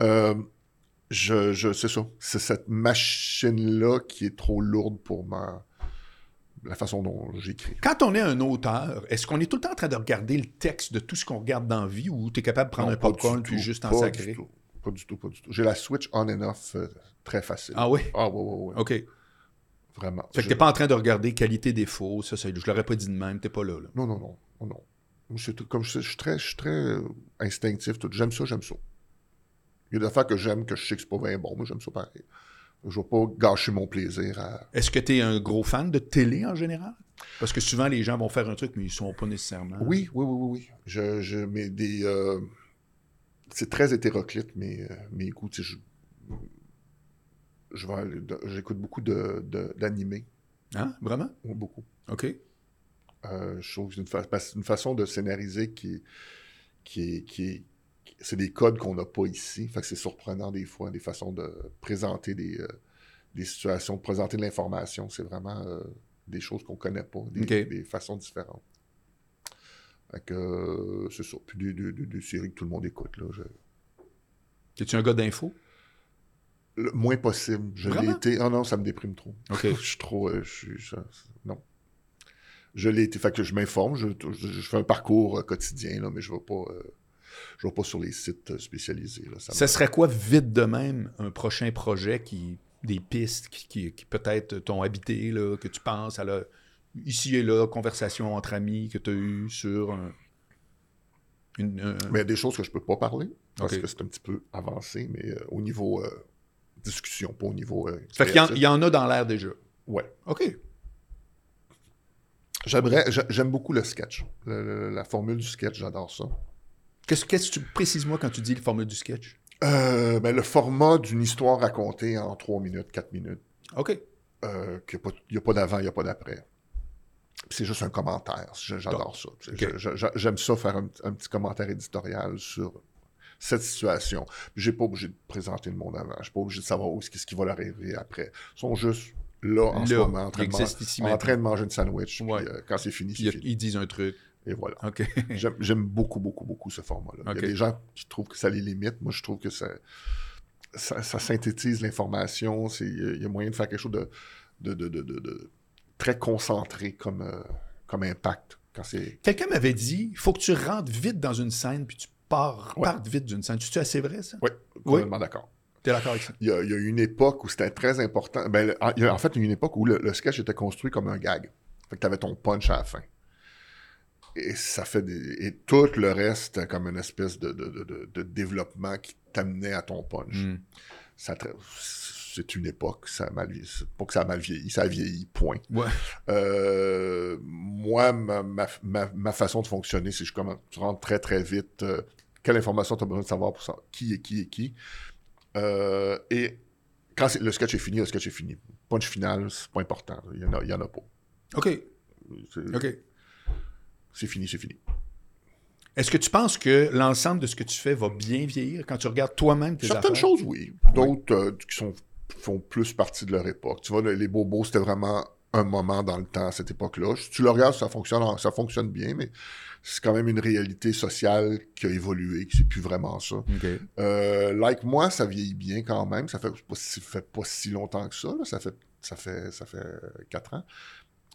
S2: Euh, je, je, c'est ça. C'est cette machine-là qui est trop lourde pour ma... la façon dont j'écris.
S1: Quand on est un auteur, est-ce qu'on est tout le temps en train de regarder le texte de tout ce qu'on regarde dans la vie ou tu es capable de prendre
S2: Non,
S1: un
S2: pas du
S1: popcorn
S2: tout,
S1: puis juste en
S2: pas
S1: sacrer?
S2: du tout. Pas du tout, pas du tout. J'ai la switch on and off euh, très facile.
S1: Ah oui?
S2: Ah, ouais, ouais, ouais.
S1: OK. Fait
S2: Vraiment.
S1: que
S2: Je-
S1: t'es pas en train de regarder qualité défaut, ça, ça je l'aurais pas dit de même, t'es pas là. là.
S2: Non, non, non. non, non. Moi, c'est tout- comme je, sais, je suis très, je suis très euh, instinctif. tout. J'aime ça, j'aime ça. Il y a des affaires que j'aime, que je sais que c'est pas bien bon. Moi, j'aime ça pareil. Je ne vais pas gâcher mon plaisir à...
S1: Est-ce que tu es un gros fan de télé en général? Parce que souvent, les gens vont faire un truc, mais ils sont pas nécessairement.
S2: Oui, oui, oui, oui. oui. Je, je mets des... euh, C'est très hétéroclite, mais mes goûts. tu sais, Je, je vais aller de- J'écoute beaucoup de- de- d'animés.
S1: Hein? Vraiment?
S2: De, beaucoup.
S1: OK.
S2: Euh, je trouve que c'est une, fa- parce que c'est une façon de scénariser qui est- qui est- qui est- qui- c'est des codes qu'on n'a pas ici. Fait que c'est surprenant des fois, des façons de présenter des, euh, des situations, de présenter de l'information. C'est vraiment euh, des choses qu'on connaît pas, des,
S1: Ok.
S2: des façons différentes. Fait que euh, c'est ça. Puis des, des- des- des séries que tout le monde écoute. Là, je-
S1: Es-tu un gars d'info?
S2: Le moins possible. Je l'ai
S1: Vraiment?
S2: été. Ah non, ça me déprime trop.
S1: OK.
S2: Je suis trop. euh, je suis- je- non. Je l'ai été. Fait que je m'informe. Je, je- je fais un parcours euh, quotidien, là, mais je ne vais pas. euh, je vais pas sur les sites euh, spécialisés. Là, ça
S1: *laughs*
S2: me-
S1: Ça serait quoi, vite de même, un prochain projet qui. des pistes qui, qui- qui peut-être t'ont habité, là, que tu penses à la. ici et là, conversation entre amis que tu as eue sur un. Une, un-
S2: Mais il y a des choses que je peux pas parler parce
S1: Ok.
S2: que c'est un petit peu avancé, mais euh, au niveau euh, discussion, pas au niveau. euh,
S1: Fait qu'il y en- il
S2: créatif.
S1: y, en a dans l'air déjà.
S2: Ouais.
S1: OK.
S2: J'aimerais, j'a- j'aime beaucoup le sketch. Le- le- la formule du sketch, j'adore ça.
S1: Qu'est-ce qu'est-ce que tu. Précise-moi quand tu dis la formule du sketch.
S2: Euh, ben, le format d'une histoire racontée en 3 minutes, 4 minutes.
S1: OK.
S2: euh, qu'il n'y a pas d'avant, il n'y a pas d'après. Puis C'est juste un commentaire. Je- J'adore ça. Tu sais,
S1: Ok.
S2: je- je- J'aime ça faire un, un petit commentaire éditorial sur cette situation. Je n'ai pas obligé de présenter le monde avant. Je suis pas obligé de savoir où, ce qui- ce qui va leur arriver après. Ils sont juste là en ce
S1: Là,
S2: moment, en
S1: il
S2: train, de, man-
S1: existe ici
S2: en
S1: maintenant.
S2: train de manger une sandwich. puis,
S1: Ouais.
S2: euh, quand c'est fini,
S1: Puis
S2: c'est
S1: il y a-
S2: fini.
S1: ils disent un truc.
S2: Et voilà.
S1: OK.
S2: J'aime- J'aime beaucoup, beaucoup, beaucoup ce format-là. Il y
S1: Ok.
S2: a des gens qui trouvent que ça les limite. Moi, je trouve que ça, ça, ça synthétise l'information. C'est- Il y a moyen de faire quelque chose de, de, de- de- de- de très concentré comme, euh, comme impact. Quand c'est
S1: Quelqu'un m'avait dit, il faut que tu rentres vite dans une scène, puis tu pars,
S2: Ouais.
S1: partes vite d'une scène. Tu es assez vrai, ça?
S2: oui, complètement d'accord.
S1: T'es d'accord avec ça?
S2: Il y, a, il y a eu une époque où c'était très important. Ben, le- en- il y a en fait une époque où le, le sketch était construit comme un gag. Fait que tu avais ton punch à la fin. Et ça fait des- et tout le reste c'était comme une espèce de, de- de- de- de développement qui t'amenait à ton punch. ça tra- c'est une époque, ça a mal vieilli. c'est Pas que ça a mal vieilli, ça a vieilli, point.
S1: Ouais.
S2: Euh, moi, ma, ma- ma- ma façon de fonctionner, c'est que je commence- tu rentres très très vite. euh, quelle information tu as besoin de savoir pour savoir qui est qui est qui. Euh, et quand c'est- le sketch est fini, le sketch est fini. Punch final, c'est pas important. Il y en a, il y en a pas.
S1: OK,
S2: C'est
S1: OK.
S2: c'est fini, c'est fini.
S1: Est-ce que tu penses que l'ensemble de ce que tu fais va bien vieillir quand tu regardes toi-même tes
S2: Certaines
S1: affaires?
S2: choses, oui. D'autres euh, qui sont, font plus partie de leur époque. Tu vois, le- les bobos, c'était vraiment un moment dans le temps, à cette époque-là. Si tu le regardes, ça fonctionne, en- ça fonctionne bien, mais c'est quand même une réalité sociale qui a évolué, que c'est plus vraiment ça.
S1: OK.
S2: Euh, like moi, ça vieillit bien quand même. Ça fait pas, si- fait pas si longtemps que ça. là. Ça fait ça fait ça fait euh, quatre ans.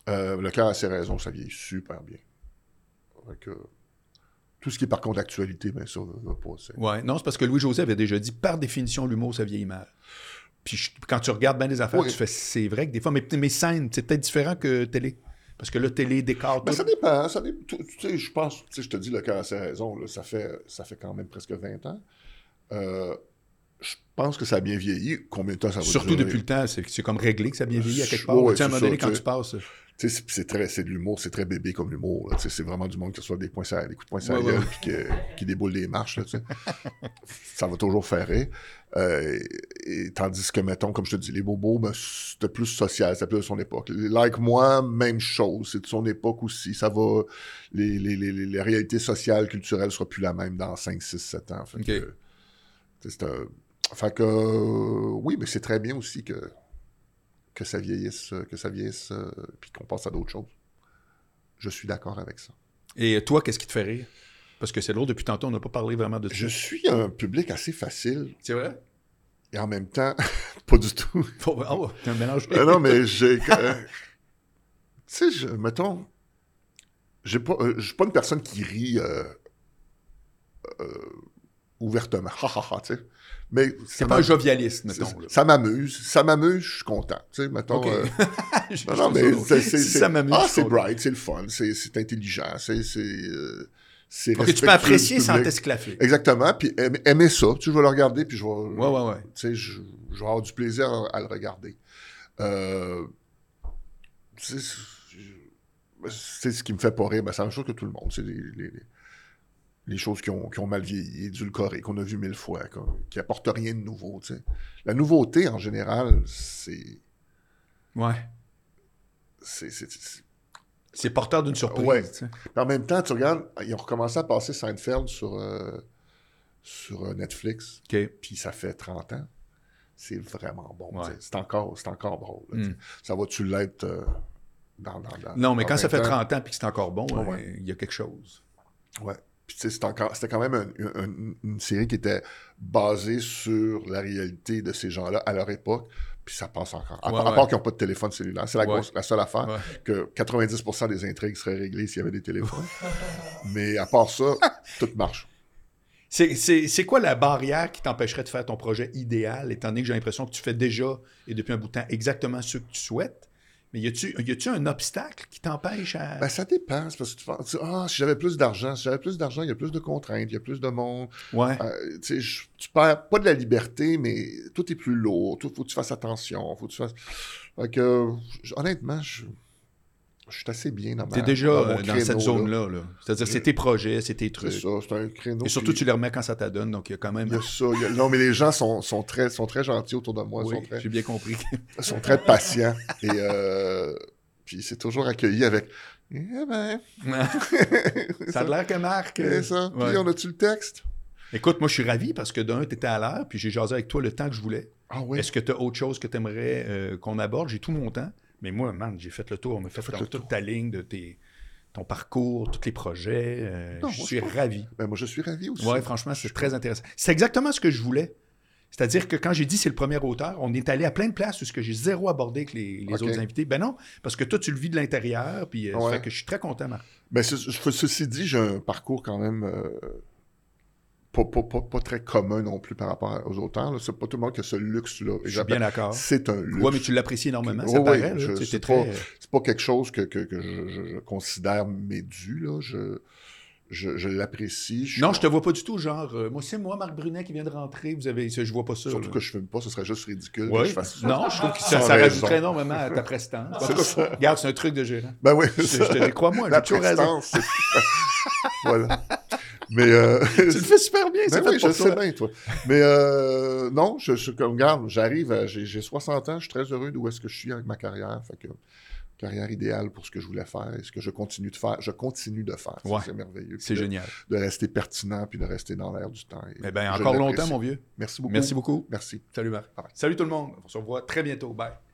S2: Euh, le cœur a ses raisons, ça vieillit super bien. Fait que, Tout ce qui est par contre d'actualité, bien sûr, va va passer.
S1: Ouais, non, c'est parce que Louis-José avait déjà dit, par définition, l'humour, ça vieillit mal. Puis je- quand tu regardes bien les affaires,
S2: Oui.
S1: tu fais, c'est vrai que des fois, mes, mes scènes, c'est peut-être différent que télé. Parce que là, télé, décor,
S2: Ben,
S1: tout.
S2: ça dépend. Ça dé- tu- tu sais, je pense, tu sais, je te dis, le cœur a ses raisons. là, ça, fait, ça fait quand même presque 20 ans. Euh, je pense que ça a bien vieilli. Combien de temps ça va
S1: Surtout
S2: durer?
S1: depuis le temps, c'est c'est comme réglé que ça a bien vieilli à quelque part.
S2: Ouais,
S1: tu sais, à un
S2: c'est
S1: moment
S2: ça,
S1: donné, quand
S2: tu-
S1: tu passes.
S2: Tu sais, c'est- c'est très, c'est de l'humour, c'est très bébé comme humour. là, tu sais, C'est vraiment du monde qui reçoit des points, sur- des coups de poing sur la
S1: Ouais, ouais,
S2: gueule, puis que- qui déboule des marches.
S1: *laughs*
S2: là, tu sais. ça va toujours faire rire. Euh, et- tandis que, mettons, comme je te dis, les bobos, ben, c'était plus social, c'était plus de son époque. Les Like moi, même chose, c'est de son époque aussi. Ça va, les, les, les, les- les réalités sociales, culturelles ne seront plus la même dans 5, 6, 7 ans. Fait
S1: Ok.
S2: que, tu sais, c'est un- fait que, euh, oui, mais c'est très bien aussi que, que ça vieillisse, euh, que ça vieillisse, euh, puis qu'on passe à d'autres choses. Je suis d'accord avec ça.
S1: Et toi, qu'est-ce qui te fait rire? Parce que c'est drôle, depuis tantôt, on n'a pas parlé vraiment de ça.
S2: Je suis un public assez facile
S1: C'est vrai?
S2: et en même temps, *laughs* pas du tout.
S1: Faut- Oh, t'as un mélange.
S2: Euh, non, mais j'ai. euh, tu sais, je- mettons. j'ai pas- euh, Je suis pas une personne qui rit euh, euh, ouvertement. Ha ha ha, tu sais. Mais. ça
S1: C'est pas un
S2: m'a-
S1: jovialiste,
S2: ça-
S1: mettons. là.
S2: Ça m'amuse. Ça m'amuse, je suis content. Tu sais, mettons.
S1: Ok.
S2: euh,
S1: *laughs* Je- je
S2: non, non,
S1: trouve
S2: mais
S1: drôle.
S2: c'est- c'est-
S1: Si
S2: c'est-
S1: ça m'amuse.
S2: Ah,
S1: je
S2: c'est
S1: trouve
S2: bright, c'est le fun, c'est c'est intelligent, c'est. c'est, euh, c'est
S1: drôle. Ok, tu peux
S2: respectueux du
S1: apprécier sans
S2: public.
S1: t'esclaffer.
S2: Exactement, puis aimer, aimer ça. Tu sais, je vais le regarder, puis je vais.
S1: Ouais, ouais, ouais.
S2: Tu sais, je, je vais avoir du plaisir à, à le regarder. Euh, tu sais, je- c'est ce qui me fait pas rire. Ben, c'est la même chose que tout le monde. C'est les, les- les- les choses qui ont, qui ont mal vieilli, édulcorées, qu'on a vues mille fois, qu'on- qui apportent rien de nouveau. tu sais. La nouveauté, en général, c'est.
S1: Ouais.
S2: c'est- c'est- c'est-
S1: C'est porteur d'une surprise.
S2: Ouais.
S1: tu sais.
S2: Mais En même temps, tu regardes, ils ont recommencé à passer Seinfeld sur, euh, sur euh, Netflix.
S1: OK.
S2: puis ça fait 30 ans, c'est vraiment bon.
S1: Ouais.
S2: tu sais. C'est encore, c'est encore drôle. là, tu sais.
S1: Mm.
S2: Ça va-tu l'être euh, dans, dans, dans-
S1: Non, mais
S2: dans
S1: quand ça fait
S2: 20 ans?
S1: 30 ans et que c'est encore bon, euh, il
S2: Ah, Ouais.
S1: y a quelque chose.
S2: Puis, tu sais, c'est encore- c'était quand même un- un- une série qui était basée sur la réalité de ces gens-là à leur époque, puis ça passe encore. À,
S1: Ouais,
S2: part- à
S1: ouais.
S2: part qu'ils n'ont pas de téléphone cellulaire. C'est la,
S1: Ouais.
S2: grosse- la seule affaire
S1: Ouais.
S2: que 90% des intrigues seraient réglées s'il y avait des téléphones. *laughs* mais à part ça, tout marche.
S1: C'est- C'est c'est quoi la barrière qui t'empêcherait de faire ton projet idéal, étant donné que j'ai l'impression que tu fais déjà, et depuis un bout de temps, exactement ce que tu souhaites? Mais y a-tu y a-tu un obstacle qui t'empêche à.
S2: Ben, ça dépend. c'est parce que tu penses, tu dis, ah, si j'avais plus d'argent, si j'avais plus d'argent, il y a plus de contraintes, il y a plus de monde.
S1: ouais.
S2: Euh, tu sais, je- tu perds pas de la liberté, mais tout est plus lourd. Tout, faut que tu fasses attention. Faut que tu fasses. Fait que, j- honnêtement, je, je suis assez bien dans ma.
S1: T'es déjà
S2: dans mon
S1: euh, dans,
S2: créneau,
S1: cette
S2: là.
S1: zone-là. là. C'est-à-dire, c'est tes projets, c'est tes
S2: C'est
S1: trucs.
S2: ça, c'est un créneau.
S1: Et surtout,
S2: puis
S1: tu les remets quand ça t'adonne. Donc, il y a quand même.
S2: Il y a ça. il y a- Non, mais les gens sont, sont très, sont très gentils autour de moi.
S1: Oui,
S2: Sont, très,
S1: j'ai bien compris.
S2: sont très patients. Et euh, puis c'est toujours accueilli avec. Eh ben.
S1: *laughs* ça a l'air que Marc. euh,
S2: C'est ça. Puis
S1: ouais.
S2: on a-tu le texte?
S1: Écoute, moi, je suis ravi parce que d'un, t'étais à l'heure, puis j'ai jasé avec toi le temps que je voulais.
S2: Ah oui.
S1: Est-ce que tu as autre chose que tu aimerais qu'on aborde? J'ai tout mon temps, mais moi, man, j'ai fait le tour. On m'a fait,
S2: fait
S1: dans
S2: le
S1: toute ta ligne de tes, ton parcours, tous les projets. euh,
S2: Non,
S1: je
S2: moi,
S1: suis
S2: je pense-
S1: ravi.
S2: Ben, moi, je suis ravi aussi.
S1: Ouais, franchement, c'est très intéressant. C'est exactement ce que je voulais. C'est-à-dire que quand j'ai dit c'est le premier auteur, on est allé à plein de places où ce que j'ai zéro abordé avec les, les
S2: Ok.
S1: autres invités. Ben non, parce que toi, tu le vis de l'intérieur, puis euh, ça
S2: Ouais.
S1: fait que je suis très content. Marc.
S2: Mais ce- ce- ceci dit, j'ai un parcours quand même euh, pas, pas- pas- pas très commun non plus par rapport aux auteurs. là. C'est pas tout le monde qui a ce luxe-là.
S1: Je suis bien d'accord.
S2: C'est un luxe.
S1: Oui, mais tu l'apprécies énormément,
S2: Ok.
S1: ça
S2: Ouais,
S1: paraît.
S2: ouais,
S1: là.
S2: je-
S1: Tu sais,
S2: c'est
S1: t'es très- euh,
S2: C'est pas quelque chose que, que- que je, je- je considère mes dus. Là. Je, je, je l'apprécie.
S1: Non, je te vois pas du tout, genre, euh, moi, c'est moi, Marc Brunet, qui vient de rentrer, vous avez, je vois pas ça.
S2: Surtout
S1: là.
S2: que je filme pas, ce serait juste ridicule
S1: Ouais.
S2: que je fasse ça.
S1: Non, je trouve que ça,
S2: Sans
S1: ça
S2: raison.
S1: rajouterait énormément à ta prestance. En tout cas, Regarde, c'est un truc de gérant.
S2: Ben oui,
S1: Je, je
S2: ça,
S1: te crois moi, j'ai
S2: la
S1: toujours raison.
S2: prestance. *laughs* voilà. Mais euh,
S1: *laughs* Tu le fais super bien, *laughs* c'est
S2: Ben
S1: fait
S2: oui, je
S1: pour
S2: le sais
S1: toi.
S2: bien, toi. Mais euh, non, je, je- comme garde, j'arrive, à- j'ai j'ai 60 ans, je suis très heureux d'où est-ce que je suis avec ma carrière. Fait que, carrière idéale pour ce que je voulais faire et ce que je continue de faire. Je continue de faire. Ça,
S1: Ouais.
S2: C'est merveilleux.
S1: C'est
S2: Puis de,
S1: génial.
S2: De rester pertinent puis de rester dans l'air du temps. Et
S1: Eh bien,
S2: je
S1: encore
S2: l'apprécie.
S1: longtemps, mon vieux.
S2: Merci beaucoup.
S1: Merci beaucoup.
S2: Merci.
S1: Salut, Marc.
S2: Bye bye.
S1: Salut tout le monde. On se revoit très bientôt. Bye.